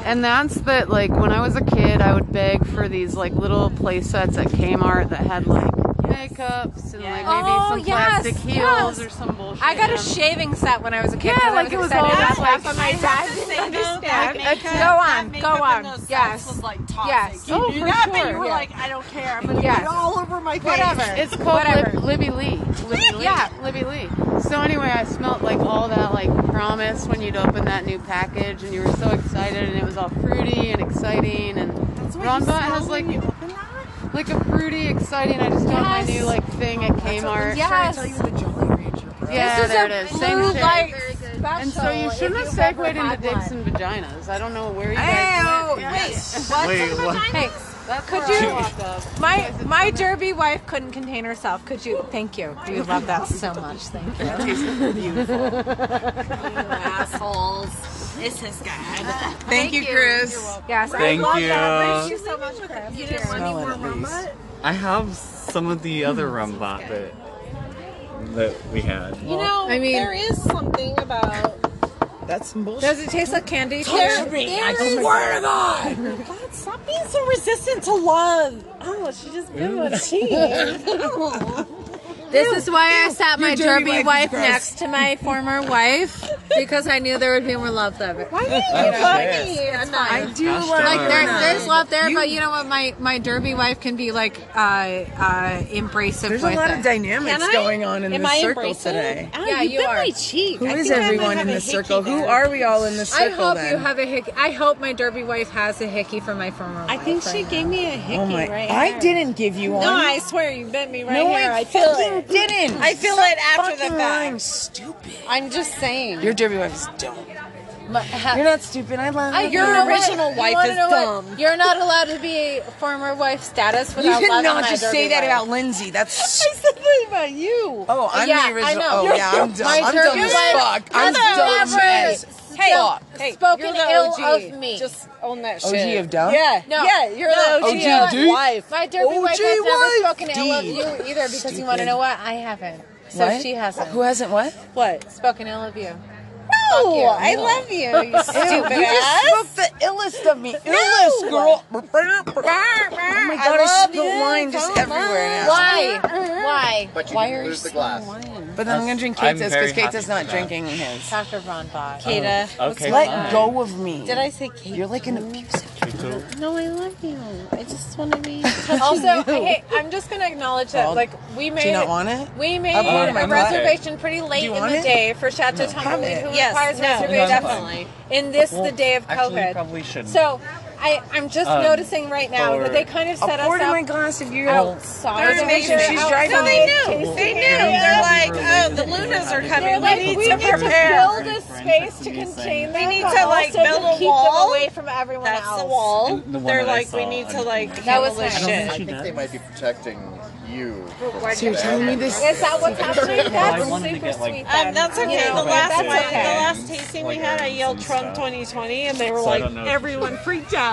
[SPEAKER 6] And that's that. Like when I was a kid, I would beg for these like little play sets at Kmart that had like makeups and like maybe
[SPEAKER 1] Oh,
[SPEAKER 6] some
[SPEAKER 1] yes,
[SPEAKER 6] plastic heels
[SPEAKER 1] yes.
[SPEAKER 6] or some bullshit.
[SPEAKER 1] I got a
[SPEAKER 6] and-
[SPEAKER 1] shaving set when I was a kid.
[SPEAKER 6] Yeah,
[SPEAKER 1] 'cause I
[SPEAKER 6] like it was all
[SPEAKER 1] excited.
[SPEAKER 6] that,
[SPEAKER 1] That's
[SPEAKER 6] like,
[SPEAKER 1] what my
[SPEAKER 6] I
[SPEAKER 1] dad
[SPEAKER 6] have to
[SPEAKER 1] didn't
[SPEAKER 6] say, no,
[SPEAKER 1] understand.
[SPEAKER 6] that makeup-
[SPEAKER 1] Go on,
[SPEAKER 6] that
[SPEAKER 1] go
[SPEAKER 6] makeup
[SPEAKER 1] on.
[SPEAKER 6] in those
[SPEAKER 1] yes,
[SPEAKER 6] socks was, like,
[SPEAKER 1] yes.
[SPEAKER 6] toxic. You knew that, but you were like,
[SPEAKER 1] I don't care.
[SPEAKER 6] but it
[SPEAKER 1] yes.
[SPEAKER 6] was all over
[SPEAKER 1] my
[SPEAKER 6] Whatever.
[SPEAKER 1] Whatever.
[SPEAKER 6] It's called
[SPEAKER 1] Whatever.
[SPEAKER 6] Lib- Libby Lee. Libby Lee.
[SPEAKER 1] Yeah.
[SPEAKER 6] Libby Lee. So anyway, I smelt like all that like promise when you'd open that new package, and you were so excited, and it was all fruity and exciting, and Ron Bot has like like a fruity, exciting. I just got my new like thing at Kmart.
[SPEAKER 1] Yes.
[SPEAKER 6] Yeah,
[SPEAKER 1] This is
[SPEAKER 6] there
[SPEAKER 1] a
[SPEAKER 6] it is.
[SPEAKER 1] blue
[SPEAKER 6] Same shit.
[SPEAKER 1] light
[SPEAKER 6] and so
[SPEAKER 1] special
[SPEAKER 6] you shouldn't have
[SPEAKER 1] if you
[SPEAKER 6] segued
[SPEAKER 1] ever
[SPEAKER 6] into
[SPEAKER 1] had
[SPEAKER 6] dicks
[SPEAKER 1] one.
[SPEAKER 6] and vaginas. I don't know where you
[SPEAKER 1] Hey,
[SPEAKER 6] guys
[SPEAKER 1] oh,
[SPEAKER 6] went.
[SPEAKER 1] wait,
[SPEAKER 6] Yeah.
[SPEAKER 1] what's Wait, in what? vaginas? Hey, Could
[SPEAKER 6] where I
[SPEAKER 1] you?
[SPEAKER 6] walked up.
[SPEAKER 1] My my derby wife couldn't contain herself. Could you? Thank you. Do you love that so much? Thank you.
[SPEAKER 19] assholes. This is good.
[SPEAKER 1] Thank, you, Chris. Yes,
[SPEAKER 4] Thank
[SPEAKER 1] I love
[SPEAKER 4] you.
[SPEAKER 1] that. Thank you so much, Chris. You didn't
[SPEAKER 4] Smell it at least. I have some of the other rumbot that that we had.
[SPEAKER 7] You know,
[SPEAKER 1] I mean-
[SPEAKER 7] there is something about.
[SPEAKER 2] That's some bullshit.
[SPEAKER 1] Does it taste like candy? to
[SPEAKER 7] There-
[SPEAKER 1] you?
[SPEAKER 7] there is- God, stop being so resistant to love. Oh, she just bit my cheek.
[SPEAKER 1] This is why I sat my
[SPEAKER 7] Your derby
[SPEAKER 1] derby
[SPEAKER 7] wife is
[SPEAKER 1] wife
[SPEAKER 7] gross.
[SPEAKER 1] next to my former wife because I knew there would be more love there. Why
[SPEAKER 7] didn't you
[SPEAKER 1] know,
[SPEAKER 7] love
[SPEAKER 1] it's-
[SPEAKER 7] me?
[SPEAKER 1] it's
[SPEAKER 7] Gosh
[SPEAKER 1] fine.
[SPEAKER 7] I do darn. love
[SPEAKER 1] like [laughs] there,
[SPEAKER 7] you.
[SPEAKER 1] there's love there, but you know what? My my derby wife can be like uh, uh, embracive.
[SPEAKER 2] There's a
[SPEAKER 1] with
[SPEAKER 2] lot
[SPEAKER 1] it.
[SPEAKER 2] of dynamics going on in
[SPEAKER 1] Am
[SPEAKER 2] this
[SPEAKER 1] I
[SPEAKER 2] circle
[SPEAKER 1] embracing?
[SPEAKER 2] today.
[SPEAKER 1] Ow, Yeah, you bit are. my cheek.
[SPEAKER 2] Who
[SPEAKER 1] I
[SPEAKER 2] is
[SPEAKER 1] think I might
[SPEAKER 2] everyone
[SPEAKER 1] have
[SPEAKER 2] in
[SPEAKER 1] a
[SPEAKER 2] this
[SPEAKER 1] hickey
[SPEAKER 2] circle? Who
[SPEAKER 1] there.
[SPEAKER 2] are we all in this
[SPEAKER 1] I
[SPEAKER 2] circle
[SPEAKER 1] hope
[SPEAKER 2] then?
[SPEAKER 1] you have a hickey. I hope my derby wife has a hickey from my former.
[SPEAKER 7] I
[SPEAKER 1] wife
[SPEAKER 7] think
[SPEAKER 1] right
[SPEAKER 7] she
[SPEAKER 1] now.
[SPEAKER 7] gave me a hickey
[SPEAKER 2] oh my!
[SPEAKER 7] right
[SPEAKER 2] I
[SPEAKER 7] here.
[SPEAKER 2] didn't give you one.
[SPEAKER 7] No, I swear you bit me right
[SPEAKER 2] No,
[SPEAKER 7] here.
[SPEAKER 2] I
[SPEAKER 7] I feel
[SPEAKER 2] fucking
[SPEAKER 7] it.
[SPEAKER 2] didn't.
[SPEAKER 7] I feel
[SPEAKER 2] Stop
[SPEAKER 7] it after the
[SPEAKER 2] fucking
[SPEAKER 7] fact.
[SPEAKER 2] lying, stupid.
[SPEAKER 7] I'm just saying.
[SPEAKER 2] Your derby wife is dumb.
[SPEAKER 1] You're
[SPEAKER 10] uh,
[SPEAKER 2] You're not stupid. I love
[SPEAKER 1] I-
[SPEAKER 2] you.
[SPEAKER 1] you know what? You wanna know what?
[SPEAKER 7] dumb.
[SPEAKER 1] You're not allowed to be a former wife status
[SPEAKER 2] You
[SPEAKER 1] without
[SPEAKER 2] did
[SPEAKER 1] loving
[SPEAKER 2] not
[SPEAKER 1] my
[SPEAKER 2] just
[SPEAKER 1] derby
[SPEAKER 2] say that
[SPEAKER 1] wife.
[SPEAKER 2] about
[SPEAKER 1] [laughs]
[SPEAKER 2] Lindsay. That's
[SPEAKER 7] I said that about you.
[SPEAKER 2] Oh, I'm
[SPEAKER 1] yeah,
[SPEAKER 2] the original.
[SPEAKER 1] I know.
[SPEAKER 2] Oh, yeah, I'm dumb.
[SPEAKER 1] My
[SPEAKER 2] I'm dumb
[SPEAKER 1] derby
[SPEAKER 2] as
[SPEAKER 1] wife-
[SPEAKER 2] fuck. I'm
[SPEAKER 1] Heather,
[SPEAKER 2] dumb
[SPEAKER 1] never
[SPEAKER 2] as
[SPEAKER 1] Hey,
[SPEAKER 2] fuck.
[SPEAKER 7] Hey,
[SPEAKER 1] spoken
[SPEAKER 7] you're the
[SPEAKER 1] ill
[SPEAKER 7] OG.
[SPEAKER 1] of me.
[SPEAKER 7] Just own that
[SPEAKER 2] OG
[SPEAKER 7] shit.
[SPEAKER 2] of dumb?
[SPEAKER 7] Yeah.
[SPEAKER 1] No.
[SPEAKER 7] Yeah, you're
[SPEAKER 1] no, Oh,
[SPEAKER 7] the OG,
[SPEAKER 2] OG of dude.
[SPEAKER 7] wife.
[SPEAKER 1] My derby wife
[SPEAKER 7] OG
[SPEAKER 1] has never
[SPEAKER 7] wife.
[SPEAKER 1] spoken ill of
[SPEAKER 7] Dude.
[SPEAKER 1] you either because you want to
[SPEAKER 7] Stupid.
[SPEAKER 1] know what? I haven't. So
[SPEAKER 7] What?
[SPEAKER 1] she hasn't.
[SPEAKER 7] Who
[SPEAKER 2] hasn't what?
[SPEAKER 7] What?
[SPEAKER 1] Spoken ill of you.
[SPEAKER 7] No,
[SPEAKER 1] you.
[SPEAKER 7] I
[SPEAKER 1] No.
[SPEAKER 2] [laughs]
[SPEAKER 7] love you. You stupid
[SPEAKER 2] you
[SPEAKER 7] ass.
[SPEAKER 2] just spoke the illest of me. Illest girl. Oh my
[SPEAKER 7] I
[SPEAKER 2] god, I,
[SPEAKER 7] love
[SPEAKER 2] spill
[SPEAKER 7] you.
[SPEAKER 2] wine just everywhere now.
[SPEAKER 1] Why? Why?
[SPEAKER 2] But you
[SPEAKER 1] Why
[SPEAKER 2] didn't
[SPEAKER 1] are
[SPEAKER 2] lose
[SPEAKER 1] you
[SPEAKER 2] the glass.
[SPEAKER 1] spilling wine?
[SPEAKER 2] But then I'm gonna drink
[SPEAKER 4] I'm
[SPEAKER 2] Kate's
[SPEAKER 4] very
[SPEAKER 2] because
[SPEAKER 4] happy
[SPEAKER 2] Kate's not
[SPEAKER 4] for that.
[SPEAKER 2] drinking his.
[SPEAKER 1] Dr. Von Bach.
[SPEAKER 7] Kata.
[SPEAKER 4] Okay,
[SPEAKER 2] Let
[SPEAKER 4] fine.
[SPEAKER 2] go of me.
[SPEAKER 7] Did I say Kate?
[SPEAKER 2] You're like an abusive.
[SPEAKER 7] No, I love you. I just want to
[SPEAKER 2] [laughs]
[SPEAKER 7] be.
[SPEAKER 1] also, hey, I'm just gonna acknowledge that,
[SPEAKER 2] Well,
[SPEAKER 1] like, we made
[SPEAKER 2] do you not want it?
[SPEAKER 1] we made
[SPEAKER 2] I've ordered my
[SPEAKER 1] a
[SPEAKER 2] glass.
[SPEAKER 1] reservation pretty late in
[SPEAKER 2] you
[SPEAKER 1] the
[SPEAKER 2] want it?
[SPEAKER 1] day for Chateau
[SPEAKER 2] No.
[SPEAKER 1] Tumbleweed, who
[SPEAKER 7] Yes,
[SPEAKER 1] requires
[SPEAKER 7] no,
[SPEAKER 1] reservations
[SPEAKER 4] definitely.
[SPEAKER 1] in this
[SPEAKER 4] Well,
[SPEAKER 1] the day of
[SPEAKER 4] actually, you
[SPEAKER 1] COVID.
[SPEAKER 4] probably shouldn't.
[SPEAKER 1] So, I I'm just
[SPEAKER 4] Um,
[SPEAKER 1] noticing right now
[SPEAKER 4] or-
[SPEAKER 1] that they kind of
[SPEAKER 2] I'll
[SPEAKER 1] set
[SPEAKER 2] pour
[SPEAKER 1] us
[SPEAKER 2] it in
[SPEAKER 1] up
[SPEAKER 2] my glass if you're
[SPEAKER 1] outside.
[SPEAKER 2] They're making-
[SPEAKER 1] They're
[SPEAKER 2] she's
[SPEAKER 1] outside
[SPEAKER 2] driving
[SPEAKER 1] tasting
[SPEAKER 2] me.
[SPEAKER 1] it.
[SPEAKER 7] They knew. They're like, oh, the Lunas are coming.
[SPEAKER 1] They're like,
[SPEAKER 7] we need
[SPEAKER 1] we
[SPEAKER 7] to
[SPEAKER 1] need to
[SPEAKER 7] prepare.
[SPEAKER 1] build a space to contain them.
[SPEAKER 7] We need
[SPEAKER 1] but
[SPEAKER 7] to, like,
[SPEAKER 1] also
[SPEAKER 7] build a
[SPEAKER 1] keep
[SPEAKER 7] wall.
[SPEAKER 1] them away from everyone
[SPEAKER 7] That's
[SPEAKER 1] else.
[SPEAKER 7] the wall.
[SPEAKER 4] And the one
[SPEAKER 7] They're
[SPEAKER 4] that I
[SPEAKER 7] like, we
[SPEAKER 4] saw,
[SPEAKER 7] need to
[SPEAKER 4] I'm-
[SPEAKER 7] like
[SPEAKER 1] That
[SPEAKER 7] handle
[SPEAKER 1] was
[SPEAKER 7] this
[SPEAKER 1] nice.
[SPEAKER 7] shit.
[SPEAKER 14] I think they might be protecting you.
[SPEAKER 1] Why
[SPEAKER 14] from
[SPEAKER 1] do you
[SPEAKER 14] that.
[SPEAKER 2] telling me this-
[SPEAKER 1] Is that what's happening?
[SPEAKER 14] Well, I
[SPEAKER 1] That's
[SPEAKER 14] wanted to
[SPEAKER 1] super
[SPEAKER 14] get, like,
[SPEAKER 1] sweet.
[SPEAKER 7] Um,
[SPEAKER 1] then.
[SPEAKER 7] that's okay.
[SPEAKER 1] You know,
[SPEAKER 7] the last
[SPEAKER 1] that's
[SPEAKER 7] one,
[SPEAKER 1] okay.
[SPEAKER 7] the last tasting we had, I yelled Trump 2020, and they were like, everyone freaked out.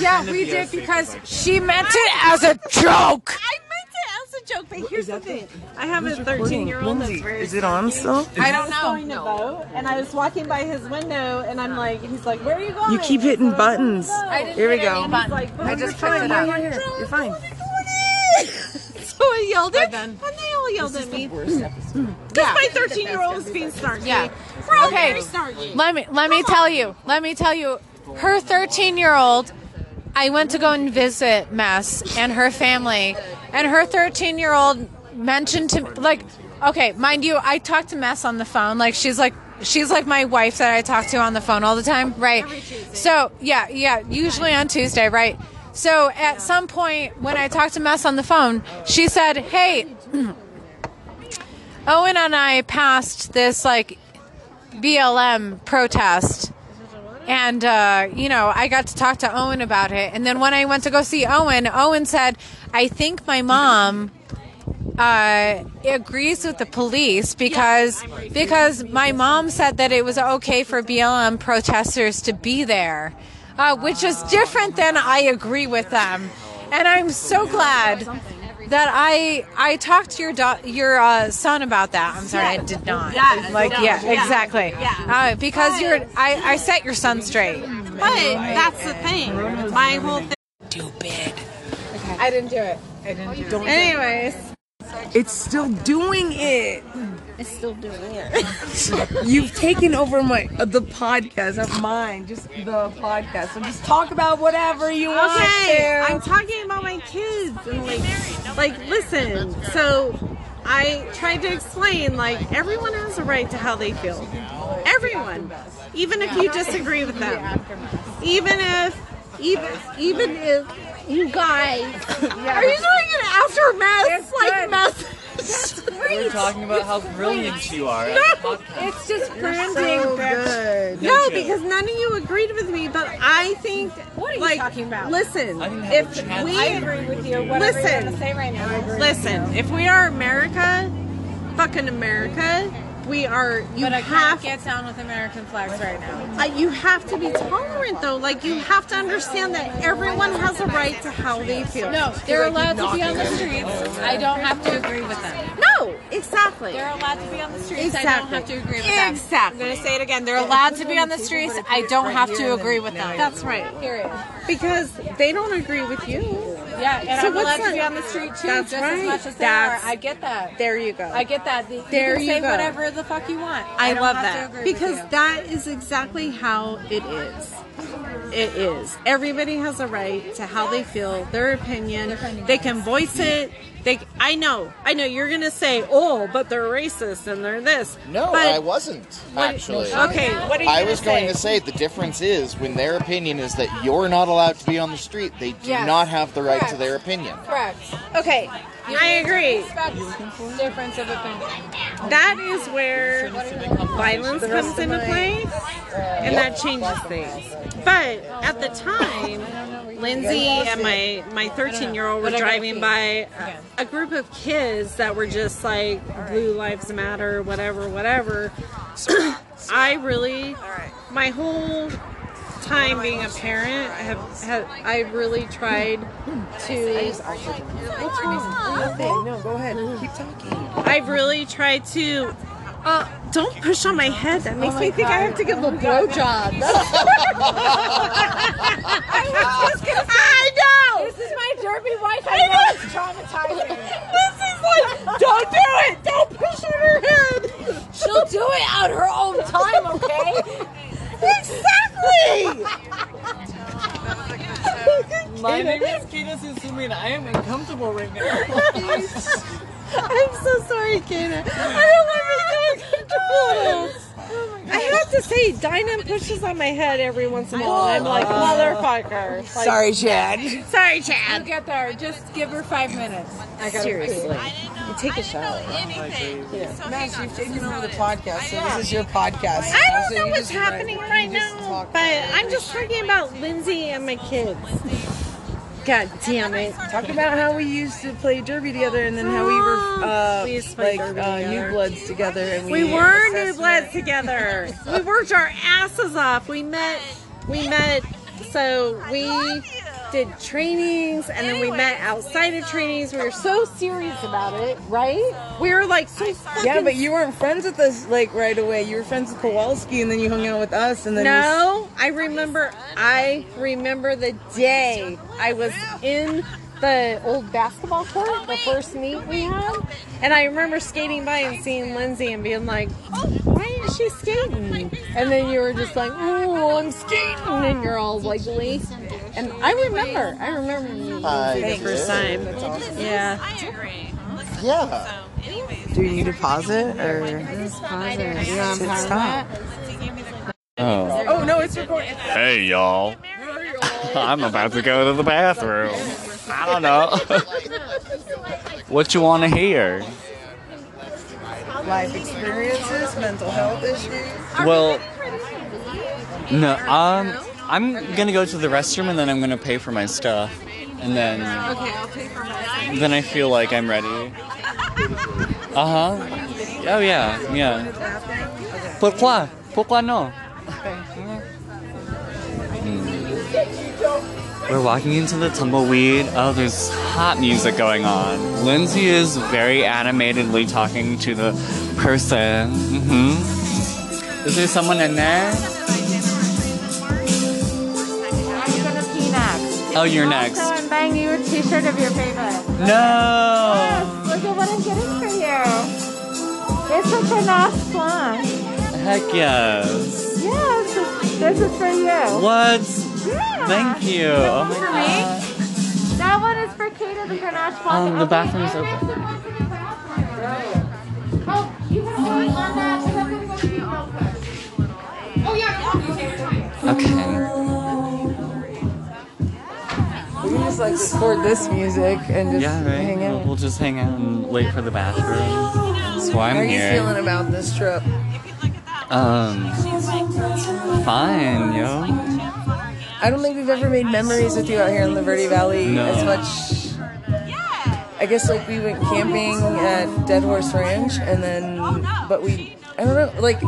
[SPEAKER 1] Yeah, we did because she meant it as a joke.
[SPEAKER 7] I meant it as a joke, but here's the thing: I have a 13 year old that's very.
[SPEAKER 2] Is it on still?
[SPEAKER 7] I don't know. Going to vote, and I was walking by his window, and I'm like, he's like, "Where are you going?"
[SPEAKER 2] You keep hitting buttons.
[SPEAKER 7] I didn't
[SPEAKER 2] Here we
[SPEAKER 7] hit any
[SPEAKER 2] go.
[SPEAKER 7] button. I just
[SPEAKER 2] You're fine.
[SPEAKER 7] picked it
[SPEAKER 1] [laughs]
[SPEAKER 7] up.
[SPEAKER 2] You're fine.
[SPEAKER 7] so
[SPEAKER 1] I yelled at them. And they all yelled at me. Because my 13 year old is being snarky.
[SPEAKER 6] Yeah.
[SPEAKER 1] We're all
[SPEAKER 6] Okay.
[SPEAKER 1] very snarky.
[SPEAKER 6] Let me let me tell you. Let me tell you. Her 13 year old. I went to go and visit Mess and her family, and her 13 year old mentioned to like, okay, mind you, I talked to Mess on the phone. Like she's like she's like my wife that I talk to on the phone all the time, right? So yeah, yeah, usually on Tuesday, right? So at some point when I talked to Mess on the phone, she said, hey. [clears throat] Owen and I passed this like BLM protest. And, uh, you know, I got to talk to Owen about it. And then when I went to go see Owen, Owen said, I think my mom uh, agrees with the police because because my mom said that it was okay for BLM protesters to be there, uh, which is different than I agree with them. And I'm so glad that I I talked to your do- your uh, son about that. I'm sorry, I did not.
[SPEAKER 1] Yeah.
[SPEAKER 6] like
[SPEAKER 1] No.
[SPEAKER 6] yeah,
[SPEAKER 1] Yeah.
[SPEAKER 6] exactly. Uh, because you're I, I set your son straight.
[SPEAKER 1] But that's the thing. My whole thing. Stupid.
[SPEAKER 6] I didn't do it. I didn't do
[SPEAKER 1] it.
[SPEAKER 6] Anyways.
[SPEAKER 2] It's still doing it.
[SPEAKER 20] It's still doing it.
[SPEAKER 2] [laughs] You've taken over my uh, the podcast, not mine, just the podcast. So just talk about whatever you want.
[SPEAKER 1] Okay,
[SPEAKER 2] to.
[SPEAKER 1] I'm talking about my kids and like, like listen. So I tried to explain like everyone has a right to how they feel. Everyone, even if you disagree with them, even if, even even if you guys
[SPEAKER 20] Are you doing an aftermath like mess?
[SPEAKER 4] We're talking about
[SPEAKER 7] [laughs]
[SPEAKER 4] how brilliant you are.
[SPEAKER 1] No,
[SPEAKER 6] it's just
[SPEAKER 4] branding. good.
[SPEAKER 1] No,
[SPEAKER 4] Thank you.
[SPEAKER 1] because none of you agreed with me, but I think. What are you like, talking about? Listen, if we
[SPEAKER 6] I agree with you. Whatever you're
[SPEAKER 1] listen,
[SPEAKER 6] gonna say right now, I agree with
[SPEAKER 1] listen. If we are America, fucking America, we are. You
[SPEAKER 6] But I
[SPEAKER 1] have
[SPEAKER 6] can't get down with American flags right now.
[SPEAKER 1] uh, you have to be tolerant, though. Like you have to understand that everyone has a right to how they feel.
[SPEAKER 6] No, they're allowed to be on the streets. I don't have to agree with them.
[SPEAKER 1] No, exactly.
[SPEAKER 6] They're allowed to be on the streets.
[SPEAKER 1] Exactly.
[SPEAKER 6] I don't have to agree with them.
[SPEAKER 1] Exactly.
[SPEAKER 6] I'm going to say it again. They're allowed to be on the streets. I don't have to agree with them.
[SPEAKER 1] That's right.
[SPEAKER 6] Period.
[SPEAKER 1] Because they don't agree with you.
[SPEAKER 6] Yeah, and
[SPEAKER 1] So
[SPEAKER 6] I'm
[SPEAKER 1] what's
[SPEAKER 6] allowed
[SPEAKER 1] that-
[SPEAKER 6] to be on the street too,
[SPEAKER 1] That's
[SPEAKER 6] just
[SPEAKER 1] right.
[SPEAKER 6] as much as they
[SPEAKER 1] That's-
[SPEAKER 6] are. I get that.
[SPEAKER 1] There you go.
[SPEAKER 6] I get that. You
[SPEAKER 1] There
[SPEAKER 6] can
[SPEAKER 1] you
[SPEAKER 6] say
[SPEAKER 1] go.
[SPEAKER 6] whatever the fuck you want.
[SPEAKER 1] I,
[SPEAKER 6] don't
[SPEAKER 1] love
[SPEAKER 6] have to
[SPEAKER 1] that
[SPEAKER 6] agree with
[SPEAKER 1] because
[SPEAKER 6] you.
[SPEAKER 1] that is exactly how it is. It is. Everybody has a right to how they feel, their opinion. They can voice it. They. I know. I know. You're gonna say, "Oh, but they're racist and they're this."
[SPEAKER 14] No,
[SPEAKER 1] but
[SPEAKER 14] I wasn't
[SPEAKER 1] what-
[SPEAKER 14] actually.
[SPEAKER 1] Okay, what are you
[SPEAKER 14] I
[SPEAKER 1] gonna
[SPEAKER 14] was going to say the difference is when their opinion is that you're not allowed to be on the street. They do
[SPEAKER 1] Yes.
[SPEAKER 14] not have the right to their opinion.
[SPEAKER 6] Correct.
[SPEAKER 1] Okay, I agree.
[SPEAKER 6] Respect difference of opinion.
[SPEAKER 1] That is where violence comes into play, and that changes things. But at the time, Lindsay and my my 13 year old were
[SPEAKER 21] But I gotta
[SPEAKER 1] driving
[SPEAKER 21] pee.
[SPEAKER 1] by a, a group of kids that were just like "Blue Lives Matter," whatever, whatever. [clears throat] I really, my whole time being a parent, I have, have I really tried to.
[SPEAKER 2] What's wrong? Nothing. No, go ahead. Keep talking.
[SPEAKER 1] I've really tried to. Uh, don't push on my head. That makes me think I have to give a blowjob. I was just gonna say. I know.
[SPEAKER 6] This is my derby wife.
[SPEAKER 1] I know.
[SPEAKER 6] it's traumatizing.
[SPEAKER 1] This is like, don't do it. Don't push on her head.
[SPEAKER 6] She'll do it on her own time, okay?
[SPEAKER 1] exactly.
[SPEAKER 4] My name is Kina Susumina. I am uncomfortable right now.
[SPEAKER 1] I'm so sorry, Kana. I don't ever so uncomfortable. I have to say, Dinah pushes on my head every once in a while. I'm like, motherfucker. Like-
[SPEAKER 2] Sorry, Chad.
[SPEAKER 1] Sorry, Chad.
[SPEAKER 6] You'll get there. Just give her five minutes. I
[SPEAKER 2] gotta
[SPEAKER 1] Seriously.
[SPEAKER 2] You take a shower.
[SPEAKER 1] anything.
[SPEAKER 2] Yeah. Max, you've taken over the podcast, so this is your podcast.
[SPEAKER 1] I don't
[SPEAKER 2] So
[SPEAKER 1] know
[SPEAKER 2] you
[SPEAKER 1] what's
[SPEAKER 2] just write-
[SPEAKER 1] happening right
[SPEAKER 2] you just
[SPEAKER 1] now,
[SPEAKER 2] talk.
[SPEAKER 1] but I'm just talking about Lindsay and my kids. God damn it.
[SPEAKER 2] Talk about how we used to play derby together, and then how we
[SPEAKER 1] Oh,
[SPEAKER 2] were uh, like uh, new bloods together, and we,
[SPEAKER 1] We were
[SPEAKER 2] assessed
[SPEAKER 1] new bloods together. we worked our asses off. We met. We met. So we did trainings, and then we met outside of trainings. We were so serious about it, right? We were like so.
[SPEAKER 2] Yeah,
[SPEAKER 1] fucking
[SPEAKER 2] but you weren't friends with us like right away. You were friends with Kowalski, and then you hung out with us, and then
[SPEAKER 1] no, I remember. I remember the day I was in
[SPEAKER 10] the old basketball court, the first meet we had.
[SPEAKER 22] And I remember skating by and seeing Lindsay and being like, why isn't she skating?
[SPEAKER 10] And then you were just like, oh, I'm skating. And you're all like, late. And I remember, I remember meeting
[SPEAKER 23] I
[SPEAKER 10] Lindsay
[SPEAKER 23] do.
[SPEAKER 10] the first time.
[SPEAKER 23] That's awesome.
[SPEAKER 10] Yeah.
[SPEAKER 22] I agree.
[SPEAKER 23] Yeah. Do you need to pause it or?
[SPEAKER 24] Yeah,
[SPEAKER 23] Should
[SPEAKER 24] I'm
[SPEAKER 23] stop.
[SPEAKER 4] Oh.
[SPEAKER 24] Oh no, it's recording.
[SPEAKER 4] Hey, y'all. [laughs] I'm about to go to the bathroom. I don't know. [laughs] what you want to hear?
[SPEAKER 2] Life experiences, mental health issues.
[SPEAKER 4] Well, no, um, I'm gonna go to the restroom and then I'm gonna pay for my stuff. And then,
[SPEAKER 24] Okay, I'll pay for my.
[SPEAKER 4] then I feel like I'm ready. Uh huh. Oh, yeah, yeah. Pourquoi? Pourquoi no? Hmm. We're walking into the tumbleweed. Oh, there's hot music going on. Lindsay is very animatedly talking to the person. Mm-hmm. hmm Is there someone in there?
[SPEAKER 10] I'm gonna pee next.
[SPEAKER 4] Oh, you're next.
[SPEAKER 10] So I'm buying you a T-shirt of your favorite.
[SPEAKER 4] No.
[SPEAKER 10] Look at what I'm getting for you. It's such a nice one.
[SPEAKER 4] Heck yes.
[SPEAKER 10] Yes, this is for you.
[SPEAKER 4] What?
[SPEAKER 10] Yeah.
[SPEAKER 4] Thank you. Oh my
[SPEAKER 10] For me. That one is for Kate of the Grenache Blanc.
[SPEAKER 4] Um, the bathroom's open.
[SPEAKER 10] Oh, you can only on that. 'cause I'm gonna go pee real quick. Oh yeah.
[SPEAKER 4] Okay.
[SPEAKER 2] We can just like record this music and just
[SPEAKER 4] Yeah, right.
[SPEAKER 2] hang out.
[SPEAKER 4] We'll, we'll just hang out and wait for the bathroom. That's why I'm
[SPEAKER 2] How are you
[SPEAKER 4] here.
[SPEAKER 2] feeling about this trip?
[SPEAKER 4] Um, fine, yo.
[SPEAKER 2] I don't think we've ever made memories with you out here in the Verde Valley
[SPEAKER 4] No.
[SPEAKER 2] as much. I guess like we went camping at Dead Horse Ranch and then, but we, I don't know, like,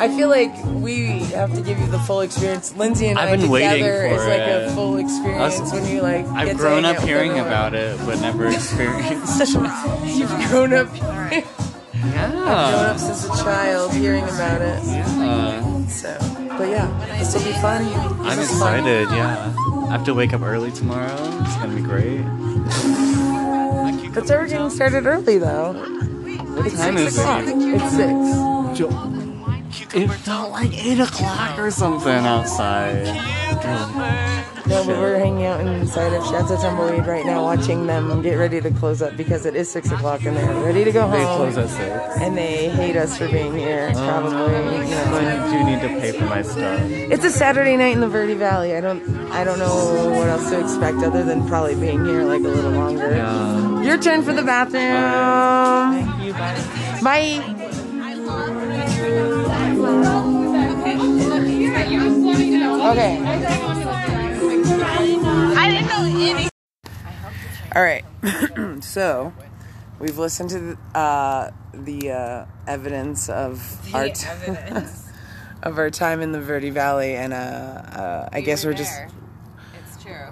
[SPEAKER 2] I feel like we have to give you the full experience. Lindsay and
[SPEAKER 4] I've
[SPEAKER 2] I
[SPEAKER 4] been waiting
[SPEAKER 2] together
[SPEAKER 4] for
[SPEAKER 2] is like
[SPEAKER 4] it.
[SPEAKER 2] a full experience
[SPEAKER 4] Us-
[SPEAKER 2] when you like. get
[SPEAKER 4] I've
[SPEAKER 2] to hang
[SPEAKER 4] grown up
[SPEAKER 2] out with
[SPEAKER 4] hearing
[SPEAKER 2] everyone.
[SPEAKER 4] about it, but never [laughs] experienced it.
[SPEAKER 2] [laughs] You've grown up. Yeah. I've grown
[SPEAKER 4] Yeah.
[SPEAKER 2] up since a child hearing about it.
[SPEAKER 4] Uh,
[SPEAKER 2] So, but yeah, this will be fun.
[SPEAKER 4] I'm
[SPEAKER 2] This is fun.
[SPEAKER 4] excited, yeah. I have to wake up early tomorrow. It's gonna be great.
[SPEAKER 2] But so we're getting started early though. What it's
[SPEAKER 4] time
[SPEAKER 2] six
[SPEAKER 4] is it?
[SPEAKER 2] o'clock. It's six.
[SPEAKER 4] It felt like 8 o'clock or something outside.
[SPEAKER 2] No, but we're hanging out inside of Shasta Tumbleweed right now, watching them get ready to close up because it is six o'clock and they're ready to go home.
[SPEAKER 4] They close at 6.
[SPEAKER 2] And they hate us for being here,
[SPEAKER 4] Oh,
[SPEAKER 2] probably.
[SPEAKER 4] no.
[SPEAKER 2] you know.
[SPEAKER 4] I do need to pay for my stuff.
[SPEAKER 2] It's a Saturday night in the Verde Valley. I don't, I don't know what else to expect other than probably being here like a little longer.
[SPEAKER 4] Yeah.
[SPEAKER 2] Your turn for the bathroom. Thank you. Bye. Okay.
[SPEAKER 25] I didn't know any.
[SPEAKER 2] All right. [clears throat] so we've listened to the, uh, the uh, evidence of
[SPEAKER 23] The
[SPEAKER 2] our t-
[SPEAKER 23] evidence.
[SPEAKER 2] of our time in the Verde Valley, and uh, uh, I guess we're just.
[SPEAKER 26] It's true.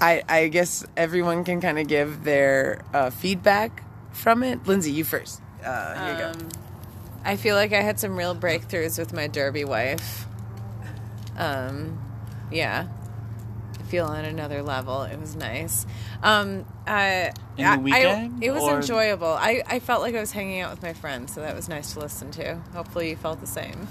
[SPEAKER 2] I, I guess everyone can kind of give their uh, feedback from it. Lindsay, you first. Uh, here you go.
[SPEAKER 1] Um, I feel like I had some real breakthroughs with my derby wife. Um, yeah. I feel on another level. It was nice. Um, I,
[SPEAKER 4] In the
[SPEAKER 1] I- I-
[SPEAKER 4] weekend,
[SPEAKER 1] it was
[SPEAKER 4] or-
[SPEAKER 1] enjoyable. I, I felt like I was hanging out with my friends, so that was nice to listen to. Hopefully, you felt the same.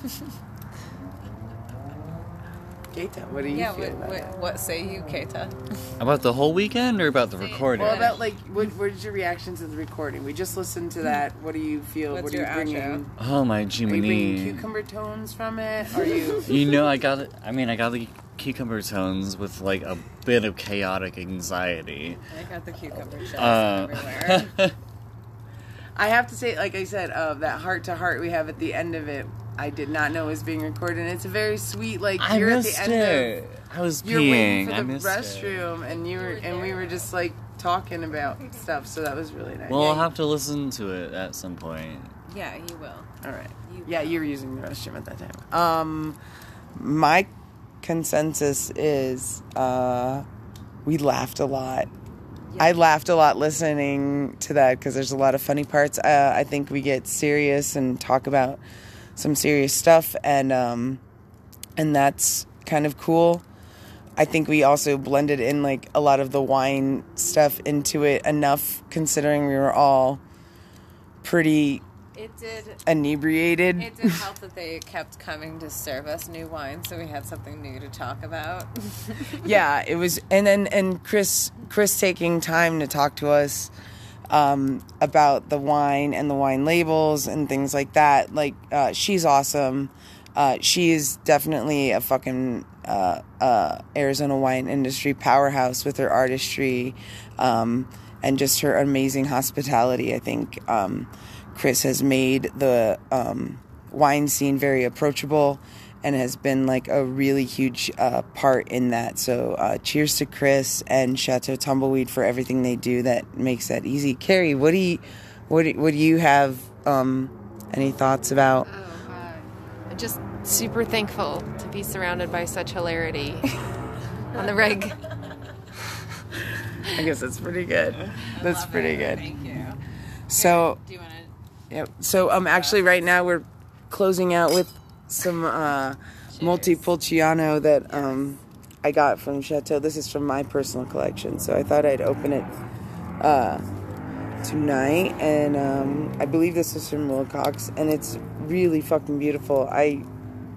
[SPEAKER 2] Keita, what do you
[SPEAKER 1] yeah,
[SPEAKER 2] feel
[SPEAKER 1] what,
[SPEAKER 2] about
[SPEAKER 1] what, what say you, Keita?
[SPEAKER 4] About the whole weekend or about the recording?
[SPEAKER 2] Well, about like, what, what is your reaction to the recording? We just listened to that. What do you feel?
[SPEAKER 1] What's
[SPEAKER 2] what are you
[SPEAKER 1] your
[SPEAKER 2] bringing?
[SPEAKER 4] oh my
[SPEAKER 2] Are you bringing
[SPEAKER 4] Jiminy.
[SPEAKER 2] cucumber tones from it? Are you?
[SPEAKER 4] You know, I got it. I mean, I got the cucumber tones with like a bit of chaotic anxiety.
[SPEAKER 2] I got the cucumber tones
[SPEAKER 4] Uh,
[SPEAKER 2] I have to say, like I said, uh, that heart to heart we have at the end of it, I did not know was being recorded. It's a very sweet, like
[SPEAKER 4] I
[SPEAKER 2] you're
[SPEAKER 4] missed
[SPEAKER 2] at the end
[SPEAKER 4] it.
[SPEAKER 2] of
[SPEAKER 4] I was
[SPEAKER 2] you're waiting
[SPEAKER 4] peeing.
[SPEAKER 2] for
[SPEAKER 4] I
[SPEAKER 2] the
[SPEAKER 4] missed it.
[SPEAKER 2] restroom, and you were, and we were just like talking about stuff. So that was really nice.
[SPEAKER 4] Well, I'll have to listen to it at some point.
[SPEAKER 1] Yeah, you will.
[SPEAKER 2] All right. yeah, you were using the restroom at that time. Um, my consensus is uh, we laughed a lot. I laughed a lot listening to that because there's a lot of funny parts. Uh, I think we get serious and talk about some serious stuff, and um, and that's kind of cool. I think we also blended in like a lot of the wine stuff into it enough, considering we were all pretty
[SPEAKER 1] It did.
[SPEAKER 2] inebriated.
[SPEAKER 1] It did help that they kept coming to serve us new wine, so we had something new to talk about.
[SPEAKER 2] yeah, it was, and then and Chris Chris taking time to talk to us um, about the wine and the wine labels and things like that. Like uh, she's awesome. Uh, she is definitely a fucking uh, uh, Arizona wine industry powerhouse with her artistry um, and just her amazing hospitality. I think um, Chris has made the um, wine scene very approachable and has been like a really huge uh, part in that. So, uh, cheers to Chris and Chateau Tumbleweed for everything they do that makes that easy. Carrie, what do you, what do, what do you have? Um, any thoughts about?
[SPEAKER 5] I'm just super thankful to be surrounded by such hilarity on the reg.
[SPEAKER 2] I guess that's pretty good. That's pretty good. Thank you. So, do you want to? Yep. So, um, actually, right now we're closing out with some uh, Multipulciano that um, I got from Chateau. This is from my personal collection, so I thought I'd open it uh, tonight. And um, I believe this is from Wilcox, and it's really fucking beautiful. I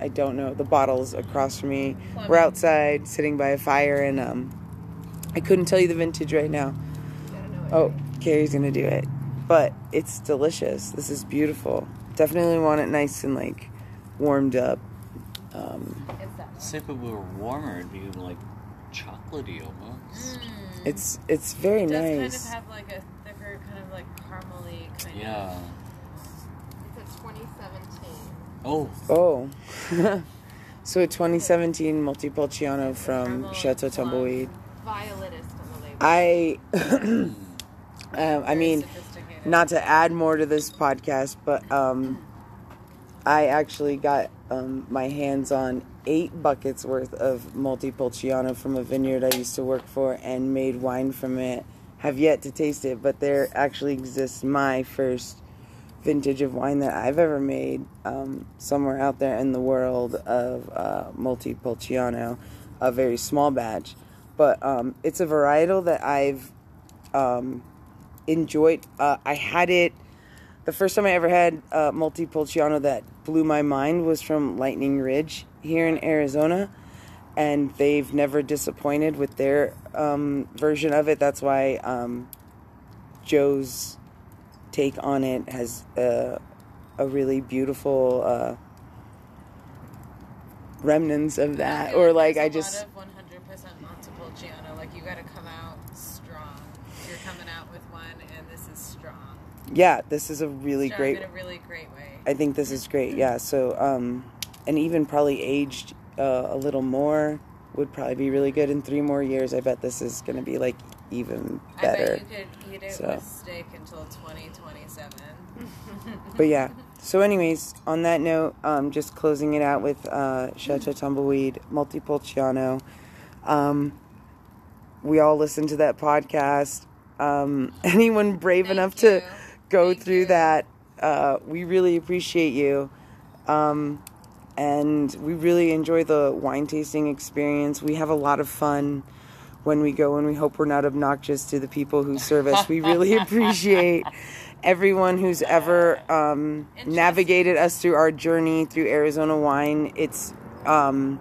[SPEAKER 2] I don't know. The bottle's across from me. We're outside, sitting by a fire, and um, I couldn't tell you the vintage right now. Oh, Carrie's gonna do it. But it's delicious. This is beautiful. Definitely want it nice and like warmed up. Um,
[SPEAKER 4] Say if it were warmer, it'd be like chocolatey almost.
[SPEAKER 2] it's it's very nice.
[SPEAKER 1] have like a thicker, kind of like caramely kind
[SPEAKER 4] Yeah.
[SPEAKER 27] It's a 2017.
[SPEAKER 4] Oh.
[SPEAKER 2] Oh. [laughs] so a 2017 Multipulciano from Chateau Tumbleweed.
[SPEAKER 27] Violetist on the label.
[SPEAKER 2] I, [clears throat] um, I mean, not to add more to this podcast, but um, I actually got um, my hands on eight buckets worth of Multipulciano from a vineyard I used to work for and made wine from it. Have yet to taste it, but there actually exists my first vintage of wine that I've ever made um, somewhere out there in the world of uh, Multipulciano, a very small batch. But um, it's a varietal that I've um, enjoyed. Uh, I had it the first time I ever had uh, Multipulciano that blew my mind was from Lightning Ridge here in Arizona. And they've never disappointed with their um, version of it. That's why um, Joe's take on it has uh, a really beautiful uh, remnants of that. Or like I just
[SPEAKER 1] One hundred percent Montepulciano. Like you got to come out strong. You're coming out with one, and this is strong.
[SPEAKER 2] yeah, this is a really
[SPEAKER 1] Strong
[SPEAKER 2] great.
[SPEAKER 1] in a really great way.
[SPEAKER 2] I think this is great. Yeah. So um, and even probably aged uh, a little more would probably be really good in three more years. I bet this is going to be like even better.
[SPEAKER 1] I bet you could eat it
[SPEAKER 2] So.
[SPEAKER 1] with steak until twenty twenty seven.
[SPEAKER 2] but yeah. So, anyways, on that note, um, just closing it out with uh, Chateau Tumbleweed, Multipulciano. Um, we all listened to that podcast. Um, [laughs] anyone brave enough to go through that, uh, we really appreciate you. Um, and we really enjoy the wine tasting experience. We have a lot of fun when we go, and we hope we're not obnoxious to the people who serve us. We really appreciate everyone who's ever um, navigated us through our journey through Arizona wine. It's um,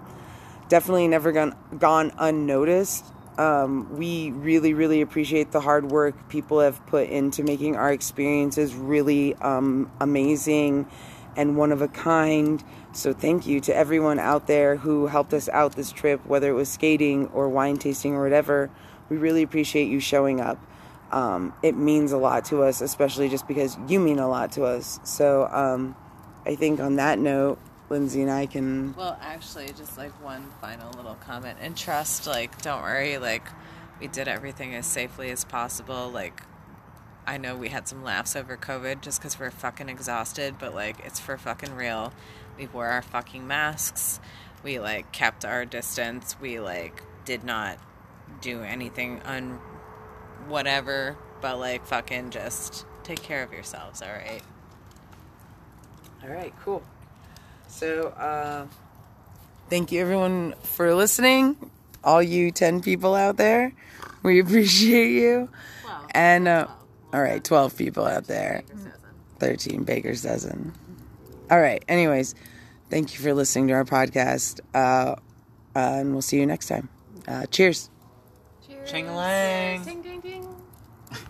[SPEAKER 2] definitely never gone gone unnoticed. Um, we really, really appreciate the hard work people have put into making our experiences really um, amazing and one of a kind. So thank you to everyone out there who helped us out this trip, whether it was skating or wine tasting or whatever. We really appreciate you showing up. Um, it means a lot to us, especially just because you mean a lot to us. So um, I think on that note, Lindsay and I can
[SPEAKER 1] Well, actually, just like one final little comment. And trust, like, don't worry, like, we did everything as safely as possible. Like, I know we had some laughs over COVID just because we're fucking exhausted, but like, it's for fucking real. We wore our fucking masks. We like kept our distance. We like did not do anything un whatever, but like, fucking just take care of yourselves, all right?
[SPEAKER 2] All right, cool. So, uh, thank you everyone for listening. all you 10 people out there. We appreciate you. And, uh, all right, 12 people out there. 13 Baker's Dozen. All right, anyways, thank you for listening to our podcast. Uh, uh, and we'll see you next time. Uh, cheers.
[SPEAKER 4] Ching-a-lang.
[SPEAKER 5] Ding, ding, ding.